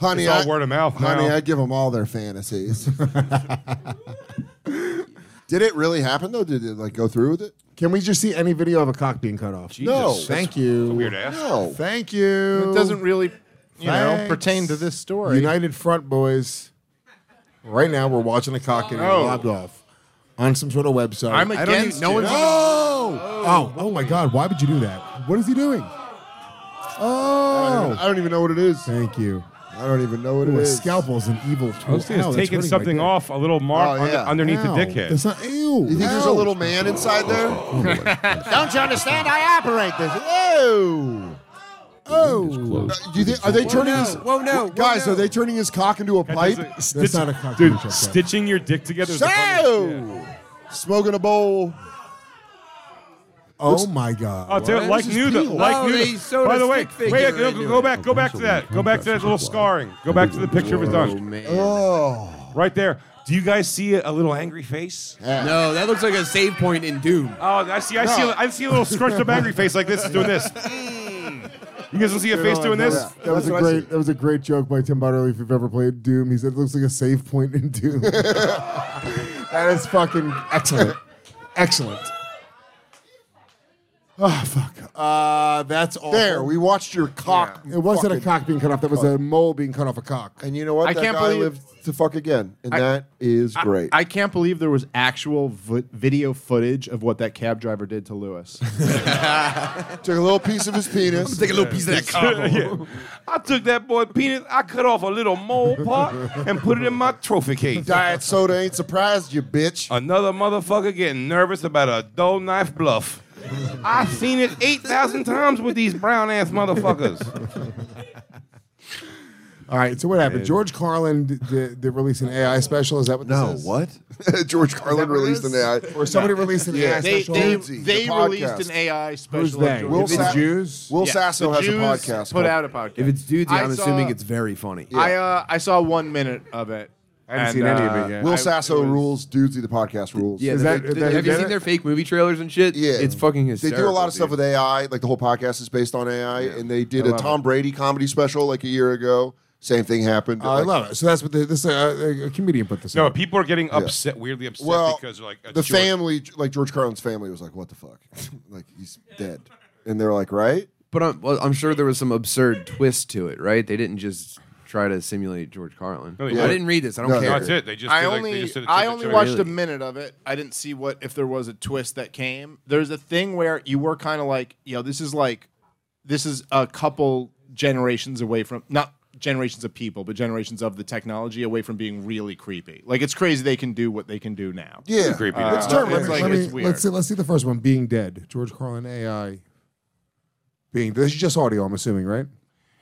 S8: Honey,
S3: It's all
S8: I,
S3: word of mouth
S8: Honey,
S3: now.
S8: I give them all their fantasies. Did it really happen though? Did it like go through with it?
S6: Can we just see any video of a cock being cut off?
S8: No.
S6: Thank you.
S3: weird ass
S8: No.
S6: Thank you.
S4: It doesn't really, you know,
S6: Thanks.
S4: pertain to this story.
S6: United Front Boys. Right now, we're watching a cock getting
S3: Oh.
S6: lobbed off on some sort of website.
S4: I'm
S6: I don't
S4: against
S6: even-
S3: e-
S4: no one's even-
S6: Oh, oh my God! Why would you do that? What is he doing? Oh,
S8: I don't even know what it is.
S6: thank you.
S8: I don't even know what it
S6: Ooh, a
S8: is.
S6: scalpel's an evil tool.
S3: Mostly
S6: Ow,
S3: it's
S6: that's
S3: taking
S6: hurting right
S3: something
S6: there.
S3: off a little mark
S8: Oh,
S3: under-
S8: yeah.
S3: underneath
S6: Ow,
S3: the dickhead.
S6: That's not. Ew. Oh,
S8: You think there's a
S6: ow.
S8: little man inside there?
S5: Don't you understand? I operate this. Whoa!
S6: Oh,
S8: Do you think, are they turning
S9: no.
S8: his
S9: Whoa, no. Whoa,
S8: guys?
S9: no.
S8: Are they turning his cock into a pipe?
S6: that's not a cock.
S3: Dude,
S6: reach up there.
S3: stitching your dick together. Is the funniest-
S8: So, smoking a bowl. Uh,
S6: Oh my God!
S3: I'll tell you, like new though. Like
S9: Oh,
S3: new.
S9: they sewed
S3: By
S9: a
S3: the way,
S9: stick
S3: wait,
S9: figure
S3: no, go,
S9: into
S3: go
S9: it.
S3: back, go back to that. Go back to that little scarring. Go back to the picture of his done.
S8: Oh,
S3: Right there. Do you guys see a, a little angry face?
S9: No, that looks like a save point in Doom.
S3: Oh, I see. I see. a- I see a little scrunched up angry face like this doing this. You guys don't see a face doing this?
S6: That, that was a great. That was a great joke by Tim Butterly. If you've ever played Doom, he said it looks like a save point in Doom. that is fucking excellent. excellent. Oh fuck. Uh, that's all.
S8: there. We watched your cock.
S6: It wasn't a
S8: fucking-
S6: cock being cut off. That was a mole being cut off a cock.
S8: And you know what?
S4: I
S8: that
S4: can't
S8: guy
S4: believe-
S8: lived to fuck again, and that is great.
S4: I can't believe there was actual vi- video footage of what that cab driver did to Lewis.
S8: Took a little piece of his penis.
S11: Take a little piece of that cock.
S3: Yeah. I took that boy penis. I cut off a little mole part and put it in my trophy case.
S8: Diet soda ain't surprised you, bitch.
S3: Another motherfucker getting nervous about a dull knife bluff. I've seen it 8,000 times with these brown ass motherfuckers.
S6: All right. So what happened? George Carlin d- d- did release an AI special. Is that what? This is?
S8: George Carlin released an ad.
S6: Or somebody released an AI
S4: they
S6: special.
S4: they,
S8: Lindsay,
S4: they
S8: the
S4: released
S8: podcast.
S4: an AI special.
S6: Who's
S4: of
S6: they? Will
S4: George
S6: Sa-
S4: Carlin.
S6: Jews?
S8: Will
S4: Yeah,
S8: Sasso
S4: the
S8: has
S4: Jews
S8: a podcast.
S4: Put
S8: called-
S4: out a podcast.
S7: If it's dudes,
S4: I
S7: I'm
S4: saw-
S7: assuming it's very funny.
S4: I uh, I saw one minute of it. uh, I
S9: haven't seen any of
S7: uh,
S9: it yet.
S8: Will Sasso rules. Dudesy, the podcast rules.
S7: Yeah,
S6: Is
S7: the-
S6: that-
S7: the-
S6: is that-
S7: have you
S6: is
S7: seen
S6: that-
S7: their fake movie trailers and shit?
S8: Yeah.
S7: it's fucking
S8: They
S7: hysterical.
S8: do a lot of stuff
S7: dude.
S8: with AI. Like the whole podcast is based on AI, and they did a Tom Brady comedy special like a year ago. Same thing happened.
S6: Uh, I
S8: Like,
S6: love it. So that's what the, this uh, a comedian put this.
S3: No,
S6: out.
S3: people are getting upset, weirdly upset,
S8: Well,
S3: because like
S8: the family, like George Carlin's family, was like, "What the fuck? like he's dead," and they're like, "Right."
S7: But I'm, well, I'm sure there was some absurd twist to it, right? They didn't just try to simulate George Carlin.
S3: No, they
S7: I
S3: did.
S7: didn't read this. I don't
S8: No,
S7: care.
S8: they
S3: That's it. They just
S4: I
S3: did, like, they
S4: only
S3: just did a
S4: I
S3: trick
S4: only
S3: or treat.
S4: watched a
S7: Really?
S4: minute of it. I didn't see what if there was a twist that came. There's a thing where you were kind of like, you know, this is like this is a couple generations away from not generations of people, but generations of the technology away from being really creepy. Like it's crazy they can do what they can do now.
S8: Yeah,
S3: creepy.
S8: It's
S3: Uh,
S8: term
S4: it's
S8: limited.
S4: like-
S6: Let me-
S4: weird.
S6: Let's see, let's see the first one. Being dead. George Carlin AI. Being this is just audio. I'm assuming, right?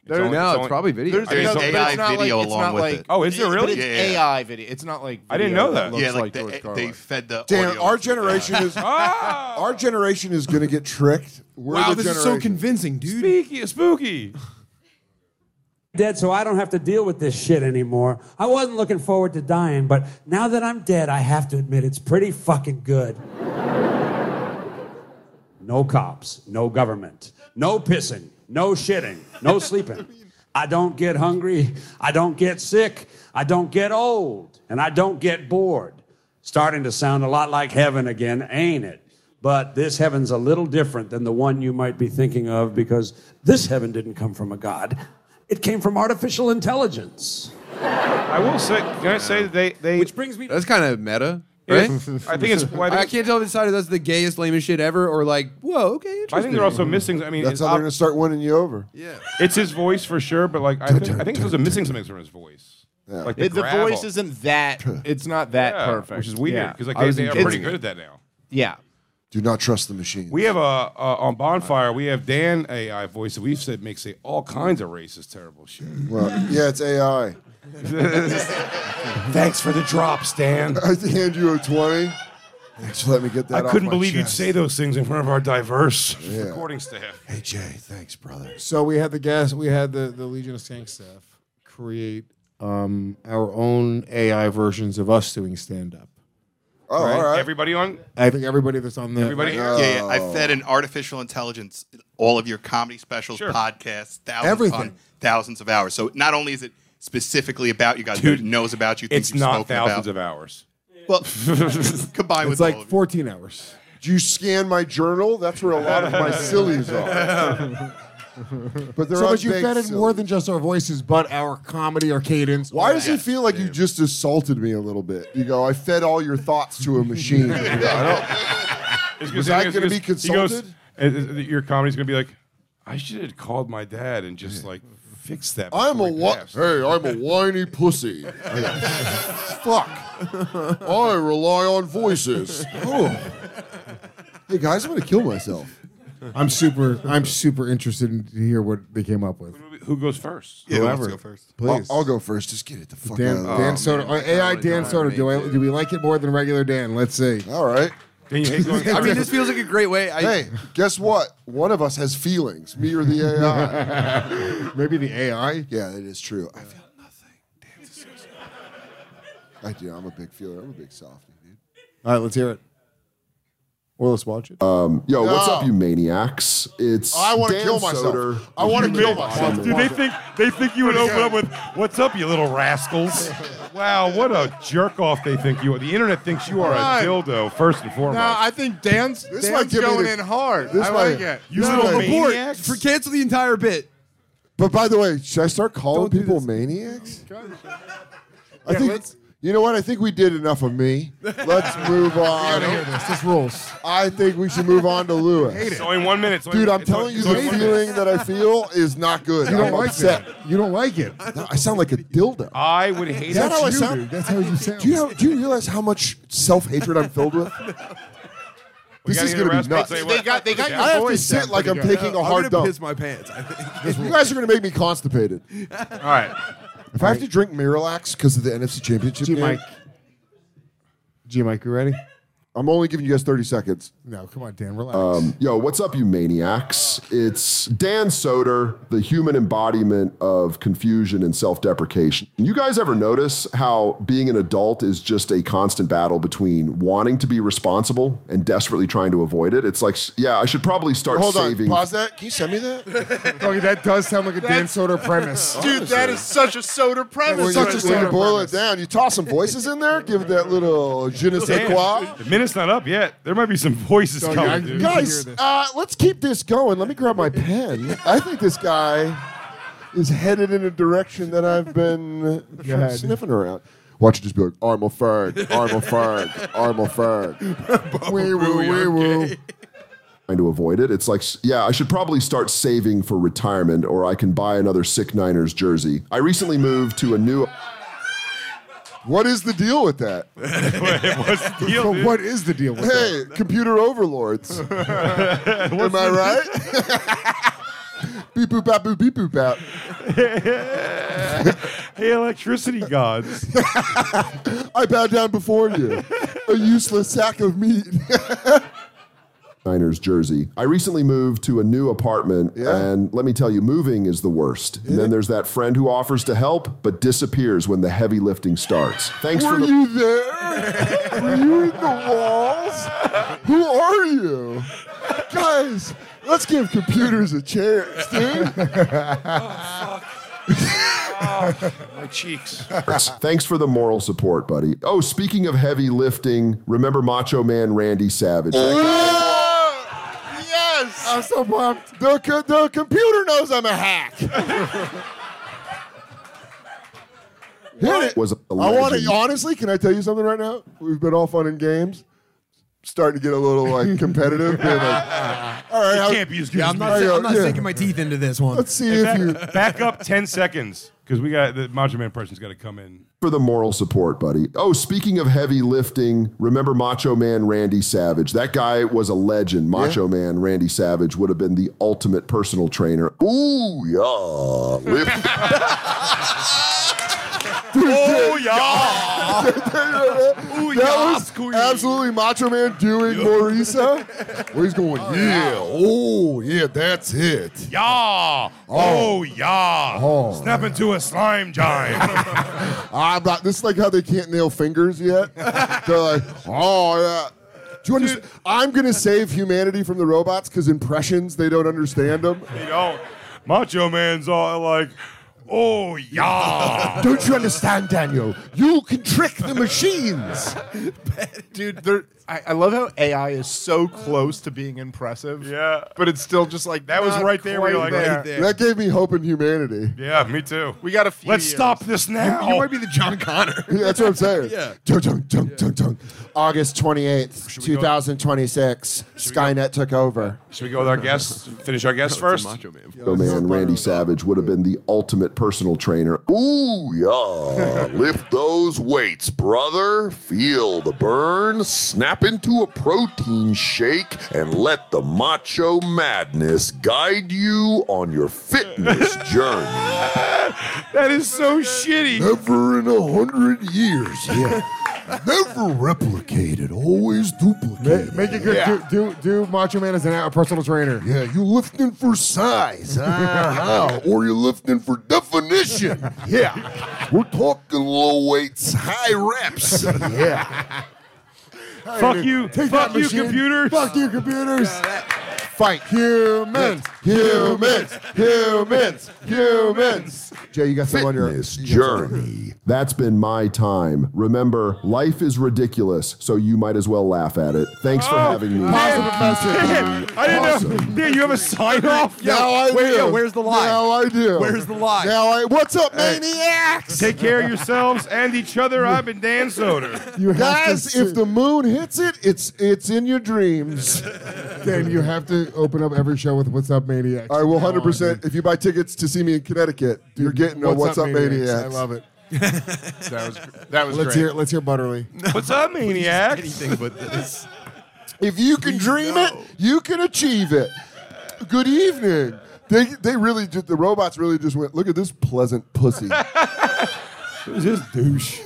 S4: There's,
S3: only-
S7: no,
S3: it's
S7: it's probably video.
S4: there's
S3: I mean,
S4: another-
S3: it's
S4: but
S11: AI
S4: it's not
S11: video
S4: like, it's
S11: along
S4: not
S11: with
S4: like,
S11: it.
S3: Oh, is there
S4: it's-
S3: really?
S4: But it's
S11: Yeah, yeah, yeah.
S4: AI video. It's not like
S3: I didn't
S4: video
S3: know that.
S4: looks
S11: Yeah, like
S4: George
S11: the,
S4: Carlin.
S11: they fed the.
S8: Damn,
S11: audio
S8: our
S11: to-
S8: generation is
S3: Ah!
S8: our generation is going to get tricked. We're
S9: Wow,
S8: the
S9: this is so
S8: generation-
S9: convincing, dude.
S3: Spooky, spooky.
S12: dead, so I don't have to deal with this shit anymore. I wasn't looking forward to dying, but now that I'm dead, I have to admit it's pretty fucking good. no cops, no government, no pissing, No shitting. No sleeping. I don't get hungry. I don't get sick. I don't get old. And I don't get bored. Starting to sound a lot like heaven again, ain't it? But this heaven's a little different than the one you might be thinking of because this heaven didn't come from a god. It came from artificial intelligence.
S3: I will say, can I say that they, they which
S9: brings me
S7: that's kind of meta,
S3: Yeah.
S7: right?
S3: I think it's- well, I
S7: I,
S3: think
S7: can't tell if it's either that's the gayest, lamest shit ever, or like, whoa, okay.
S3: I think
S7: interesting.
S3: they're also missing. I mean,
S7: That's
S3: it's
S7: how they're gonna
S3: start winning you over. Yeah, Mm-hmm. it's his voice for sure, but like I think I think those are missing something from his voice. Like
S13: It- the
S3: gravel.
S13: voice isn't that. It's not that
S3: Yeah,
S13: perfect,
S3: which is weird,
S13: Yeah.
S3: 'cause, like,
S13: I
S3: they-
S13: was
S3: they are
S13: enjoying
S3: pretty
S13: it.
S3: good at that now.
S13: Yeah.
S8: Do not trust the machine.
S3: We have a, a on bonfire. We have Dan AI voice that we've said makes say all kinds of racist, terrible shit.
S8: Well, yeah, it's AI.
S3: Thanks for the drop, Stan.
S8: I hand you a twenty. Thanks for letting me get
S3: I
S8: that. off
S3: couldn't
S8: my
S3: believe
S8: chest.
S3: you'd say those things in front of our diverse
S8: Yeah.
S3: recording staff.
S6: Hey Jay, thanks, brother. So we had the gas. We had the the Legion of Skank staff create um, our own AI versions of us doing stand up.
S8: Oh,
S6: Right.
S8: all right. Oh.
S3: Everybody on?
S6: I think everybody that's on the
S11: Everybody here? Yeah, yeah. I fed an artificial intelligence all of your comedy specials, podcasts, thousands
S6: Everything.
S11: on thousands of hours. So not only is it specifically about you guys, but it knows about you. things
S3: it's
S11: you've
S3: not
S11: spoken
S3: thousands
S11: about.
S3: of hours.
S11: Well, combined with
S6: it's
S11: all
S6: like
S11: of
S6: fourteen hours.
S8: Do you scan my journal? That's where a lot of my sillies are. But they're
S6: so,
S8: on
S6: but you
S8: big
S6: fed it
S8: sillies.
S6: more than just our voices, but our comedy, our cadence.
S8: Why does it feel like you just assaulted me a little bit? You go, I fed all your thoughts to a machine. You go, I
S3: It's
S8: Was I gonna be
S3: he goes-
S8: consulted?
S3: He goes, "Uh, uh, your comedy's going to be like, I should have called my dad and just like fixed that.
S8: don't, I'm a
S3: before he
S8: whi-
S3: passed."
S8: hey, I'm a whiny pussy. I go, Fuck. I rely on voices. Oh. Hey guys, I'm gonna kill myself.
S6: I'm super. I'm super interested in, to hear what they came up with.
S3: Who goes first?
S6: Yeah, who wants to Whoever. go first? Please.
S8: I'll, I'll go first. Just get it the fuck
S6: Dan,
S8: out.
S6: Dan Soder, or AI Dan Soder. Do I, do we like it more than regular Dan? Let's see.
S8: All right.
S7: I mean, this feels like a great way. I,
S8: hey, guess what? One of us has feelings. Me or the AI?
S6: Maybe the AI.
S8: Yeah, that is true. I feel nothing. Damn, this is so sad. I do. I'm a big feeler. I'm a big softie, dude.
S6: All right, let's hear it. Or let's watch it.
S8: Um, yo, what's
S6: No.
S3: Ah.
S8: up, you maniacs? It's
S5: I wanna
S8: Dan
S5: kill myself.
S8: Soder.
S5: I wanna
S8: You
S5: kill
S8: made-
S5: myself.
S3: Dude, they think they think you would open up with "What's up, you little rascals?" Wow, what a jerk off they think you are. The internet thinks you are
S13: Right.
S3: a dildo first and foremost.
S13: No, I think Dan's,
S8: This might
S13: Dan's
S8: give me
S13: going
S8: the-
S13: in hard.
S8: this
S13: I
S8: might-
S13: like it.
S8: You little
S7: Abort.
S8: maniacs.
S7: For cancel the entire bit.
S8: But by the way, should I start calling people maniacs? I think you know what? I think we did enough of me. Let's move on.
S6: hear this. This rules.
S8: I think we should move on to Lewis.
S3: It's only one minute, it's only-
S8: Dude, I'm
S3: it's only-
S8: telling you,
S3: it's
S8: the
S3: only one
S8: feeling that I feel is not good.
S6: You don't
S8: I'm
S6: like
S8: upset.
S6: that. You don't like it.
S8: No, I sound like a dildo.
S3: I would hate
S8: Is that how I
S6: you,
S8: sound?
S6: dude. That's how you sound.
S8: Do you know, do you realize how much self hatred I'm filled with?
S3: We
S8: This
S3: gotta
S8: is
S3: get a
S8: gonna be
S3: rest,
S8: nuts.
S3: I'd say, what- Yeah.
S8: I have to sit like I'm taking a hard
S7: I'm gonna
S8: dump.
S7: piss my pants. I think.
S8: You guys are gonna make me constipated.
S3: All right.
S8: If I have to drink Miralax because of the NFC Championship
S6: G
S8: game,
S6: Mike. G Mike, you ready?
S8: I'm only giving you guys 30 seconds.
S6: No, come on, Dan, relax.
S8: Um, yo, what's up, you maniacs? It's Dan Soder, the human embodiment of confusion and self deprecation. You guys ever notice how being an adult is just a constant battle between wanting to be responsible and desperately trying to avoid it? It's like, yeah, I should probably start
S5: Hold
S8: saving.
S5: on. Pause that. Can you send me that?
S6: okay, Oh, that does sound like a Dan Soder premise.
S13: Dude, that is such a soda premise.
S8: When you, when you boil it down, you toss some voices in there, give it that little je ne sais
S3: Damn,
S8: quoi.
S3: The minute's not up yet. There might be some voices
S6: Dog, I-
S3: coming, dude.
S6: God- hear
S8: Guys,
S6: this.
S8: uh, let's keep this going. Let me grab my pen. I think this guy is headed in a direction that I've been uh,
S6: ahead.
S8: sniffing around. Watch it just be like, I'm a fag, I'm a fag, I'm a fag. wee woo, wee woo. Trying to avoid it. It's like, yeah, I should probably start saving for retirement or I can buy another sick Niners jersey. I recently moved to a new. What is the deal with that?
S3: What's the deal,
S6: But
S3: dude?
S6: what is the deal with that?
S8: Hey, computer overlords. Am I right? beep boop bap boop beep boop bap.
S3: Hey, electricity gods.
S8: I bow down before you, a useless sack of meat. Niners jersey. I recently moved to a new apartment, and let me tell you, moving is the worst. And then there's that friend who offers to help but disappears when the heavy lifting starts. Thanks
S5: Were
S8: for the.
S5: you there? Were you in the walls?
S8: Who are you?
S5: Guys,
S8: Let's give computers a chance, dude.
S3: My cheeks.
S14: Thanks for the moral support, buddy. Oh, speaking of heavy lifting, remember Macho Man Randy Savage.
S8: Oh,
S5: yes! I'm so pumped. The, co- the computer knows I'm a hack.
S14: was a
S8: I want
S14: legend.
S8: to honestly. Can I tell you something right now? We've been all fun and games. Starting to get a little like competitive. being like, all right, how-
S9: Yeah, I'm not,
S8: I
S9: si-
S8: go,
S9: I'm not
S8: yeah.
S9: sinking my teeth into this one.
S8: Let's see
S3: Hey, back, back up ten seconds because we got the Macho Man person's got to come in.
S14: for the moral support, buddy. Oh, speaking of heavy lifting, remember Macho Man Randy Savage. That guy was a legend. Macho Man Randy Savage would have been the ultimate personal trainer. Ooh, yeah. Lift-
S3: oh yeah!
S8: that was absolutely Macho Man doing Morisa. Well, he's going, yeah, oh yeah, that's it. Oh.
S3: Yeah. Oh, yeah. Snap into a slime giant.
S8: I'm not. This is like how they can't nail fingers yet. They're like, oh yeah. Do you understand? I'm gonna save humanity from the robots because impressions they don't understand them.
S3: you know, Macho Man's all like, oh yeah.
S5: Don't you understand, Daniel? You can trick the machines.
S4: Dude, they're- I, I love how AI is so close to being impressive.
S3: Yeah.
S4: But it's still just like
S3: That was
S4: not
S3: right there, we
S4: quite
S3: were like, right there.
S8: That gave me hope in humanity.
S3: Yeah, me too.
S4: We got a few.
S3: Let's
S4: years.
S3: stop this now.
S9: You might be the John Connor.
S8: Yeah, that's what I'm saying.
S9: Yeah.
S8: Dun, dun, dun, dun, dun.
S5: August 28th, 2026, Skynet took over.
S3: Should we go with our guests? Finish our guests first. Macho Man.
S14: Macho Man Randy Savage would have been the ultimate personal trainer. Ooh, yeah. Uh, Lift those weights, brother. Feel the burn. Snap into a protein shake and let the macho madness guide you on your fitness journey.
S3: That is so shitty.
S14: Never in a hundred years. Yeah. Never replicated, always duplicated.
S6: Make it good. Do, do do Macho Man as an, a personal trainer.
S14: Yeah, you lifting for size, uh-huh. or you lifting for definition. Yeah, we're talking low weights, high reps. Yeah,
S3: Fuck you.
S6: Take
S3: Fuck
S6: that
S3: you,
S6: machine.
S3: computers.
S6: Fuck you, computers. Fight humans.
S8: Humans, humans, humans.
S5: Jay, you got some on your.
S14: fitness journey. That's been my time. Remember, life is ridiculous, so you might as well laugh at it. Thanks
S8: Oh,
S14: for having me.
S3: Damn, I didn't know. Damn, you have a sign off?
S8: Now I
S9: where-
S8: do.
S9: yeah, where's the lie?
S8: Now I do.
S9: Where's the lie?
S8: Now I. What's up, maniacs?
S3: Take care of yourselves and each other. I've been Dan Soder.
S6: You have
S8: Guys,
S6: to,
S8: if the moon hits it, it's it's in your dreams.
S6: then you have to open up every show with "What's Up, Maniacs."
S8: I will 100%. If you buy tickets to see me in Connecticut, you're getting a What's, Up, Maniacs.
S6: I love it.
S4: That was that was
S6: Let's
S4: great.
S6: hear. Let's hear Butterly.
S3: What's up, maniacs?
S9: Anything but this.
S8: If you can dream it, you can achieve it. Good evening. They, they really did, the robots really just went, look at this pleasant pussy.
S3: Who's this douche?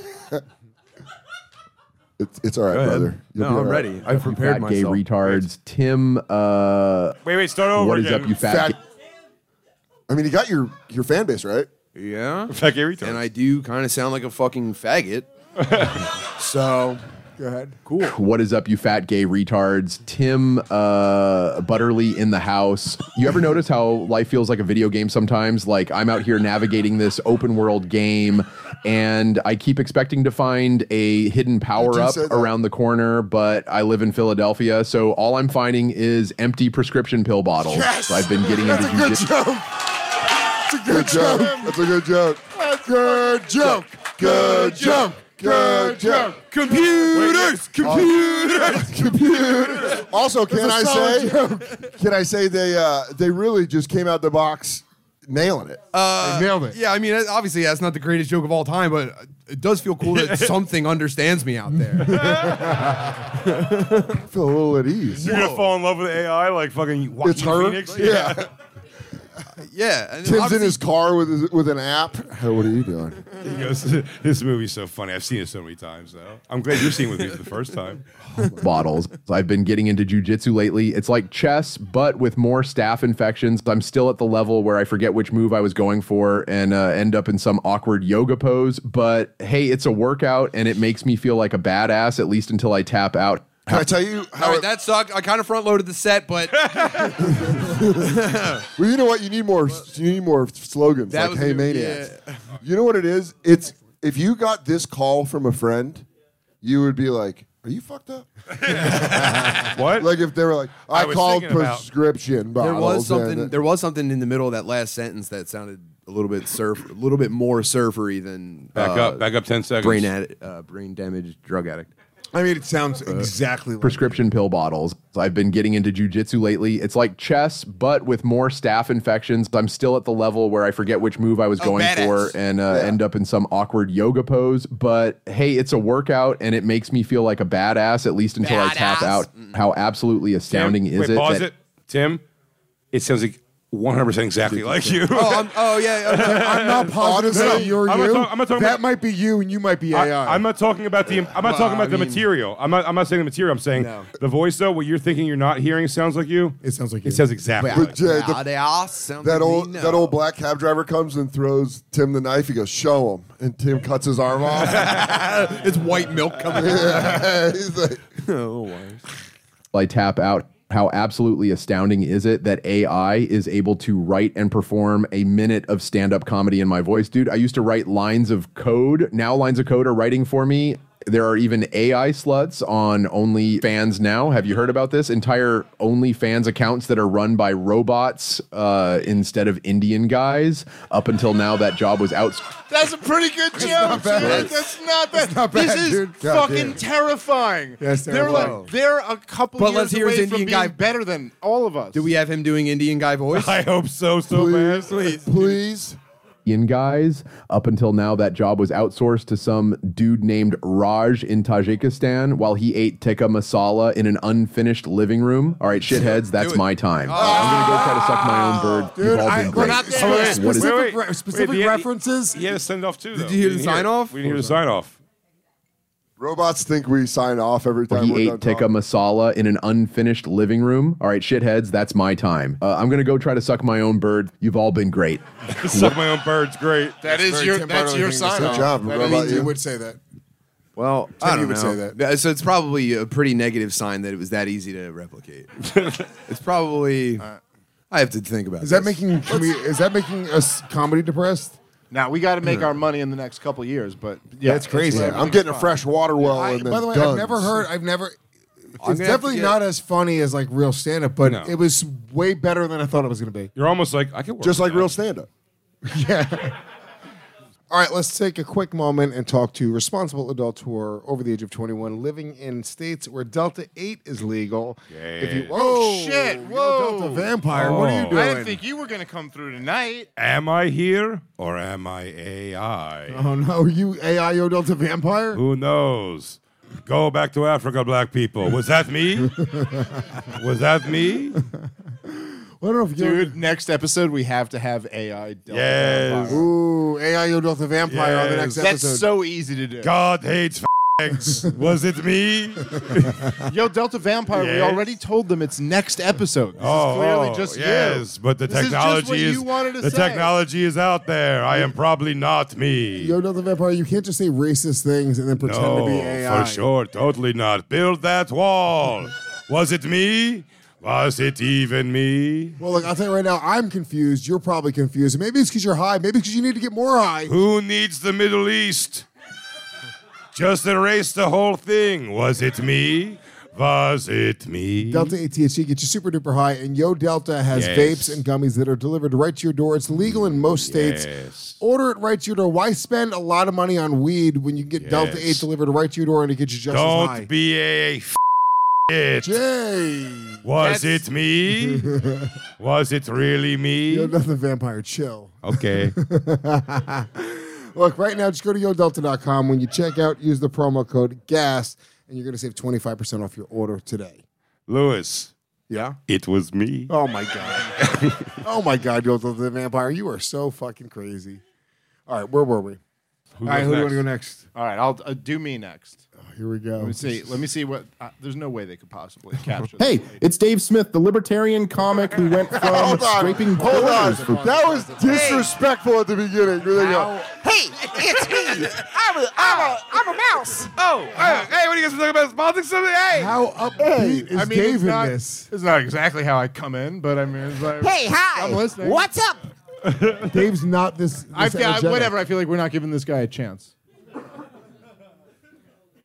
S8: It's, it's all right, brother.
S7: No,
S8: You'll be
S7: I'm
S8: all right.
S7: ready. I prepared
S15: fat
S7: myself.
S15: gay retards. Tim, uh,
S3: Wait, wait, start over
S15: what is
S3: again.
S15: up, you fat?
S8: Fat-
S15: gay-
S8: I mean, you got your, your fan base, right?
S7: Yeah.
S3: Fuck you, retard.
S7: And I do kind of sound like a fucking faggot. so
S8: Go ahead.
S7: cool.
S15: What is up, you fat gay retards? Tim uh, Butterly in the house. You ever notice how life feels like a video game sometimes? Like I'm out here navigating this open world game, and I keep expecting to find a hidden power up
S8: say that.
S15: around the corner, but I live in Philadelphia, so all I'm finding is empty prescription pill bottles. I've been getting
S8: That's
S15: into
S8: a good
S15: jujitsu.
S8: joke. That's a good joke. That's a good joke. Good joke. Good joke. Good joke.
S9: Computers, computers.
S8: Computers. Also, can
S6: That's
S8: I
S6: a solid
S8: say? Can I say they uh, they really just came out the box nailing it?
S7: uh,
S6: They nailed it.
S9: Yeah, I mean, obviously that's not the greatest joke of all time, but it does feel cool that something understands me out there.
S8: I feel a little at ease.
S3: You're gonna fall in love with AI like fucking Joaquin
S8: It's her.
S3: Phoenix.
S8: Yeah.
S9: Yeah, and
S8: Tim's in
S9: obviously-
S8: his car with his, with an app. Hey, what are you doing?
S3: He goes, this movie's so funny. I've seen it so many times though. I'm glad you're seeing it with me for the first time.
S15: bottles. I've been getting into jujitsu lately. It's like chess, but with more staph infections. I'm still at the level where I forget which move I was going for and uh, end up in some awkward yoga pose. But hey, it's a workout and it makes me feel like a badass, at least until I tap out.
S8: Can I tell you
S16: All right, that sucked. I kind of front loaded the set, but
S8: well, you know what? You need more. You need more slogans
S16: That
S8: like
S16: was
S8: "Hey
S16: good,
S8: Maniacs." You know what it is? It's if you got this call from a friend, you would be like, "Are you fucked up?"
S3: what?
S8: Like if they were like, "I,
S16: I was
S8: called
S16: thinking about-
S8: prescription
S16: There
S8: bottles."
S16: was
S8: and
S16: something-
S8: it-
S16: there was something in the middle of that last sentence that sounded a little bit surf, a little bit more surfery than
S3: Back
S16: uh,
S3: up, back up ten seconds.
S16: Brain ad, uh, brain damaged drug addict.
S15: I mean, it sounds
S6: exactly like
S15: Uh, prescription pill bottles. I've been getting into jujitsu lately. It's like chess, but with more staph infections. I'm still at the level where I forget which move I was going for and uh, end up in some awkward yoga pose. But hey, it's a workout and it makes me feel like a badass, at least until I tap out. How absolutely astounding is
S3: Wait,
S15: it?
S3: pause
S15: that-
S3: it, Tim. It sounds like 100 percent exactly like you.
S16: Oh, I'm, oh yeah.
S6: I'm not positive
S3: Honestly,
S6: that you're
S3: I'm not
S6: you.
S3: talk- I'm not talking
S6: that
S3: about-
S6: might be you, and you might be AI.
S3: I, am not talking about the. I'm not
S6: Well,
S3: talking about
S6: I
S3: the
S6: mean-
S3: material. I'm not. I'm not saying the material. I'm saying the voice though. What you're thinking, you're not hearing sounds like you.
S6: It sounds like
S3: it sounds exactly.
S8: But,
S3: like
S8: uh,
S3: you.
S8: the- that old that old black cab driver comes and throws Tim the knife. He goes, "Show him," and Tim cuts his arm off.
S16: it's white milk coming.
S8: yeah, he's like,
S6: Oh
S15: I tap out. How absolutely astounding is it that AI is able to write and perform a minute of stand up comedy in my voice? Dude, I used to write lines of code. Now lines of code are writing for me. There are even AI sluts on OnlyFans now. Have you heard about this? Entire OnlyFans accounts that are run by robots uh, instead of Indian guys. Up until now, that job was out.
S4: That's a pretty good joke.
S6: not bad.
S4: dude. That's not bad.
S6: not bad,
S4: this is
S6: dude. God
S4: fucking
S6: damn.
S4: terrifying.
S6: That's
S4: they're
S6: terrifying.
S4: like they're a couple
S16: But
S4: years
S16: let's hear
S4: away
S16: his
S4: from
S16: Indian
S4: being
S16: guy-
S4: better than all of us.
S16: Do we have him doing Indian guy voice? I
S3: hope so, so
S16: please,
S8: Please, please.
S15: in guys. Up until now, that job was outsourced to some dude named Raj in Tajikistan while he ate tikka masala in an unfinished living room. All right, shitheads, that's my time. I'm gonna go try to suck my
S8: Ah.
S15: own bird. You've
S6: Dude,
S15: all
S6: I-
S15: been
S6: we're
S15: great.
S6: not there.
S15: What is-
S6: Wait, wait,
S3: Wait,
S6: specific
S3: wait,
S6: re- specific
S3: wait, the-
S6: references.
S3: He had a send off too. Though.
S8: you hear
S3: We
S8: the
S3: didn't it.
S8: sign-off?
S3: We didn't hear the sign off.
S8: Robots think we sign off every
S15: Where
S8: time.
S15: he
S8: we're done
S15: ate tikka masala in an unfinished living room. All right, shitheads, that's my time. Uh, I'm gonna go try to suck my own bird. You've all been great.
S3: Suck my own bird's great.
S4: That
S8: That's
S4: is
S8: very
S4: your
S8: Tim
S4: that's
S8: Burley
S4: your
S8: thing to say.
S4: sign.
S8: Good job,
S4: That
S8: Rob.
S4: means
S8: about you?
S6: you would say that.
S16: Well,
S6: Tim,
S16: I
S6: you
S16: don't
S6: would
S16: know.
S6: say that.
S16: So it's probably a pretty negative sign that it was that easy to replicate. it's probably. I have to think about.
S6: Is
S16: this.
S6: that making can we, is that making us comedy depressed?
S4: Now we got to make our money in the next couple years, but yeah,
S6: That's crazy.
S8: I'm getting a fresh water well.
S6: I-
S8: and then
S6: by the way, I've
S8: guns.
S6: never heard. I've never.
S8: gonna have
S6: It's
S8: to
S6: definitely
S8: get-
S6: not as funny as like real stand up, but
S3: No.
S6: it was way better than I thought it was going to be.
S3: You're almost like I can work.
S6: Just
S3: with
S6: like
S3: that.
S6: real stand-up. yeah. All right, let's take a quick moment and talk to responsible adults who are over the age of 21 living in states where Delta 8 is legal. If you,
S3: Yeah.
S4: Oh, shit!
S6: you're a
S4: Whoa,
S6: Delta vampire. What are you
S3: Oh.
S6: doing?
S4: I didn't think you were gonna come through tonight.
S3: Am I here or am I AI?
S6: Oh no, you AIO Delta vampire?
S3: Who knows? Go back to Africa, black people. Was that me? Was that me?
S6: I don't know if you
S4: Dude, next episode we have to have AI. Delta
S3: Yes.
S4: Vampire.
S6: Ooh, AIO Delta vampire on the next
S4: That's
S6: episode.
S4: so easy to do.
S3: God hates eggs. Was it me?
S4: Yo, Delta Vampire, we
S3: Yes.
S4: already told them it's next episode. This
S3: oh,
S4: is clearly
S3: oh,
S4: just you.
S3: yes, but the
S4: This is just what
S3: technology
S4: you
S3: is,
S4: wanted to
S3: the
S4: say.
S3: technology is out there. I am probably not me.
S6: Yo Delta vampire, you can't just say racist things and then pretend
S3: no,
S6: to be AI.
S3: for sure, totally not. Build that wall. Was it me? Was it even me?
S6: Well, look, I'll tell you right now, I'm confused. You're probably confused. Maybe it's because you're high. Maybe because you need to get more high.
S3: Who needs the Middle East? Just erase the whole thing. Was it me? Was it me?
S6: Delta ATHC gets you super duper high, and Yo Delta has
S3: Yes.
S6: vapes and gummies that are delivered right to your door. It's legal in most states.
S3: Yes.
S6: Order it right to your door. Why spend a lot of money on weed when you can get Delta
S3: Yes.
S6: 8 delivered right to your door and it gets you just as high?
S3: Don't be a f- it.
S6: Jay.
S3: Was it me? Was it really
S6: Yo
S3: me?
S6: Delta Vampire, chill.
S3: Okay.
S6: Look, right now, just go to yodelta.com. When you check out, use the promo code GAS, and you're going to save 25% off your order today.
S3: Lewis,
S6: Yeah?
S3: it was me.
S6: Oh, my God. oh, my God, Yo Delta Vampire. You are so fucking crazy. All right, where were we?
S4: All
S6: All right,
S4: goes
S6: who do you wanna go next?
S4: All right, I'll uh, do me next.
S6: Here we go.
S4: Let me see. Let me see what. Uh, there's no way they could possibly capture.
S17: Hey, it's Dave Smith, the libertarian comic who went from
S4: Hold on.
S17: scraping
S4: Hold
S17: borders
S4: on.
S17: for
S8: That was disrespectful at the beginning. Here they go.
S10: Hey, it's me. I'm a, I'm a, I'm a mouse.
S3: Oh, hey, what are you guys talking about? Politics? Something? Hey,
S6: how upbeat
S10: is Dave
S4: it's
S10: in
S4: not,
S10: this?
S4: It's not exactly how I come in, but I mean, it's like,
S10: Hey, hi.
S4: I'm listening.
S10: What's up?
S6: Dave's not this.
S4: I
S6: this
S4: feel,
S6: energetic.
S4: whatever. I feel like we're not giving this guy a chance.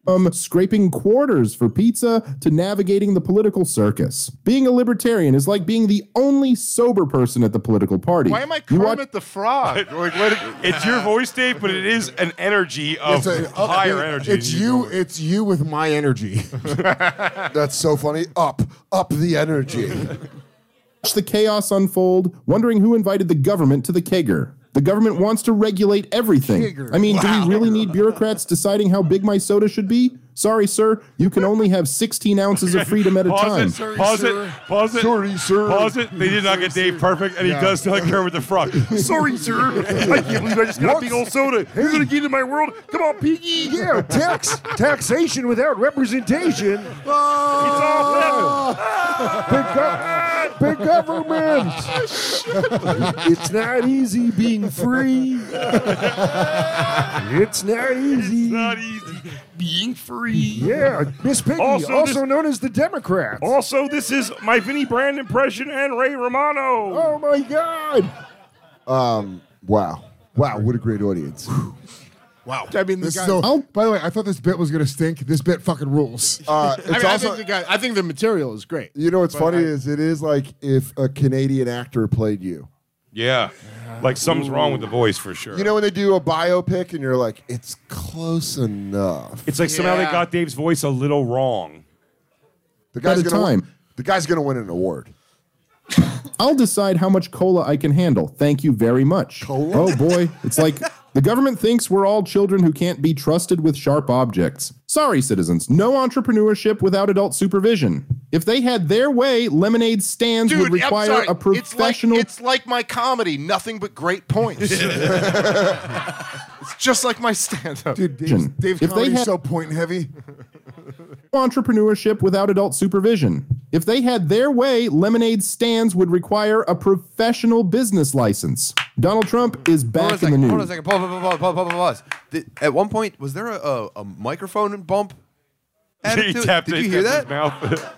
S17: From scraping quarters for pizza to navigating the political circus. Being a libertarian is like being the only sober person at the political party.
S4: Why am I
S17: You
S4: Kermit
S17: watch-
S4: the Frog?
S3: Like, what- it's your voice, Dave, but it is an energy of
S6: It's a- up-
S3: higher
S6: it-
S3: energy.
S6: It's
S3: than
S6: you. It's you with my energy.
S8: That's so funny. Up, up the energy.
S17: watch the chaos unfold, wondering who invited the government to the kegger. The government wants to regulate everything.
S6: Kegger.
S17: I mean, do we really need bureaucrats deciding how big my soda should be? Sorry, sir, you can only have 16 ounces of freedom at a
S3: Pause
S17: time.
S3: it, pause it, pause it, pause it. They did not get Dave perfect, and he
S17: Yeah.
S3: does sound like Kermit the Frog. Sorry, sir. I can't believe I just got a big old soda. You're gonna get into my world? Come on, Piggy.
S18: Yeah, tax taxation without representation.
S8: Ah.
S18: Oh, the, gov- the government. it's not easy being free.
S8: e-
S18: it's not easy. It's not
S3: easy being free.
S18: Yeah, Miss Piggy, also,
S19: Also, this-
S18: known as the Democrat.
S19: Also, this is my Vinnie Brand impression and Ray Romano.
S18: Oh my God!
S8: Um, wow. Wow, what a great audience.
S4: Wow. I mean, the
S6: This
S4: guy.
S6: is so- Oh, by the way, I thought this bit was gonna stink. This bit fucking rules.
S8: Uh,
S4: I, mean, I think the guy. I think the material is great.
S8: You know what's
S4: But uh,
S8: funny
S4: I-
S8: is it is like if a Canadian actor played you.
S3: Yeah, like something's wrong with the voice for sure.
S8: You know when they do a biopic and you're like, it's close enough.
S3: it's like somehow they got Dave's voice a little wrong.
S8: the guy's
S17: At a
S8: gonna win-
S17: time.
S8: the guy's gonna win an award.
S17: I'll decide how much cola I can handle. Thank you very much. Oh boy, it's like the government thinks we're all children who can't be trusted with sharp objects. Sorry, citizens, no entrepreneurship without adult supervision. If they had their way, lemonade stands
S4: Dude,
S17: would require
S4: I'm sorry.
S17: a professional.
S4: It's like, it's like my comedy, nothing but great points. it's just like my stand-up. Dude,
S17: Dave's- Dave's If they comedy's had- so
S4: point heavy.
S17: entrepreneurship without adult supervision. If they had their way, lemonade stands would require a professional business license. Donald Trump is
S7: Hold on a
S17: back in
S7: second.
S17: the
S7: Hold on a
S17: news.
S7: second. Pause, pause, pause, pause, pause, pause, pause. Did- at one point, was there a, a, a microphone bump? added
S3: He
S7: to it?
S3: tapped
S7: Did
S3: it,
S7: you hear
S3: tapped
S7: that?
S3: his mouth.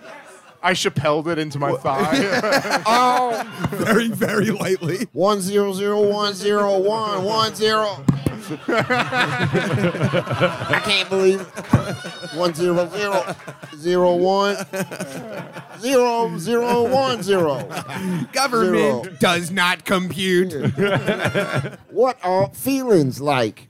S4: I chappelled it into my thigh.
S8: oh,
S4: very, very lightly.
S8: One zero zero one zero one one zero. I can't believe it. one zero zero zero one zero zero one zero.
S16: Government
S8: Zero.
S16: does not compute.
S8: What are feelings like?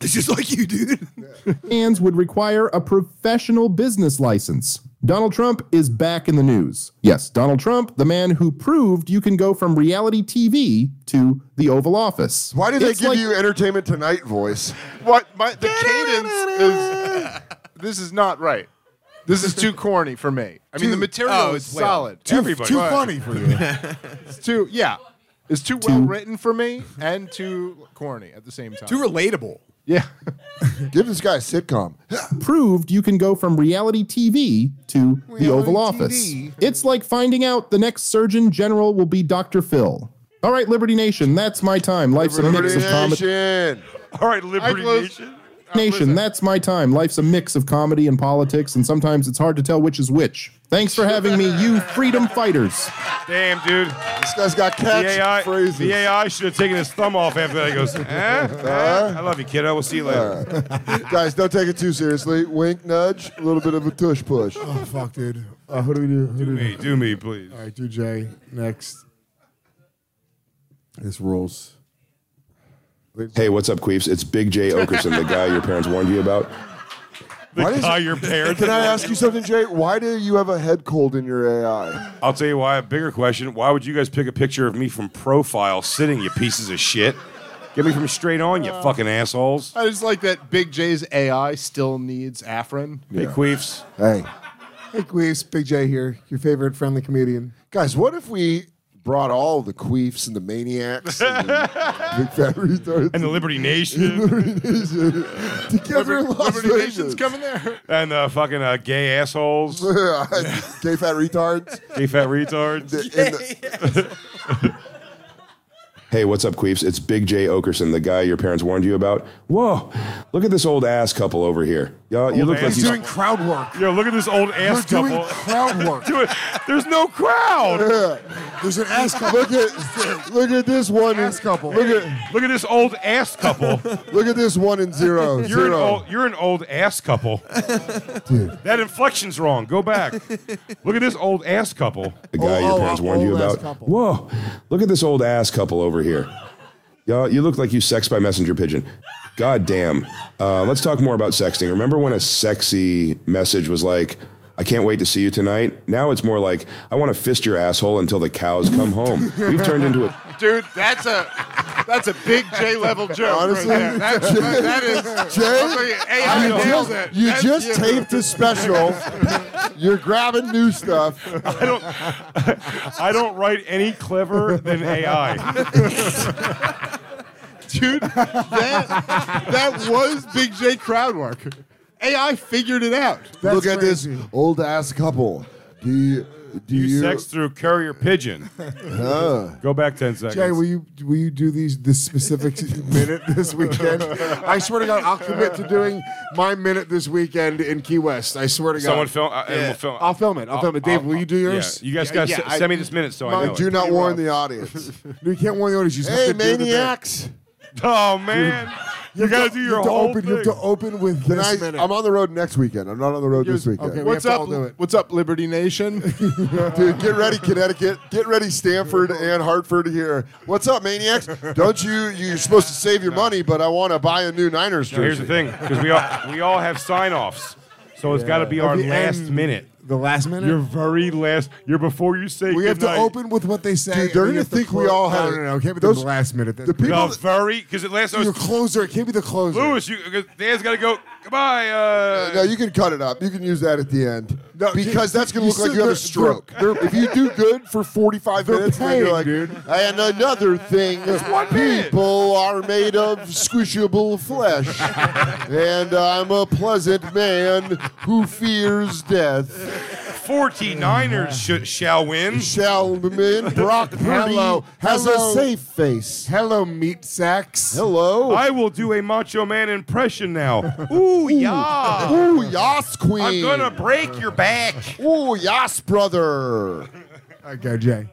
S17: It's just like you, dude. Fans would require a professional business license. Donald Trump is back in the news. Yes, Donald Trump, the man who proved you can go from reality TV to the Oval Office.
S8: Why do they
S17: It's
S8: give
S17: like-
S8: you Entertainment Tonight voice?
S4: What my the cadence is this is not right. This is too corny for me. I mean, the
S6: Too-
S4: material
S6: oh,
S4: is
S6: it's way
S4: solid.
S6: off. Too- Everybody. too
S4: But-
S6: funny for you.
S4: it's too yeah. It's too, well written for me and too corny at the same time.
S17: Too
S4: relatable. Yeah.
S8: Give this guy a sitcom.
S17: proved you can go from reality TV to the Oval Office. It's like finding out the next Surgeon General will be Dr. Phil. All right, Liberty Nation, that's my time. Life's a mix of comedy.
S3: All right, Liberty Nation.
S17: Nation, that's my time. Life's a mix of comedy and politics, and sometimes it's hard to tell which is which. Thanks for having me, you freedom fighters.
S3: Damn, dude.
S8: This guy's got catch
S3: the AI, The AI should have taken his thumb off after that. He goes, eh,
S8: Uh-huh.
S3: eh, I love you, kiddo. We'll see you later.
S8: Guys, don't take it too seriously. Wink, nudge, a little bit of a tush push.
S6: Oh fuck, dude. Uh, who do we do? Who do, we
S3: me, do me, please.
S6: All right, do Jay next. This rules.
S20: Hey, what's up, Queefs? It's Big J Okerson, the guy your parents warned you about.
S8: Why
S3: guy your parents-
S8: Can I ask you something, Jay? Why do you have a head cold in your AI?
S3: I'll tell you why. A bigger question. Why would you guys pick a picture of me from profile sitting, you pieces of shit? Get me from straight on, you fucking assholes.
S4: I just like that Big J's AI still needs Afrin.
S3: Hey, Queefs.
S8: Hey.
S6: Hey, Queefs, Big J here, your favorite friendly comedian.
S8: Guys, what if we brought all the queefs and the maniacs and the, big fat retards
S10: and the Liberty Nation.
S8: together in Las
S4: Liberty
S8: Vegas.
S4: Nation's coming there.
S10: and uh, fucking uh, gay assholes,
S8: gay fat retards,
S10: gay fat retards.
S3: Hey, what's up, Queefs? It's Big J Okerson, the guy your parents warned you about. Whoa, look at this old ass couple over here. Y'all, you
S10: Old
S3: look like
S10: ass
S3: you.
S10: couple.
S8: crowd work.
S10: Yo, look at this old ass
S8: We're doing
S10: couple.
S8: crowd work.
S10: Do it. There's no crowd.
S8: There's an ass couple. Look at, look at this one. Ass couple. Look at,
S10: look at this old ass couple.
S8: look at this one and 0
S10: You're an
S8: zero.
S10: old, you're an old ass couple. That inflection's wrong. Go back. Look at this old ass couple.
S3: the guy Uh, your parents warned you about. Whoa, look at this old ass couple over here. Y'all, you look like you sexed by messenger pigeon. God damn. Uh, let's talk more about sexting. Remember when a sexy message was like, I can't wait to see you tonight? Now it's more like, I want to fist your asshole until the cows come home. We've turned into a.
S4: Dude, that's a that's a big J level joke.
S8: Honestly,
S4: right there. That-
S8: Jay-
S4: that is
S8: Jay,
S4: I'll tell you, AI
S8: you
S4: nails
S8: just,
S4: it.
S8: you
S4: That's
S8: just taped a special. You're grabbing new stuff.
S10: I don't. I don't write any cleverer than AI.
S4: dude. That, that was Big J crowd work. AI figured it out.
S8: Look at this old ass couple. Do you, do
S10: You
S8: you
S10: sex through carrier pigeon.
S8: Huh.
S10: Go back ten seconds.
S6: Jay, will you will you do these this specific minute this weekend? I swear to God, I'll commit to doing my minute this weekend in Key West. I swear to God.
S10: Someone film. Uh, and we'll film.
S6: I'll film it. I'll film it. Dave, will you do yours?
S10: Yeah, you guys got to send me this minute so I know.
S8: do
S10: it.
S8: not warn the audience.
S6: You can't warn the audience. You just
S8: hey,
S6: have to do the bit.
S8: maniacs!
S10: Oh man, you, gotta do
S8: you
S10: your
S8: have to
S10: whole
S8: open-
S10: thing.
S8: you have to
S6: open with
S8: Can
S6: this
S8: I,
S6: minute.
S8: I'm on the road next weekend. I'm not on the road this weekend.
S6: okay, we
S4: What's
S6: have to
S4: up?
S6: all do it.
S4: What's up, Liberty Nation?
S8: Dude, get ready, Connecticut. Get ready, Stanford and Hartford here. What's up, maniacs? Don't you? You're supposed to save your money, but I want to buy a new Niners
S10: No,
S8: jersey.
S10: here's the thing, because we all we all have sign offs, so it's got to be
S6: At
S10: our
S6: the
S10: last
S6: end-
S10: minute.
S6: The last minute.
S10: Your very last. Your before you say.
S6: we have to
S10: goodnight.
S6: open with what they say.
S8: Dude,
S6: and
S8: they're
S6: we
S8: gonna
S6: have to
S8: think we
S6: close-
S8: all had
S6: No,
S8: it.
S6: no, no. It can't be
S8: Those-
S6: the last minute.
S8: the people
S10: The
S8: that-
S10: very because it last. I
S6: Your
S10: was,
S6: closer. It can't be the closer.
S10: Lewis, you 'cause Dan's got to go. Goodbye. Uh,
S8: No, you can cut it up. You can use that at the end because that's going
S6: you
S8: to look like
S6: said
S8: you have
S6: they're-
S8: a stroke. if you do good for 45
S6: They're
S8: minutes, then you're
S6: paying,
S8: like,
S6: dude.
S8: and another thing,
S10: minute.
S8: people are made of squishable flesh, and I'm a pleasant man who fears death.
S10: 49ers sh- shall win.
S8: Shalman Brock Purdy
S6: Hello.
S8: has
S6: Hello.
S8: a safe face.
S6: Hello, meat sacks.
S8: Hello.
S10: I will do a Macho Man impression now. Ooh, yeah.
S8: Ooh, yas, queen.
S10: I'm going to break your back.
S8: Ooh, yas, brother.
S6: Okay, Jay.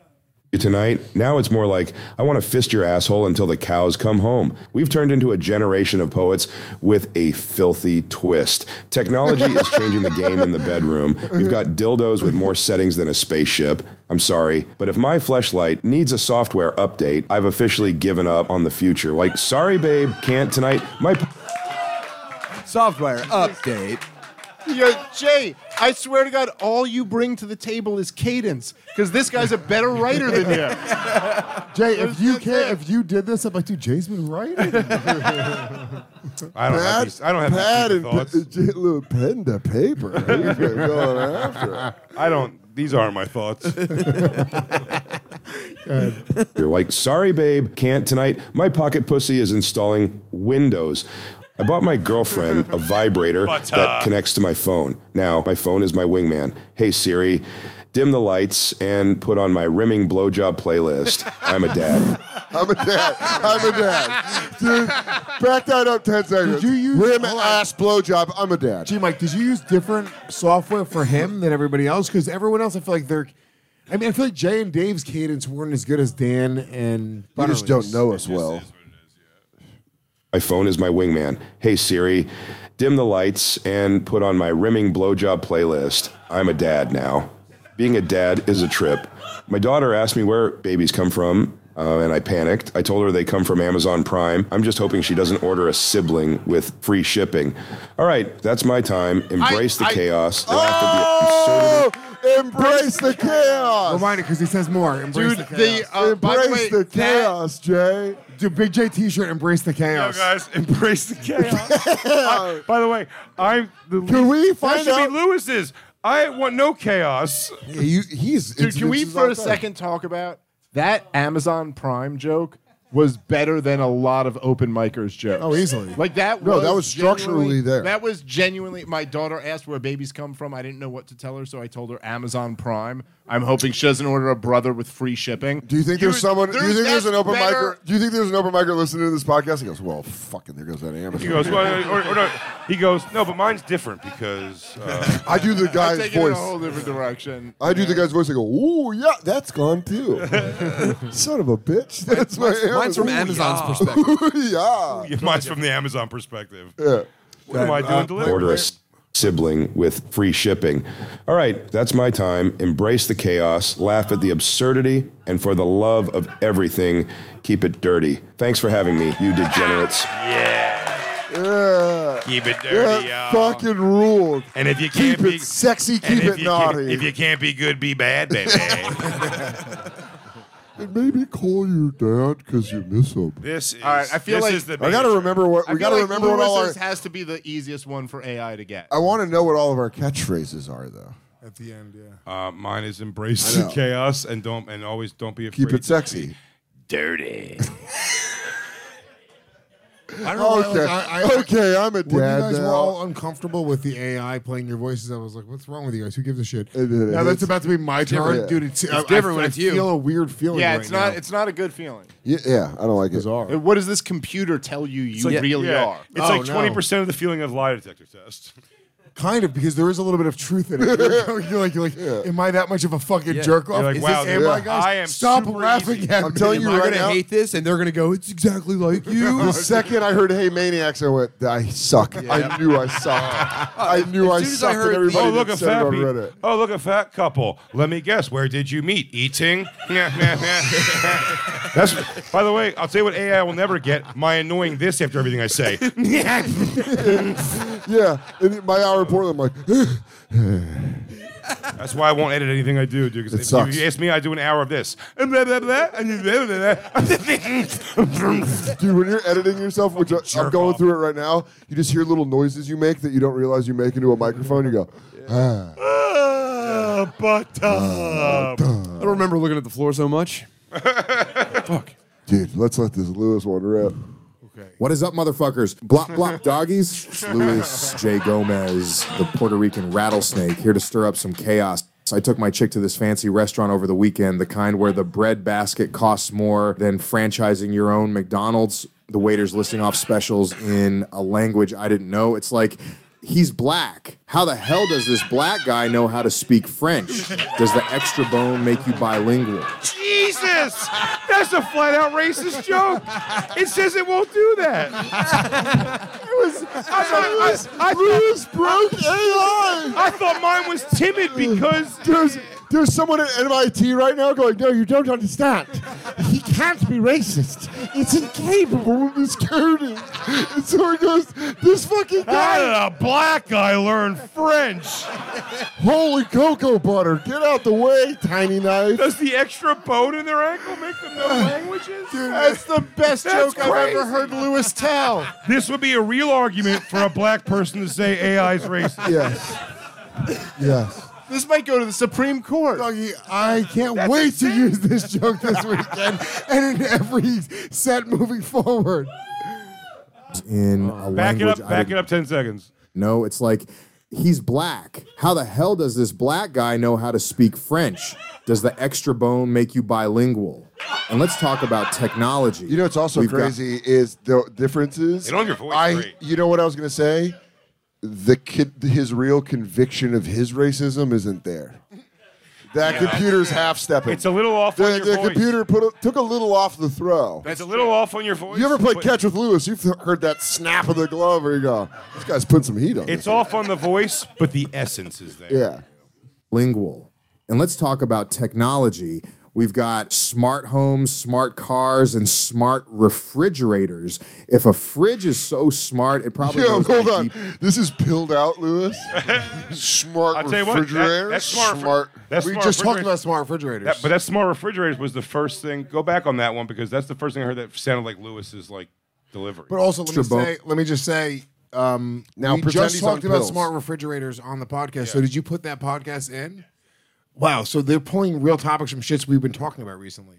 S3: you tonight. Now it's more like, I want to fist your asshole until the cows come home. We've turned into a generation of poets with a filthy twist. Technology is changing the game in the bedroom. We've got dildos with more settings than a spaceship. I'm sorry, but if my fleshlight needs a software update, I've officially given up on the future. Like, sorry, babe, can't tonight. My.
S7: Software update.
S4: Yo, Jay, I swear to God, all you bring to the table is cadence because this guy's a better writer than you.
S6: Jay, if you can, if you did this, I'm like, dude, Jay's been right.
S10: I don't have these, I don't have
S8: pad and
S10: these deep thoughts.
S8: pa- little pen to paper. That's what we're going after.
S10: I don't. These aren't my thoughts.
S3: You're like, sorry, babe, can't tonight. My pocket pussy is installing Windows. I bought my girlfriend a vibrator
S10: But, uh,
S3: that connects to my phone. Now, my phone is my wingman. Hey, Siri, dim the lights and put on my rimming blowjob playlist. I'm a dad.
S8: I'm a dad. I'm a dad. Dude, back that up 10 seconds.
S6: Did you use-
S8: Rim ass blowjob. I'm a dad.
S6: Gee, Mike, did you use different software for him than everybody else? Because everyone else, I feel like they're. I mean, I feel like Jay and Dave's cadence weren't as good as Dan and.
S8: You just
S6: Butterly's.
S8: don't know us well.
S3: My phone is my wingman. Hey, Siri, dim the lights and put on my rimming blowjob playlist. I'm a dad now. Being a dad is a trip. My daughter asked me where babies come from, uh, and I panicked. I told her they come from Amazon Prime. I'm just hoping she doesn't order a sibling with free shipping. All right, that's my time. Embrace the
S10: oh!
S3: chaos. Laugh at the absurdity.
S8: Oh! Embrace the chaos.
S6: Remind it because he says more. Embrace
S4: Dude,
S6: the
S4: the,
S6: chaos.
S4: uh, by the
S8: Embrace
S4: way,
S8: the
S4: that-
S8: chaos, Jay.
S6: Do Big J T-shirt. Embrace the
S10: Yo,
S6: chaos.
S10: guys, embrace the chaos. I- by the way, I'm the.
S8: Oh. Can we
S10: That
S8: find
S10: should
S8: out?
S10: be Lewis's. I want no chaos.
S8: He- he's
S4: Dude, can we
S8: incidences
S4: for
S8: all
S4: a
S8: the time.
S4: second talk about That Amazon Prime joke was better than a lot of open micers jokes.
S8: Oh, easily.
S4: Like that.
S8: No,
S4: was
S8: that was structurally
S4: genuinely-
S8: there.
S4: That was genuinely. My daughter asked where babies come from. I didn't know what to tell her, so I told her Amazon Prime. I'm hoping she doesn't order a brother with free shipping.
S8: Do you think there's someone? do you think there's
S4: that's
S8: an open
S4: better-
S8: micer? Do you think there's an open micer listening to this podcast? He goes, "Well, fucking, there goes that Amazon."
S3: He goes, well, or, or no. He goes, no, but mine's different because uh,
S8: I do the
S4: I
S8: guy's
S4: take it in
S8: voice.
S4: a whole different direction.
S8: I do the guy's voice. I go, "Ooh, yeah, that's gone too." Son of a bitch. That's my
S3: Mine's- mine's from
S8: Ooh,
S3: Amazon's
S8: yeah.
S3: perspective.
S8: Ooh, yeah.
S3: mine's from the Amazon perspective.
S8: Yeah.
S3: What am I doing?
S8: Uh,
S3: delivering?
S20: Order a s- sibling with free shipping. All right, that's my time. Embrace the chaos, laugh at the absurdity, and for the love of everything, keep it dirty. Thanks for having me, you degenerates.
S8: Yeah.
S3: Keep it
S8: That
S3: dirty, y'all.
S8: fucking ruled.
S3: And if you
S8: keep
S3: can't be
S8: it sexy,
S3: and
S8: keep
S3: if
S8: it
S3: you can't-
S8: naughty.
S3: if you can't be good, be bad, baby.
S8: And maybe call your dad because you miss him.
S3: this is.
S4: All right, I feel
S3: this
S4: like
S3: is the
S8: I gotta
S3: biggest-
S8: remember what
S4: I
S8: we
S4: feel
S8: gotta
S4: like
S8: remember what all our.
S4: Lewis's has to be the easiest one for AI to get.
S8: I want to know what all of our catchphrases are though.
S6: At the end, yeah.
S3: Uh, mine is embrace
S8: I
S3: the
S8: know.
S3: chaos and don't and always don't be afraid.
S8: Keep it sexy.
S3: Dirty.
S6: I don't know. why, like,
S8: Okay.
S6: I- I-
S8: Okay, I'm a
S6: When you
S8: dad
S6: guys were
S8: now.
S6: all uncomfortable with the AI playing your voices, I was like, "What's wrong with you guys? Who gives a shit?"
S8: it
S6: now that's
S8: is.
S6: about to be my
S8: It's
S6: turn,
S8: different.
S6: dude. It's,
S8: It's
S6: I,
S8: different
S6: I,
S8: when
S6: I
S8: it's you.
S6: feel a weird feeling.
S4: yeah,
S6: right
S4: it's not.
S6: now.
S4: It's not a good feeling.
S8: Yeah, yeah, I don't like it.
S4: And what does this computer tell you you really are?
S3: It's
S8: Oh,
S3: like twenty percent of the feeling of lie detector test.
S6: kind of because there is a little bit of truth in it. you're like, you're like, am I that much of a fucking
S8: Yeah.
S6: jerk
S8: You're
S6: off?
S8: like,
S6: Is
S8: wow,
S6: this, am I,
S8: yeah.
S6: guys?
S8: I am
S6: Stop laughing at me.
S8: I'm telling Oh. you
S6: Am I
S8: right
S6: gonna
S8: now.
S6: hate
S16: this, and they're gonna go. It's exactly like you.
S8: The second I heard "Hey Maniacs," I went, "I suck." I knew I sucked. I knew I sucked. and everybody
S3: oh look
S8: that
S3: a
S8: said it
S3: fat
S8: on
S3: peop-
S8: Reddit.
S3: oh look a fat couple. Let me guess, where did you meet? Eating. That's by the way, I'll tell you what AI will never get my annoying this after everything I say.
S8: yeah, and my hour in Portland, I'm like,
S3: That's why I won't edit anything I do, dude.
S8: It
S3: Because if
S8: sucks.
S3: you ask me, I do an hour of this. And blah, blah, blah, and blah, blah, blah.
S8: dude, when you're editing yourself, which I, I'm going through it right now, you just hear little noises you make that you don't realize you make into a microphone. You go, ah.
S3: Ah, but
S8: uh,
S16: I don't remember looking at the floor so much.
S8: dude, let's let this Lewis one rip.
S6: What is up, motherfuckers? Blop blop doggies. It's Luis J. Gomez, the Puerto Rican rattlesnake, here to stir up some chaos. So I took my chick to this fancy restaurant over the weekend, the kind where the bread basket costs more than franchising your own McDonald's. The waiter's listing off specials in a language I didn't know. It's like, he's black. How the hell does this black guy know how to speak French? Does the extra bone make you bilingual?
S3: Jesus! That's a flat out racist joke. It says it won't do that. it was. I thought, I, I,
S8: Lewis broke AI.
S3: I thought mine was timid because
S8: there's there's someone at MIT right now going, no, you don't understand. He can't be racist. It's incapable of this coding. And so he goes, this fucking
S3: How
S8: guy.
S3: did a black guy learn French?
S8: Holy cocoa butter! Get out the way, tiny knife.
S3: Does the extra bone in their ankle make them know languages?
S4: That's the best
S3: That's
S4: joke I've ever
S3: crazy.
S4: heard Lewis tell.
S3: This would be a real argument for a black person to say AI is racist.
S8: Yes. Yes.
S4: This might go to the Supreme Court.
S6: Doggy, I can't wait to use this joke this weekend and in every set moving forward. In a
S3: Oh. Back it
S6: language
S3: up.
S6: I
S3: Back
S6: didn't
S3: it up. Ten seconds.
S6: No, it's like he's black. How the hell does this black guy know how to speak French? Does the extra bone make you bilingual? And let's talk about technology.
S8: You know what's also
S6: We've got-
S8: crazy is the differences.
S3: They don't have your voice
S8: I,
S3: great.
S8: You know what I was gonna say? The kid, his real conviction of his racism isn't there. That
S3: Yeah.
S8: computer's half stepping.
S3: It's a little off
S8: The,
S3: on your
S8: the
S3: voice.
S8: computer put a, took a little off the throw.
S3: That's a little off on your voice.
S8: You ever played
S3: but
S8: catch with Lewis? You've heard that snap of the glove, where you go, "This guy's putting some heat on."
S3: It's off on the voice, but the essence is there.
S8: Yeah.
S6: lingual. And let's talk about technology. We've got smart homes, smart cars, and smart refrigerators. If a fridge is so smart, it probably
S8: Yo,
S6: knows
S8: hold
S6: how
S8: on.
S6: deep-
S8: This is pilled out, Lewis. smart
S3: I'll tell you what, that-
S8: refrigerator.
S3: that's smart refri- that's
S6: we
S3: smart
S6: just talked
S3: refrigerators.
S6: about smart refrigerators.
S3: That, but that smart refrigerators was the first thing. Go back on that one because that's the first thing I heard that sounded like Lewis's like delivery.
S6: But also, let me
S3: Extra bone.
S6: say, let me just say, um,
S8: Now
S6: we
S8: pretend
S6: just
S8: he's
S6: talked
S8: on
S6: about
S8: pills.
S6: smart refrigerators on the podcast. So did you put that podcast in? Wow! So they're pulling real topics from shits we've been talking about recently.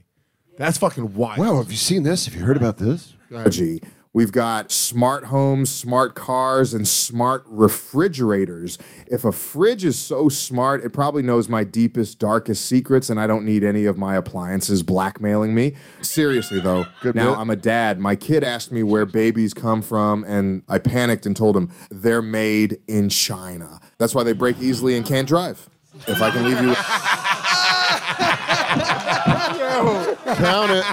S6: That's fucking wild. Wow, have you seen this? Have you heard about this? Strategy. We've got smart homes, smart cars, and smart refrigerators. If a fridge is so smart, it probably knows my deepest, darkest secrets, and I don't need any of my appliances blackmailing me. Seriously, though, now
S8: bit.
S6: I'm a dad. My kid asked me where babies come from, and I panicked and told him they're made in China. That's why they break easily and can't drive. If I can leave you.
S5: Count it.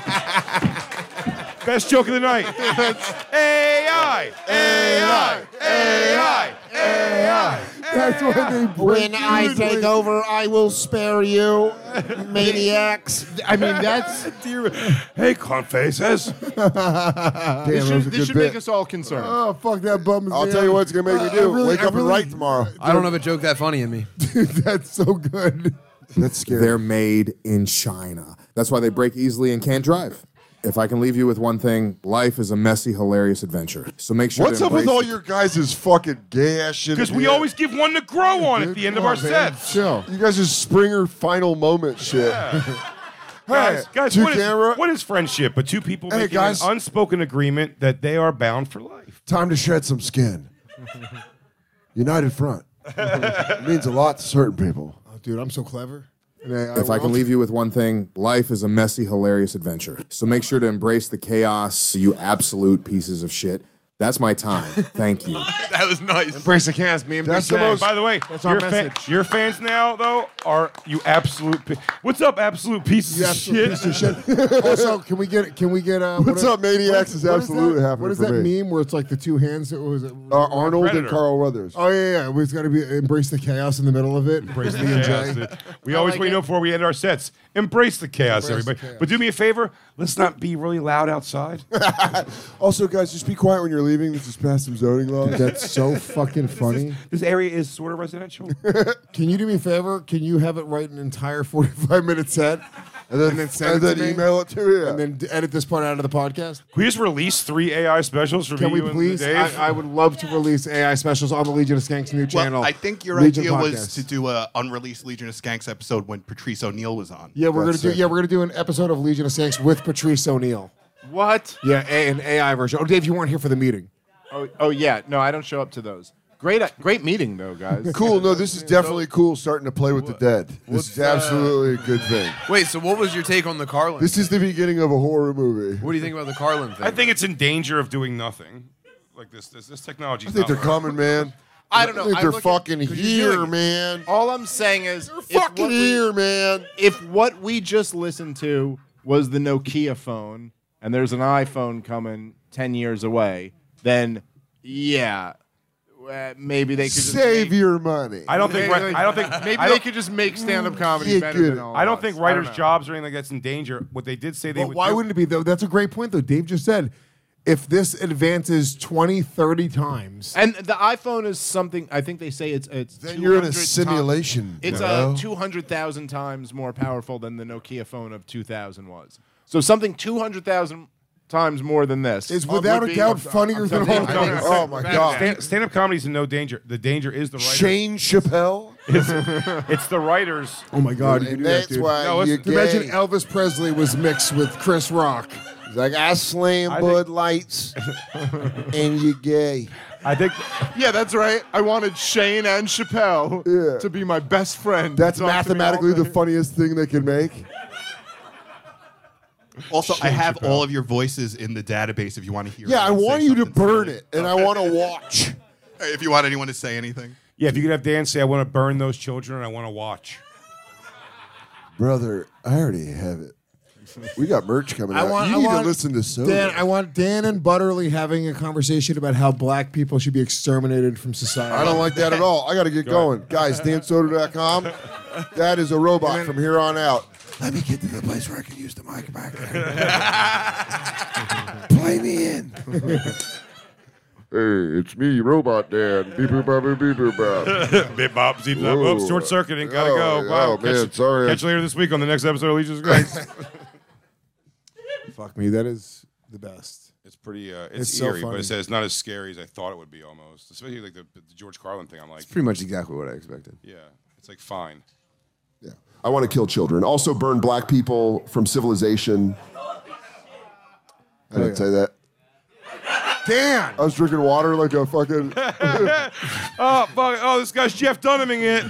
S3: Best joke of the night. AI. AI. AI. AI.
S5: That's what they When I take over, I will spare you, maniacs.
S4: I mean, that's.
S3: hey, cunt faces.
S5: Damn,
S4: this should, this should make us all concerned.
S8: Oh fuck that bum! I'll
S4: me
S8: tell
S4: up.
S8: you what it's gonna make me
S4: I
S8: do.
S4: really-
S8: Wake
S4: I
S8: up and
S4: really-
S8: write tomorrow.
S16: I don't have a joke that funny in me.
S6: Dude, that's so good. That's scary. They're made in China. That's why they break easily and can't drive. If I can leave you with one thing, life is a messy, hilarious adventure. So make sure.
S8: What's
S6: to
S8: up with
S6: embrace-
S8: all your guys' fucking gay ass shit?
S3: Because we always give one to grow on at the end of our sets.
S8: Oh, Chill. You guys are Springer final moment shit.
S3: Guys, guys
S8: two
S3: what,
S8: camera.
S3: is, what is friendship? But two people
S8: Hey,
S3: making
S8: guys.
S3: an unspoken agreement that they are bound for life.
S8: Time to shed some skin. United front. it means a lot to certain people.
S6: Oh, dude, I'm so clever.
S8: If
S6: If I can leave you with one thing, life is a messy, hilarious adventure. So make sure to embrace the chaos, you absolute pieces of shit. That's my time. Thank you.
S11: That was nice.
S6: Embrace the chaos, me
S3: That's the most. By the way,
S11: That's our
S3: your, fa- your fans now though are you absolute. Pi- What's up, absolute pieces
S8: You
S3: of
S8: absolute
S3: shit?
S8: piece of shit.
S6: also, can we get can we get uh,
S8: What's up, Maniacs? Is absolutely
S6: that,
S8: happening.
S6: What is
S8: for
S6: that
S8: me.
S6: meme where it's like the two hands? That was it?
S8: Uh, Arnold and Carl Weathers.
S18: Oh yeah, yeah. We've got to be embrace the chaos in the middle of it.
S3: Embrace the
S18: enjoy.
S3: chaos. dude. We always wait before we end our sets. Embrace the chaos,
S8: Embrace the
S3: everybody.
S8: chaos.
S3: But do me a favor. Let's not be really loud outside.
S8: Also, guys, just be quiet when you're leaving. This is past some zoning laws.
S3: That's so
S18: fucking
S3: This, this area is sort of residential.
S18: Can you do me a favor? Can you have it write an entire 45 minute set and
S8: then,
S18: send
S8: and
S18: it
S8: then
S18: to me?
S8: email it to you?
S18: And then d- edit this part out of the podcast?
S3: Can we just release three AI specials for
S18: Can
S3: me
S18: we please?
S3: and Dave?
S18: I, I would love to release AI specials on the Legion of Skanks new channel.
S11: Well, I think your
S18: Legion
S11: idea was
S18: podcast.
S11: to do a unreleased Legion of Skanks episode when Patrice O'Neill was on.
S18: Yeah, we're gonna do. Yeah, we're gonna do an episode of Legion of Skanks with Patrice O'Neill.
S4: What?
S18: Yeah, a, an AI version. Oh, Dave, you weren't here for the meeting.
S4: Oh, oh yeah. No, I don't show up to those. Great, uh, great meeting though, guys.
S8: cool. No, this is definitely cool. Starting to play with the dead. This is absolutely a good thing.
S16: Wait, so what was your take on the Carlin?
S8: This is the beginning of a horror movie.
S16: what do you think about the Carlin thing?
S3: I think it's in danger of doing nothing. Like this, this, this technology.
S8: I think they're coming, man.
S4: I don't know.
S8: I think
S4: I
S8: they're
S4: look at-
S8: fucking
S4: 'cause you're
S8: here,
S4: doing it.
S8: man.
S4: All I'm saying is, if
S8: fucking
S4: what we-
S8: here, man.
S4: If what we just listened to was the Nokia phone, and there's an iPhone coming ten years away, then yeah, uh, maybe they could just
S8: Save
S4: make-
S8: your money.
S3: I don't think.
S4: Maybe
S3: right-
S4: they-
S3: I don't think.
S4: maybe
S3: I
S4: they
S3: don't-
S4: could just make
S8: Mm,
S4: stand-up comedy
S18: Yeah,
S4: better
S18: good.
S4: than all
S3: I don't
S4: of
S3: think
S4: us.
S3: writers'
S4: know.
S3: jobs or anything like that's in danger. What they did say they
S18: But
S3: would.
S18: why
S3: do-
S18: wouldn't it be though? That's a great point though. Dave just said, if this advances 20, 30 times,
S4: And the iPhone is something I think they say it's it's.
S8: Then you're in a
S4: 200 times-
S8: simulation,
S4: it's
S8: bro.
S4: uh, two hundred thousand times more powerful than the Nokia phone of two thousand was. So something two hundred thousand times more than this
S18: Is without
S4: would
S18: a
S4: be-
S18: doubt
S4: I'm- I'm
S18: funnier than
S4: sorry.
S18: all of
S4: I think
S18: us.
S4: so.
S18: Oh, my God.
S3: Stand, stand-up comedy's in no danger. The danger is the writers.
S8: Shane Chappelle.
S3: It's, it's the writers.
S18: Oh my God!
S8: And
S18: you do
S8: that's
S18: that, dude.
S8: why No, you're listen-
S18: imagine
S8: gay.
S18: Elvis Presley was mixed with Chris Rock.
S8: He's like, I slam
S18: I
S8: Bud Lights, and you gay.
S3: I think.
S4: Yeah, that's right. I wanted Shane and Chappelle to be my best friend.
S8: That's
S4: Talk to me all
S8: mathematically the
S4: day.
S8: funniest thing they can make.
S11: Also, I have all of your voices in the database if you want to hear.
S8: Yeah, I
S11: them say
S8: want you to
S11: something
S8: burn
S11: silly.
S8: it, and I want to watch.
S11: If you want anyone to say anything,
S3: Yeah, if you could have Dan say, "I want to burn those children. and I want to watch."
S8: Brother, I already have it. We got merch coming
S18: I
S8: out.
S18: want.
S8: you
S18: I
S8: need
S18: want
S8: to listen to Soda.
S18: Dan, I want Dan and Butterly having a conversation about how black people should be exterminated from society.
S8: I don't like that at all. I got to get
S18: Go
S8: going.
S18: ahead.
S8: Guys, dansoda.com. That is a robot from here on out.
S18: Let me get to the place where I can use the mic back.
S8: Play me in.
S14: Hey, it's me, Robot Dan. Beep boop bop boop beep boop bop.
S3: Bit bop, zip, zap. Oops, short circuiting. Gotta
S14: Oh,
S3: go. Wow.
S14: oh, man,
S3: catch,
S14: sorry.
S3: Catch you later this week on the next episode of Legion's Grace.
S18: Fuck me. That is the best.
S3: It's pretty. Uh,
S18: It's
S3: it's,
S18: so
S3: eerie, but
S18: funny.
S3: it says it's not as scary as I thought it would be. Almost, especially like the, the George Carlin thing. I'm like,
S16: it's pretty much exactly what I expected.
S3: yeah, it's like fine.
S14: I want to kill children. Also, burn black people from civilization. I didn't say that.
S21: Damn!
S8: I was drinking water like a fucking.
S3: oh, fuck. Oh, this guy's Jeff Dunhaming it.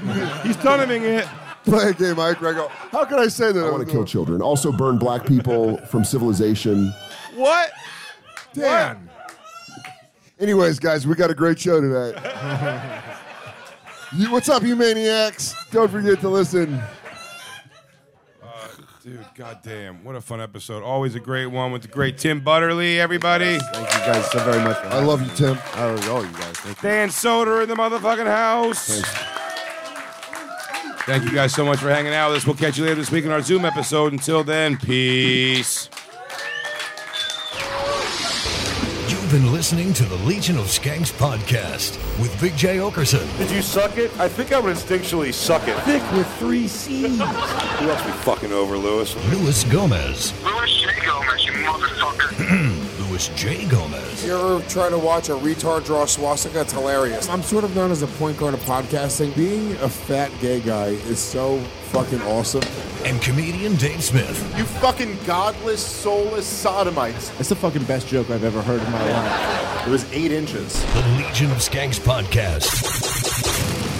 S3: He's Dunhaming it.
S8: Play a game, Mike. I go, how can I say that?
S14: I want to kill children. Also, burn black people from civilization.
S3: What?
S8: Dan. Anyways, guys, we got a great show tonight. you, what's up, you maniacs? Don't forget to listen.
S3: Dude, goddamn. What a fun episode. Always a great one with the great Tim Butterly, everybody.
S10: Thank you guys so very much.
S8: I love you, Tim.
S10: I love all you guys. Thank you.
S3: Dan Soder in the motherfucking house. Thank you guys so much for hanging out with us. We'll catch you later this week in our Zoom episode. Until then, peace.
S12: You've been listening to the Legion of Skanks podcast with Big J. Okerson.
S22: Did you suck it? I think I would instinctually suck it.
S12: Thick with three C's.
S22: Who else we fucking over, Lewis?
S12: Luis Gomez.
S23: Louis J. Gomez, you motherfucker.
S12: Luis J. Gomez.
S6: You ever try to watch a retard draw swastika? It's hilarious. I'm sort of known as a point guard of podcasting. Being a fat gay guy is so fucking awesome.
S12: And comedian Dave Smith.
S24: You fucking godless, soulless sodomites.
S4: It's the fucking best joke I've ever heard in my life. It was eight inches.
S12: The Legion of Skanks podcast.